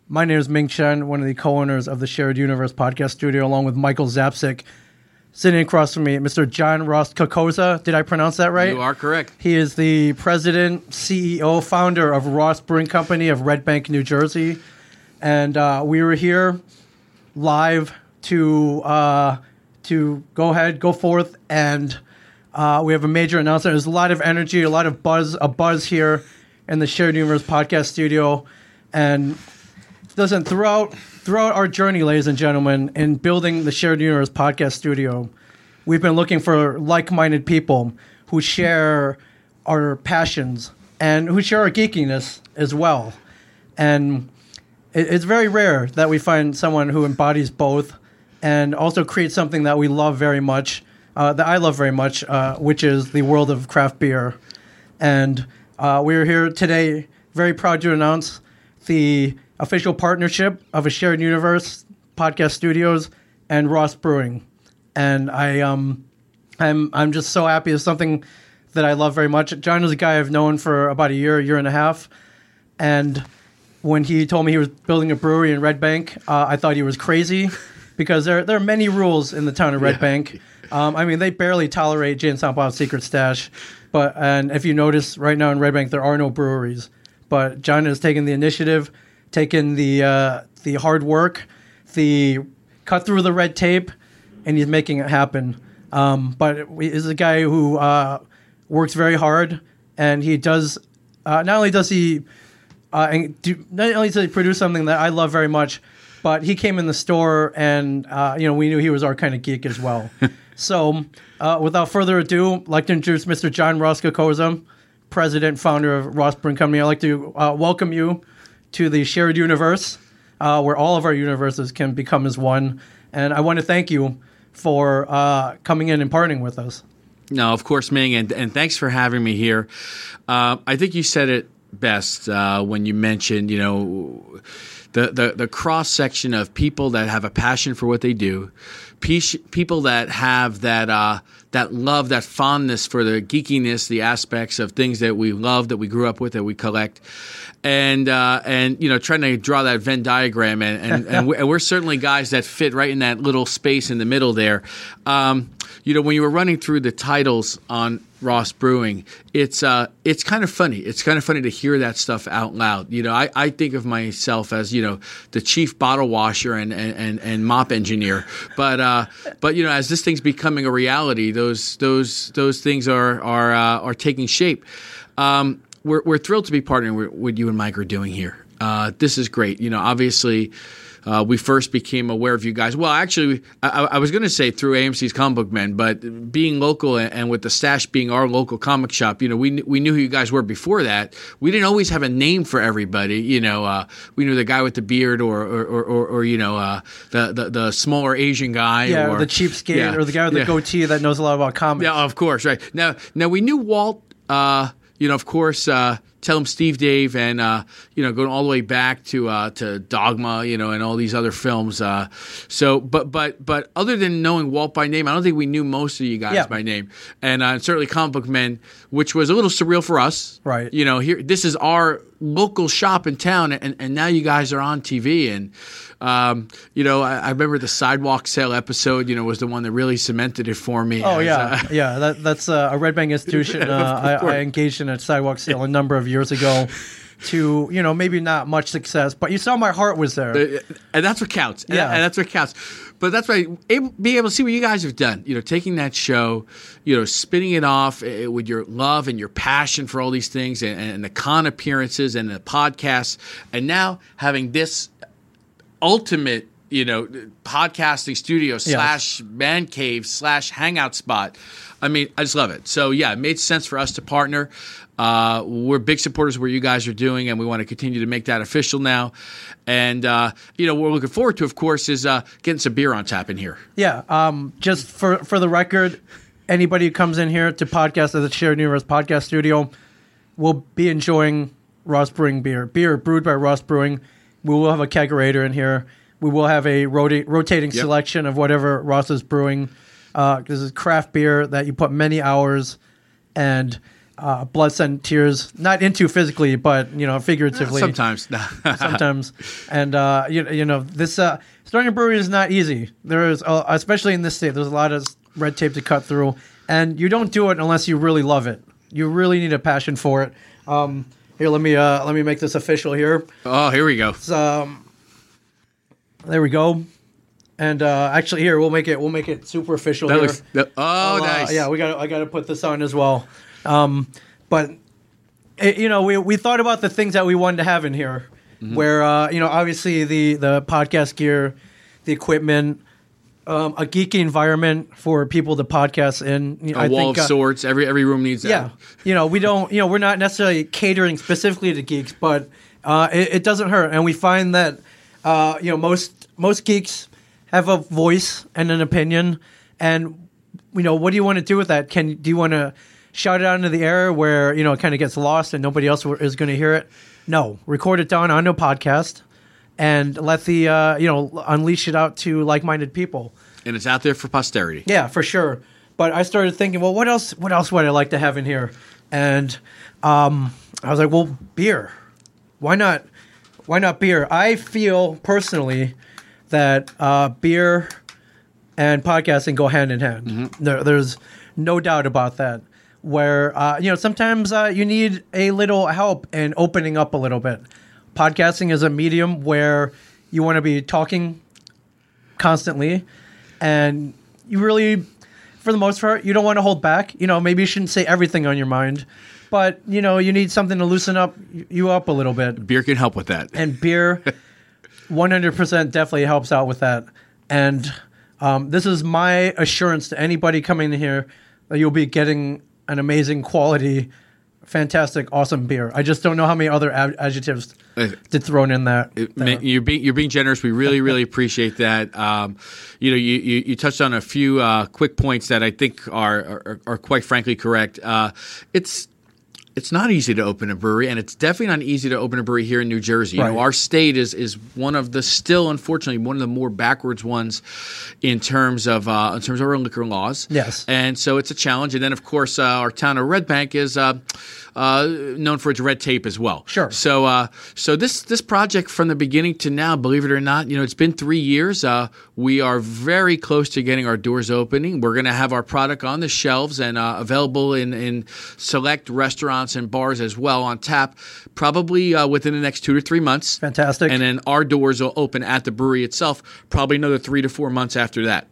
Speaker 1: My name is Ming Chen, one of the co-owners of the Shared Universe podcast studio, along with Michael Zapsik. Sitting across from me, Mr. John Ross Kokoza. Did I pronounce that right?
Speaker 2: You are correct.
Speaker 1: He is the president, CEO, founder of Ross Brewing Company of Red Bank, New Jersey. And uh, we were here live to uh, to go ahead, go forth, and uh, we have a major announcement. There's a lot of energy, a lot of buzz, a buzz here in the Shared Universe podcast studio. And listen, throughout throughout our journey, ladies and gentlemen, in building the Shared Universe podcast studio, we've been looking for like-minded people who share our passions and who share our geekiness as well. And it, it's very rare that we find someone who embodies both and also creates something that we love very much, uh, that I love very much, uh, which is the world of craft beer. And uh, we're here today, very proud to announce the official partnership of a shared universe podcast studios and Ross Brewing. And I, um, I'm, I'm just so happy. It's something that I love very much. John is a guy I've known for about a year, year and a half and when he told me he was building a brewery in Red Bank, uh, I thought he was crazy because there there are many rules in the town of Red Bank. Um, I mean, they barely tolerate Jay and Silent Bob's Secret Stash, but and if you notice right now in Red Bank, there are no breweries. But John has taken the initiative, taken the uh, the hard work, the cut through the red tape, and he's making it happen. Um, but we- is a guy who uh, works very hard, and he does. Uh, not only does he uh, and do, not only did he produce something that I love very much, but he came in the store and uh, you know we knew he was our kind of geek as well. so, uh, without further ado, I'd like to introduce Mr. John Roscoe president founder of Ross Brewing Company. I'd like to uh, welcome you to the shared universe uh, where all of our universes can become as one. And I want to thank you for uh, coming in and partnering with us.
Speaker 3: No, of course, Ming, and, and thanks for having me here. Uh, I think you said it best uh, when you mentioned, you know, the, the, the cross section of people that have a passion for what they do, peace- people that have that uh, that love, that fondness for the geekiness, the aspects of things that we love, that we grew up with, that we collect, and uh, and you know, trying to draw that Venn diagram, and and, and, we, and we're certainly guys that fit right in that little space in the middle there. Um, you know, when you were running through the titles on Ross Brewing, it's uh, it's kind of funny. It's kind of funny to hear that stuff out loud. You know, I, I think of myself as you know the chief bottle washer and and, and, and mop engineer, but uh, but you know, as this thing's becoming a reality, those those those things are are uh, are taking shape. Um, we're, we're thrilled to be partnering with, with you and Mike are doing here. Uh, this is great. You know, obviously, uh, we first became aware of you guys. Well, actually, I, I was going to say through AMC's Comic Book Men, but being local and, and with the stash being our local comic shop, you know, we kn- we knew who you guys were before that. We didn't always have a name for everybody. You know, uh, we knew the guy with the beard, or or or, or, or you know, uh, the, the the smaller Asian guy,
Speaker 1: Yeah,
Speaker 3: or
Speaker 1: or the cheapskate
Speaker 3: Yeah.
Speaker 1: or the guy with the
Speaker 3: Yeah.
Speaker 1: goatee that knows a lot about comics.
Speaker 3: Yeah, of course, right. Now, now we knew Walt. Uh, you know, of course, uh, tell him Steve, Dave, and uh, you know, going all the way back to uh, to Dogma, you know, and all these other films. Uh, so, but but but other than knowing Walt by name, I don't think we knew most of you guys
Speaker 1: Yeah.
Speaker 3: by name, and uh, certainly Comic Book Men, which was a little surreal for us,
Speaker 1: Right.
Speaker 3: You know, here this is our local shop in town, and and now you guys are on TV and. Um, you know, I, I remember the sidewalk sale episode. You know, was the one that really cemented it for me.
Speaker 1: Oh
Speaker 3: as,
Speaker 1: yeah,
Speaker 3: uh,
Speaker 1: yeah. That, that's uh, a Red Bank institution. Uh, I, I engaged in a sidewalk sale a number of years ago, to you know maybe not much success, but you saw my heart was there.
Speaker 3: and that's what counts. And,
Speaker 1: Yeah.
Speaker 3: and that's what counts. But that's why able, being able to see what you guys have done. You know, taking that show, you know, spinning it off eh, with your love and your passion for all these things, and, and the con appearances and the podcasts, and now having this ultimate, you know, podcasting studio slash man cave slash hangout spot. I mean, I just love it. So yeah, it made sense for us to partner. Uh, we're big supporters of what you guys are doing, and we want to continue to make that official now. And uh, you know, what we're looking forward to, of course, is uh, getting some beer on tap in here.
Speaker 1: Yeah. Um, just for for the record, anybody who comes in here to podcast at the Shared Universe Podcast Studio will be enjoying Ross Brewing beer, beer brewed by Ross Brewing. We will have a kegerator in here. We will have a rota- rotating
Speaker 3: Yep.
Speaker 1: selection of whatever Ross is brewing. Uh, this is craft beer that you put many hours and uh, blood, sweat, and tears not into physically, but you know figuratively
Speaker 3: Sometimes,
Speaker 1: sometimes. and uh, you, you know, this uh, starting a brewery is not easy. There is, uh, especially in this state, there's a lot of red tape to cut through, and you don't do it unless you really love it. You really need a passion for it. Um, here, let me uh, let me make this official here.
Speaker 3: oh, here we go.
Speaker 1: It's, um, there we go. And uh, actually, here we'll make it we'll make it super official.
Speaker 3: That
Speaker 1: here.
Speaker 3: looks, that- oh,
Speaker 1: Well, uh,
Speaker 3: nice.
Speaker 1: yeah, we got. I got to put this on as well. Um, but it, you know, we we thought about the things that we wanted to have in here,
Speaker 3: Mm-hmm.
Speaker 1: where uh, you know, obviously the the podcast gear, the equipment, um, a geeky environment for people to podcast in. You know,
Speaker 3: A
Speaker 1: I
Speaker 3: wall
Speaker 1: think,
Speaker 3: of
Speaker 1: uh,
Speaker 3: sorts. Every every room needs that.
Speaker 1: yeah, you know, we don't. You know, we're not necessarily catering specifically to geeks, but uh, it, it doesn't hurt, and we find that uh, you know most most geeks have a voice and an opinion, and you know, what do you want to do with that? Can do you want to shout it out into the air where you know it kind of gets lost and nobody else w- is going to hear it? No, record it down on a podcast and let the uh, you know unleash it out to like-minded people.
Speaker 3: and it's out there for posterity.
Speaker 1: Yeah, for sure. But I started thinking, well, what else? What else would I like to have in here? And um, I was like, well, beer. Why not? Why not beer? I feel personally that uh, beer and podcasting go hand in hand. There, there's no doubt about that. Where uh, you know sometimes uh, you need a little help in opening up a little bit. Podcasting is a medium where you want to be talking constantly, and you really, for the most part, you don't want to hold back. You know, maybe you shouldn't say everything on your mind, but you know you need something to loosen up y- you up a little bit
Speaker 3: Beer can help with that.
Speaker 1: and beer 100% definitely helps out with that and um, this is my assurance to anybody coming in here that you'll be getting an amazing quality fantastic awesome beer i just don't know how many other ad- adjectives
Speaker 3: Uh,
Speaker 1: to throw in that
Speaker 3: Ma- You're being you're being generous. We really really appreciate that. Um, you know, you, you, you touched on a few uh, quick points that I think are are, are quite frankly correct. Uh, it's it's not easy to open a brewery, and it's definitely not easy to open a brewery here in New Jersey. You
Speaker 1: Right.
Speaker 3: know, our state is is one of the still, unfortunately, one of the more backwards ones in terms of uh, in terms of our liquor laws.
Speaker 1: Yes.
Speaker 3: and so it's a challenge. And then, of course, uh, our town of Red Bank is. Uh, uh, known for its red tape as well.
Speaker 1: Sure.
Speaker 3: So, uh, so this this project from the beginning to now, believe it or not, you know, it's been three years. Uh, we are very close to getting our doors opening. We're going to have our product on the shelves and uh, available in in select restaurants and bars as well on tap, probably uh, within the next two to three months.
Speaker 1: Fantastic.
Speaker 3: And then our doors will open at the brewery itself, probably another three to four months after that.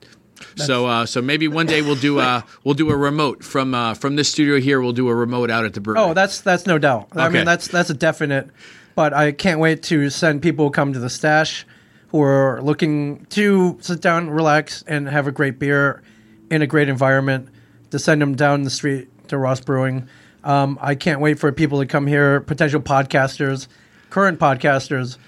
Speaker 3: so, uh, so maybe one day we'll do a we'll do a remote from uh, from this studio here. We'll do a remote out at the brewery.
Speaker 1: Oh, that's that's no doubt. I
Speaker 3: Okay.
Speaker 1: mean, that's that's a definite. But I can't wait to send people who come to the stash who are looking to sit down, relax, and have a great beer in a great environment. To send them down the street to Ross Brewing. Um, I can't wait for people to come here. Potential podcasters, current podcasters.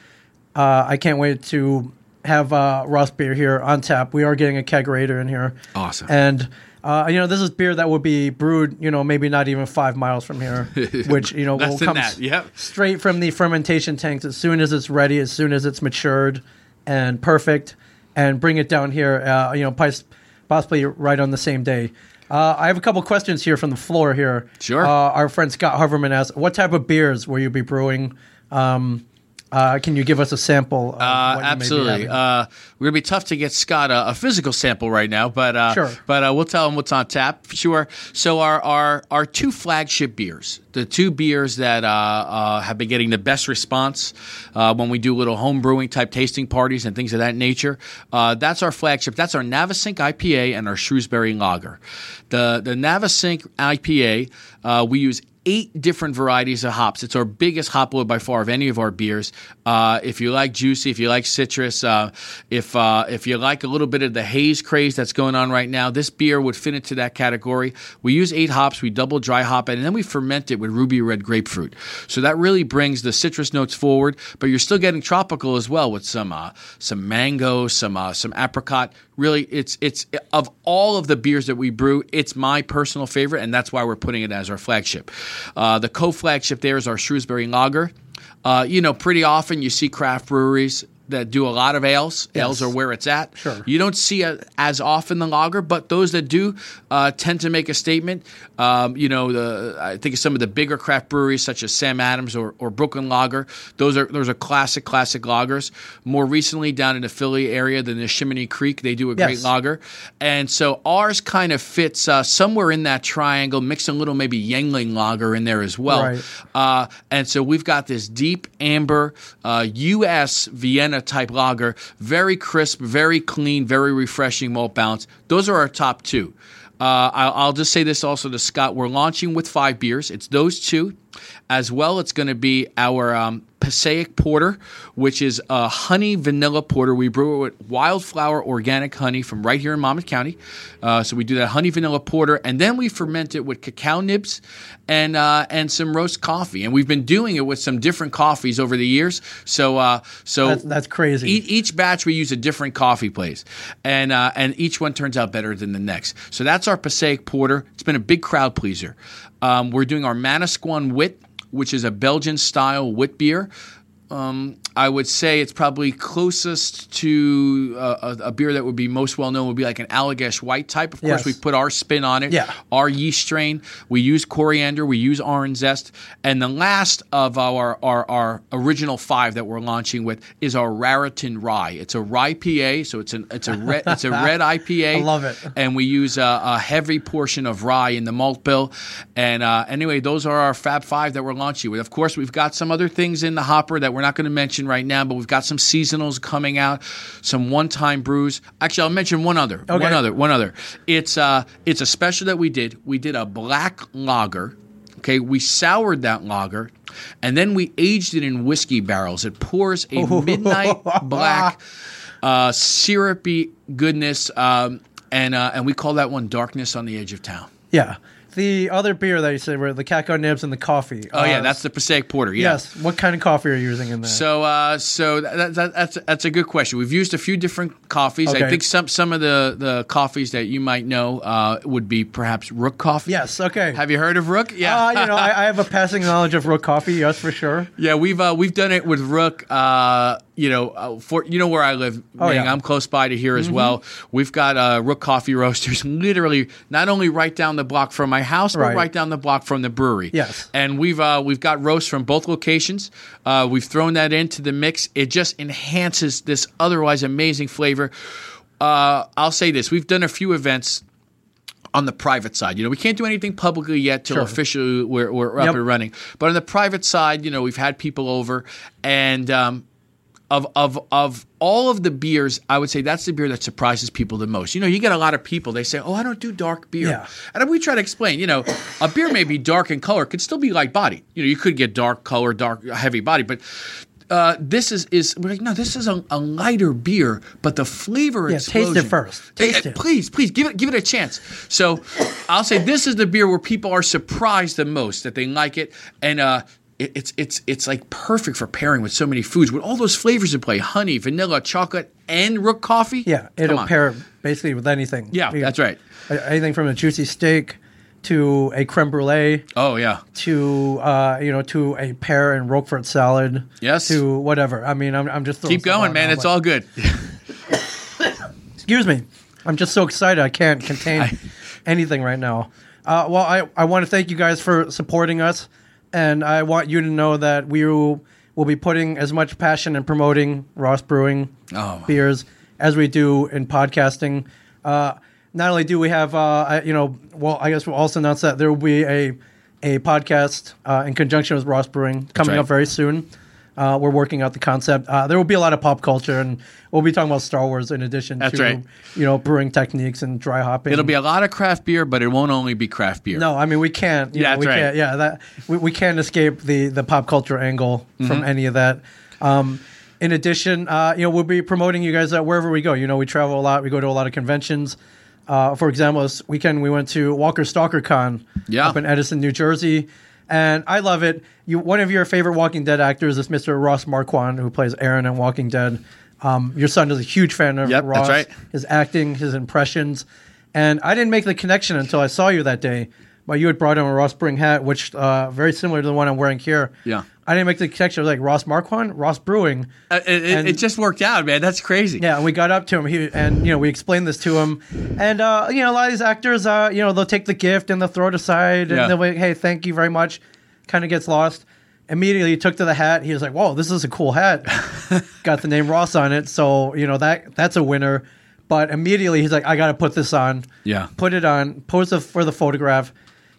Speaker 1: Uh, I can't wait to have uh, Ross beer here on tap. We are getting a kegerator in here.
Speaker 3: Awesome.
Speaker 1: And uh, you know, this is beer that would be brewed, you know, maybe not even five miles from here, which you know
Speaker 3: Less
Speaker 1: will
Speaker 3: than
Speaker 1: come
Speaker 3: that,
Speaker 1: s-
Speaker 3: yep.
Speaker 1: straight from the fermentation tanks as soon as it's ready, as soon as it's matured and perfect, and bring it down here. Uh, you know, pos- possibly right on the same day. Uh, I have a couple questions here from the floor here.
Speaker 3: Sure.
Speaker 1: Uh, our friend Scott Hoverman asked, "What type of beers will you be brewing?" Um, uh, can you give us a sample? Of
Speaker 3: Uh,
Speaker 1: what you may be
Speaker 3: absolutely.
Speaker 1: having?
Speaker 3: Uh, we're gonna be tough to get Scott a, a physical sample right now, but uh,
Speaker 1: Sure.
Speaker 3: but uh, we'll tell him what's on tap. Sure. So our our our two flagship beers, the two beers that uh, uh, have been getting the best response uh, when we do little home brewing type tasting parties and things of that nature. Uh, that's our flagship. That's our Navasink IPA and our Shrewsbury Lager. The the Navasink IPA uh, we use eight different varieties of hops. It's our biggest hop load by far of any of our beers. Uh, if you like juicy, if you like citrus, uh, if uh, if you like a little bit of the haze craze that's going on right now, this beer would fit into that category. We use eight hops. We double dry hop it, and then we ferment it with ruby red grapefruit. So that really brings the citrus notes forward, but you're still getting tropical as well with some uh, some mango, some uh, some apricot. Really, it's it's of all of the beers that we brew, it's my personal favorite, and that's why we're putting it as our flagship. Uh, the co-flagship there is our Shrewsbury Lager. Uh, you know, pretty often you see craft breweries that do a lot of ales. Ales are where it's at.
Speaker 1: Sure.
Speaker 3: You don't see a, as often the lager, but those that do uh, tend to make a statement. Um, you know, the, I think of some of the bigger craft breweries such as Sam Adams or, or Brooklyn Lager. Those are those are classic, classic lagers. More recently, down in the Philly area, the Neshaminy Creek, they do a great
Speaker 1: Yes.
Speaker 3: lager, and so ours kind of fits uh, somewhere in that triangle. Mix a little maybe Yangling lager in there as well.
Speaker 1: Right.
Speaker 3: Uh, and so we've got this deep amber uh, U.S. Vienna type lager, very crisp, very clean, very refreshing malt balance. Those are our top two. Uh, I'll, I'll just say this also to Scott: we're launching with five beers. It's those two, as well. It's going to be our um, Passaic Porter, which is a honey vanilla porter. We brew it with wildflower organic honey from right here in Monmouth County. Uh, so we do that honey vanilla porter, and then we ferment it with cacao nibs and uh, and some roast coffee. And we've been doing it with some different coffees over the years. So uh, so
Speaker 1: That's- that's crazy.
Speaker 3: Each, each batch we use a different coffee place, and uh, and each one turns out better than the next. So that's our Passaic Porter. It's been a big crowd pleaser. Um, we're doing our Manasquan Wit, which is a Belgian style wit beer. Um, I would say it's probably closest to uh, a, a beer that would be most well known would be like an Allagash White type. Of
Speaker 1: Yes.
Speaker 3: course, we put our spin on it.
Speaker 1: Yeah.
Speaker 3: Our yeast strain. We use coriander. We use orange zest. And the last of our, our, our original five that we're launching with is our Raritan Rye. It's a rye PA, so it's an it's a red it's a red IPA.
Speaker 1: I love it.
Speaker 3: And we use a, a heavy portion of rye in the malt bill. And uh, anyway, those are our Fab Five that we're launching with. Of course, we've got some other things in the hopper that we're not going to mention right now, but we've got some seasonals coming out, some one-time brews. Actually, I'll mention one other.
Speaker 1: Okay.
Speaker 3: One other. One other. It's uh, it's a special that we did. We did a black lager. Okay, we soured that lager, and then we aged it in whiskey barrels. It pours a midnight black uh, syrupy goodness, um, and uh, and we call that one "Darkness on the Edge of Town."
Speaker 1: Yeah. the other beer that you said were the Catco nibs and the coffee.
Speaker 3: Oh yeah, that's the Passaic Porter. Yeah.
Speaker 1: Uh, yes. What kind of coffee are you using in there?
Speaker 3: So, uh, so that, that, that's that's a good question. We've used a few different coffees. I
Speaker 1: Okay.
Speaker 3: think some some of the, the coffees that you might know uh, would be perhaps Rook coffee.
Speaker 1: yes. Okay.
Speaker 3: Have you heard of Rook? Yeah.
Speaker 1: Uh, you know, I, I have a passing knowledge of rook coffee. Yes, for sure.
Speaker 3: Yeah, we've uh, we've done it with Rook. Uh, you know, uh, for you know where I live,
Speaker 1: Oh,
Speaker 3: Ming,
Speaker 1: yeah. Mm-hmm.
Speaker 3: I'm close by to here as well. We've got uh, Rook Coffee Roasters, literally not only right down the block from my house, but
Speaker 1: Right.
Speaker 3: right down the block from the brewery.
Speaker 1: Yes.
Speaker 3: and we've uh, we've got roasts from both locations. Uh, we've thrown that into the mix. It just enhances this otherwise amazing flavor. Uh, I'll say this: we've done a few events on the private side. You know, we can't do anything publicly yet till
Speaker 1: Sure.
Speaker 3: officially we're, we're up
Speaker 1: Yep.
Speaker 3: and running. But on the private side, you know, we've had people over, and um, of of of all of the beers, I would say that's the beer that surprises people the most. You know, you get a lot of people. They say, "Oh, I don't do dark beer,"
Speaker 1: Yeah.
Speaker 3: and we try to explain. You know, a beer may be dark in color, could still be light body. You know, you could get dark color, dark heavy body, but. Uh, this is is we're like no. This is a, a lighter beer, but the flavor
Speaker 1: Yeah, taste it
Speaker 3: explosion.
Speaker 1: first.
Speaker 3: Eh, eh,
Speaker 1: Taste it.
Speaker 3: please, please give it give it a chance. So, I'll say this is the beer where people are surprised the most that they like it, and uh, it, it's it's it's like perfect for pairing with so many foods with all those flavors in play: honey, vanilla, chocolate, and rook coffee.
Speaker 1: Yeah,
Speaker 3: Come
Speaker 1: it'll
Speaker 3: on.
Speaker 1: pair basically with anything.
Speaker 3: Yeah,
Speaker 1: You-
Speaker 3: that's right.
Speaker 1: a- Anything from a juicy steak to a creme brulee
Speaker 3: Oh yeah,
Speaker 1: to uh, you know to a pear and roquefort salad.
Speaker 3: Yes.
Speaker 1: To whatever. I mean, I'm, I'm just throwing
Speaker 3: keep
Speaker 1: stuff
Speaker 3: going,
Speaker 1: out
Speaker 3: man.
Speaker 1: now,
Speaker 3: It's
Speaker 1: but-
Speaker 3: all good.
Speaker 1: Excuse me. I'm just so excited. I can't contain anything right now. Uh, well, I, I want to thank you guys for supporting us, and I want you to know that we will will be putting as much passion in promoting Ross Brewing
Speaker 3: Oh.
Speaker 1: beers as we do in podcasting. Uh, not only do we have, uh, I- you know, well, I guess we'll also announce that there will be a a podcast uh, in conjunction with Ross Brewing coming
Speaker 3: right.
Speaker 1: up very soon. Uh, we're working out the concept. Uh, there will be a lot of pop culture, and we'll be talking about Star Wars in addition
Speaker 3: That's
Speaker 1: to
Speaker 3: right.
Speaker 1: you know brewing techniques and dry hopping.
Speaker 3: It'll be a lot of craft beer, but it won't only be craft beer.
Speaker 1: no, I mean we can't. You
Speaker 3: Yeah,
Speaker 1: know, we
Speaker 3: that's right.
Speaker 1: can't. Yeah, that we, we can't escape the the pop culture angle
Speaker 3: Mm-hmm.
Speaker 1: from any of that. Um, in addition, uh, you know we'll be promoting you guys uh, wherever we go. You know we travel a lot. We go to a lot of conventions. Uh, for example, this weekend we went to Walker Stalker Con
Speaker 3: Yeah.
Speaker 1: up in Edison, New Jersey, and I love it. You, one of your favorite Walking Dead actors is Mr. Ross Marquand, who plays Aaron in Walking Dead. Um, your son is a huge fan of
Speaker 3: Yep, that's
Speaker 1: Ross
Speaker 3: right.
Speaker 1: his acting, his impressions. And I didn't make the connection until I saw you that day. But you had brought him a Ross Brewing hat, which uh, very similar to the one I'm wearing here.
Speaker 3: Yeah.
Speaker 1: I didn't make the connection. I was like Ross Marquand, Ross Brewing.
Speaker 3: Uh, it, it-
Speaker 1: And-
Speaker 3: it just worked out, man. That's crazy.
Speaker 1: Yeah, and we got up to him, he, and you know, we explained this to him, and uh, you know, a lot of these actors, uh, you know, they'll take the gift and they'll throw it aside,
Speaker 3: Yeah.
Speaker 1: and they'll be like, "Hey, thank you very much," kind of gets lost. Immediately, he took to the hat. He was like, "Whoa, this is a cool hat." got the name Ross on it, so you know that that's a winner. But immediately, he's like, "I got to put this on."
Speaker 3: Yeah.
Speaker 1: put it on, posed the, for the photograph,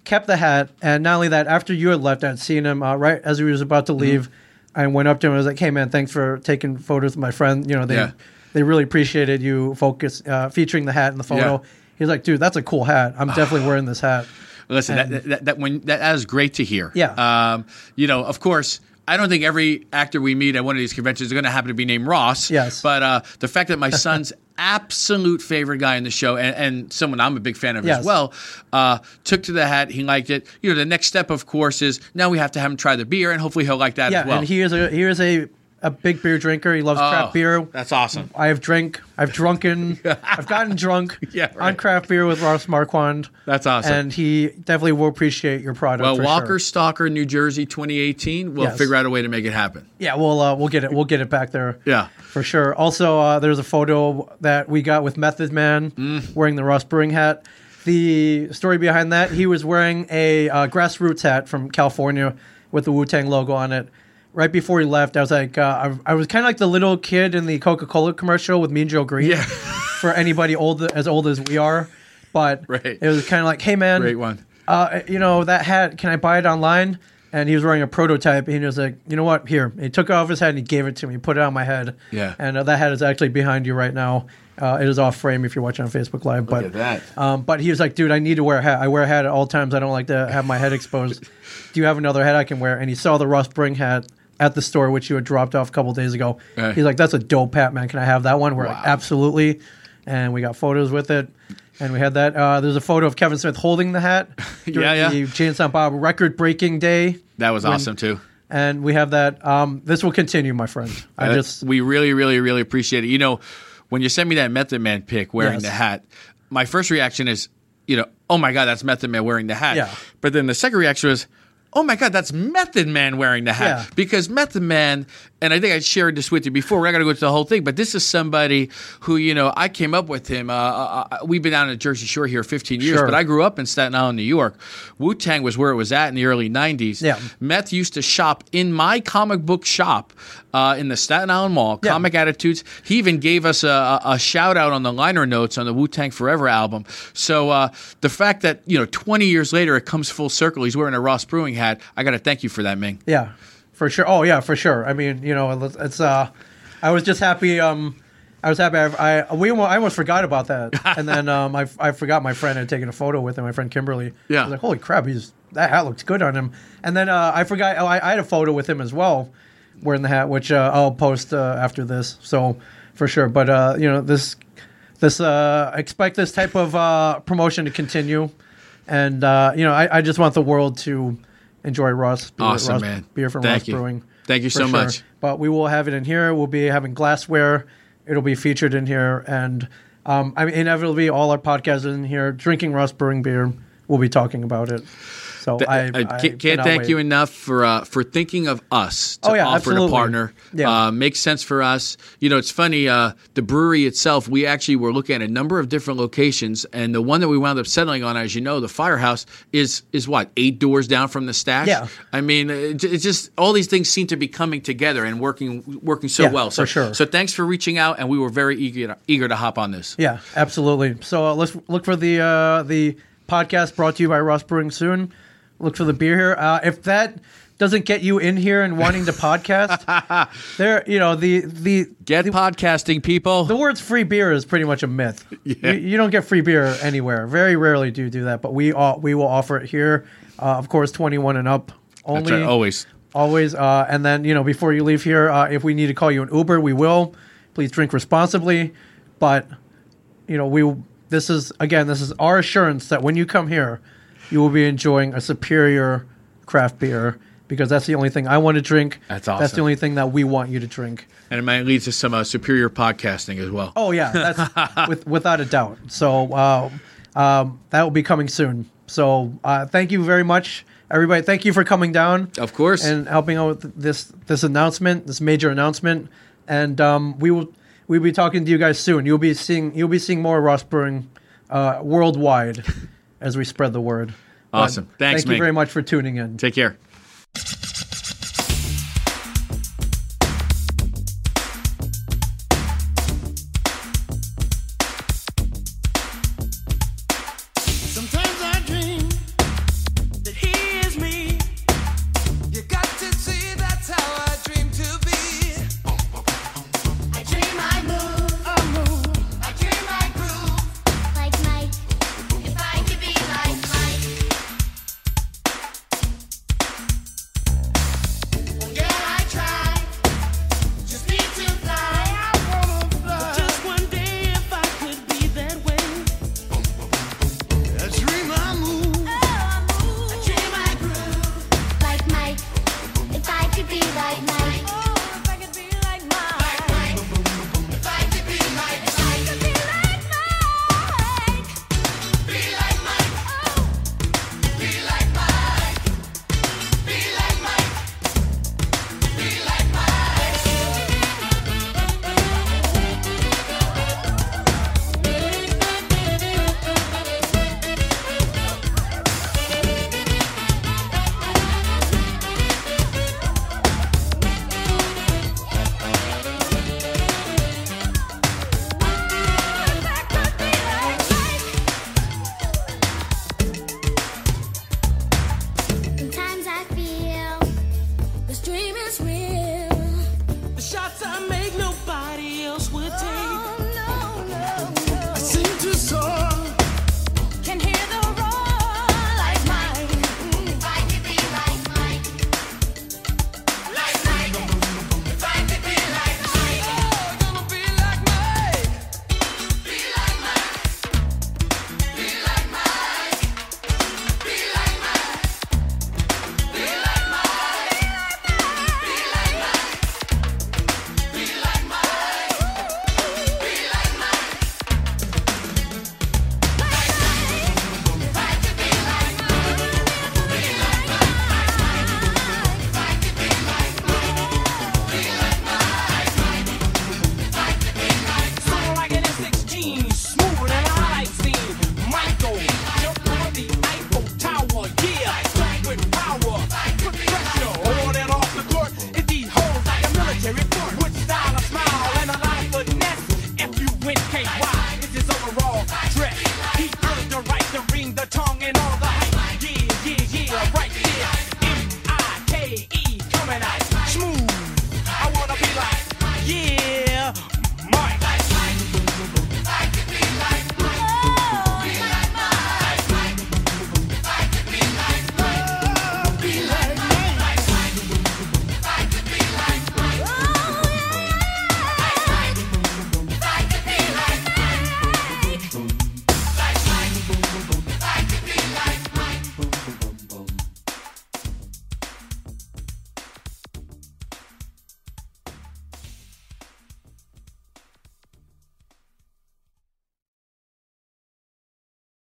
Speaker 1: kept the hat, and not only that, after you had left, I'd seen him uh, right as he was about
Speaker 3: Mm-hmm.
Speaker 1: to leave. I went up to him. I was like, "Hey, man, thanks for taking photos with my friend. You know, they
Speaker 3: Yeah.
Speaker 1: they really appreciated you focus uh, featuring the hat in the photo."
Speaker 3: Yeah.
Speaker 1: He's like, "Dude, that's a cool hat. I'm definitely wearing this hat."
Speaker 3: Listen, that, that, that when that, that is great to hear.
Speaker 1: Yeah.
Speaker 3: Um, you know, of course, I don't think every actor we meet at one of these conventions is going to happen to be named Ross.
Speaker 1: Yes.
Speaker 3: But uh, the fact that my son's absolute favorite guy in the show and, and someone I'm a big fan of as
Speaker 1: Yes.
Speaker 3: well uh, took to the hat. He liked it. You know, the next step, of course, is now we have to have him try the beer and hopefully he'll like that
Speaker 1: Yeah,
Speaker 3: as well.
Speaker 1: and he is a he is a a big beer drinker. He loves
Speaker 3: Oh,
Speaker 1: craft beer.
Speaker 3: That's awesome.
Speaker 1: I have drank. I've drunken. I've gotten drunk
Speaker 3: Yeah,
Speaker 1: on
Speaker 3: right.
Speaker 1: craft beer with Ross Marquand.
Speaker 3: That's awesome.
Speaker 1: And he definitely will appreciate your product.
Speaker 3: Well,
Speaker 1: for
Speaker 3: Walker
Speaker 1: sure.
Speaker 3: Stalker, New Jersey 2018. We'll
Speaker 1: Yes.
Speaker 3: figure out a way to make it happen.
Speaker 1: Yeah, we'll uh, we'll get it. We'll get it back there.
Speaker 3: Yeah.
Speaker 1: for sure. Also, uh, there's a photo that we got with Method Man
Speaker 3: Mm.
Speaker 1: wearing the Ross Brewing hat. The story behind that, he was wearing a uh, grassroots hat from California with the Wu Tang logo on it. Right before he left, I was like, uh, I, I was kind of like the little kid in the Coca Cola commercial with Mean Joe Green.
Speaker 3: Yeah.
Speaker 1: for anybody old as old as we are, but
Speaker 3: Right.
Speaker 1: it was kind of like, hey man,
Speaker 3: Great one.
Speaker 1: uh, you know, that hat, can I buy it online? And he was wearing a prototype, and he was like, you know what, here. And he took it off his head and he gave it to me, He put it on my head.
Speaker 3: Yeah.
Speaker 1: And uh, that hat is actually behind you right now. Uh, it is off frame if you're watching on Facebook Live. But
Speaker 3: at that.
Speaker 1: Um, but he was like, dude, I need to wear a hat. I wear a hat at all times. I don't like to have my head exposed. Do you have another hat I can wear? And he saw the Ross Bring hat at the store, which you had dropped off a couple days ago.
Speaker 3: Right.
Speaker 1: He's like, that's a dope hat, man. Can I have that one? We're
Speaker 3: Wow.
Speaker 1: like, absolutely. And we got photos with it. And we had that. Uh, there's a photo of Kevin Smith holding the hat during
Speaker 3: Yeah, yeah.
Speaker 1: the Chainsaw Bob record-breaking day,
Speaker 3: That was awesome too.
Speaker 1: and we have that. Um, this will continue, my friend. I
Speaker 3: Uh,
Speaker 1: just
Speaker 3: we really, really, really appreciate it. You know, when you sent me that Method Man pic wearing
Speaker 1: Yes.
Speaker 3: the hat, my first reaction is, you know, oh my god, that's Method Man wearing the hat.
Speaker 1: Yeah.
Speaker 3: But then the second reaction was, oh my god, that's Method Man wearing the hat
Speaker 1: Yeah.
Speaker 3: because Method Man, and I think I shared this with you before. We're not going to go into the whole thing, but this is somebody who you know I came up with him. Uh, uh, uh, we've been down in Jersey Shore here 15 years,
Speaker 1: Sure.
Speaker 3: but I grew up in Staten Island, New York. Wu Tang was where it was at in the early 90s.
Speaker 1: Yeah.
Speaker 3: Meth used to shop in my comic book shop uh, in the Staten Island Mall,
Speaker 1: Yeah.
Speaker 3: Comic Attitudes. He even gave us a, a, a shout out on the liner notes on the Wu Tang Forever album. So uh, the fact that, you know, 20 years later it comes full circle, he's wearing a Ross Brewing hat. I got to thank you for that, Ming.
Speaker 1: Yeah, for sure. Oh yeah, for sure. I mean, you know, it's- it's. Uh, I was just happy. Um, I was happy. I, I we almo- I almost forgot about that, and then um, I I forgot my friend had taken a photo with him. My friend Kimberly.
Speaker 3: Yeah.
Speaker 1: I was like, holy crap, he's that hat looks good on him. And then uh, I forgot. Oh, I, I had a photo with him as well, wearing the hat, which uh, I'll post uh, after this. So for sure. But uh, you know this. This uh, I expect this type of uh, promotion to continue, and uh, you know I, I just want the world to enjoy Ross beer at
Speaker 3: Awesome,
Speaker 1: Ross-
Speaker 3: man.
Speaker 1: Beer from
Speaker 3: Thank
Speaker 1: Ross
Speaker 3: you.
Speaker 1: Brewing.
Speaker 3: Thank you
Speaker 1: for
Speaker 3: so much.
Speaker 1: But we will have it in here. We'll be having glassware. It'll be featured in here, and um, I mean, inevitably, all our podcasts are in here. Drinking Ross Brewing beer. We'll be talking about it. So I,
Speaker 3: I, ca-
Speaker 1: I
Speaker 3: uh, can't,
Speaker 1: cannot
Speaker 3: thank
Speaker 1: wait.
Speaker 3: you enough for uh, for thinking of us to
Speaker 1: Oh, yeah,
Speaker 3: offer
Speaker 1: absolutely.
Speaker 3: to partner.
Speaker 1: Yeah.
Speaker 3: Uh, makes sense for us. You know, it's funny. Uh, the brewery itself, we actually were looking at a number of different locations, and the one that we wound up settling on, as you know, the Firehouse is is what eight doors down from the stash.
Speaker 1: Yeah.
Speaker 3: I mean, uh, it, it's just all these things seem to be coming together and working working so
Speaker 1: Yeah,
Speaker 3: well. So
Speaker 1: for sure.
Speaker 3: So thanks for reaching out, and we were very eager to, eager to hop on this.
Speaker 1: Yeah, absolutely. So uh, let's look for the uh, the podcast brought to you by Ross Brewing soon. Look for the beer here. Uh, if that doesn't get you in here and wanting to podcast, there, you know the the
Speaker 3: Get podcasting, people.
Speaker 1: the words free beer is pretty much a myth. You, you don't get free beer anywhere. Very rarely do you do that, but we all, we will offer it here. Uh, of course, 21 and up only.
Speaker 3: That's right, Oh, always.
Speaker 1: Always. Uh, and then, you know, before you leave here, uh, if we need to call you an Uber, we will. Please drink responsibly. But, you know, we this is, again, this is our assurance that when you come here, you will be enjoying a superior craft beer because that's the only thing I want to drink.
Speaker 3: That's
Speaker 1: That's the
Speaker 3: awesome.
Speaker 1: only thing that we want you to drink.
Speaker 3: And it might lead to some uh, superior podcasting as well.
Speaker 1: Oh yeah, that's with, without a doubt. So uh, um, that will be coming soon. So uh, thank you very much, everybody. Thank you for coming down
Speaker 3: Of course.
Speaker 1: and uh, helping out with this this announcement, this major announcement. And um, we will we'll be talking to you guys soon. You'll be seeing you'll be seeing more Ross Brewing uh, worldwide as we spread the word. But
Speaker 3: Awesome. Thanks,
Speaker 1: Thank you
Speaker 3: Ming.
Speaker 1: very much for tuning in.
Speaker 3: Take care.
Speaker 4: Sometimes I dream that he is me. You got to see that's how I dream to be.
Speaker 5: I dream I move,
Speaker 4: I move,
Speaker 5: I dream I groove like Mike. If I could be like Mike, well yeah I try, just need to fly.
Speaker 4: I wanna fly. Just one day if I could be that way. I dream I move,
Speaker 5: Oh I move, I dream I groove like Mike. If I could be like Mike, oh if I could be like Mike, if I could be like Mike, if I could be like Mike, be like Mike, oh be like Mike, be like Mike. Sometimes I feel this dream is real. Oh,
Speaker 4: the shots I make nobody else would take.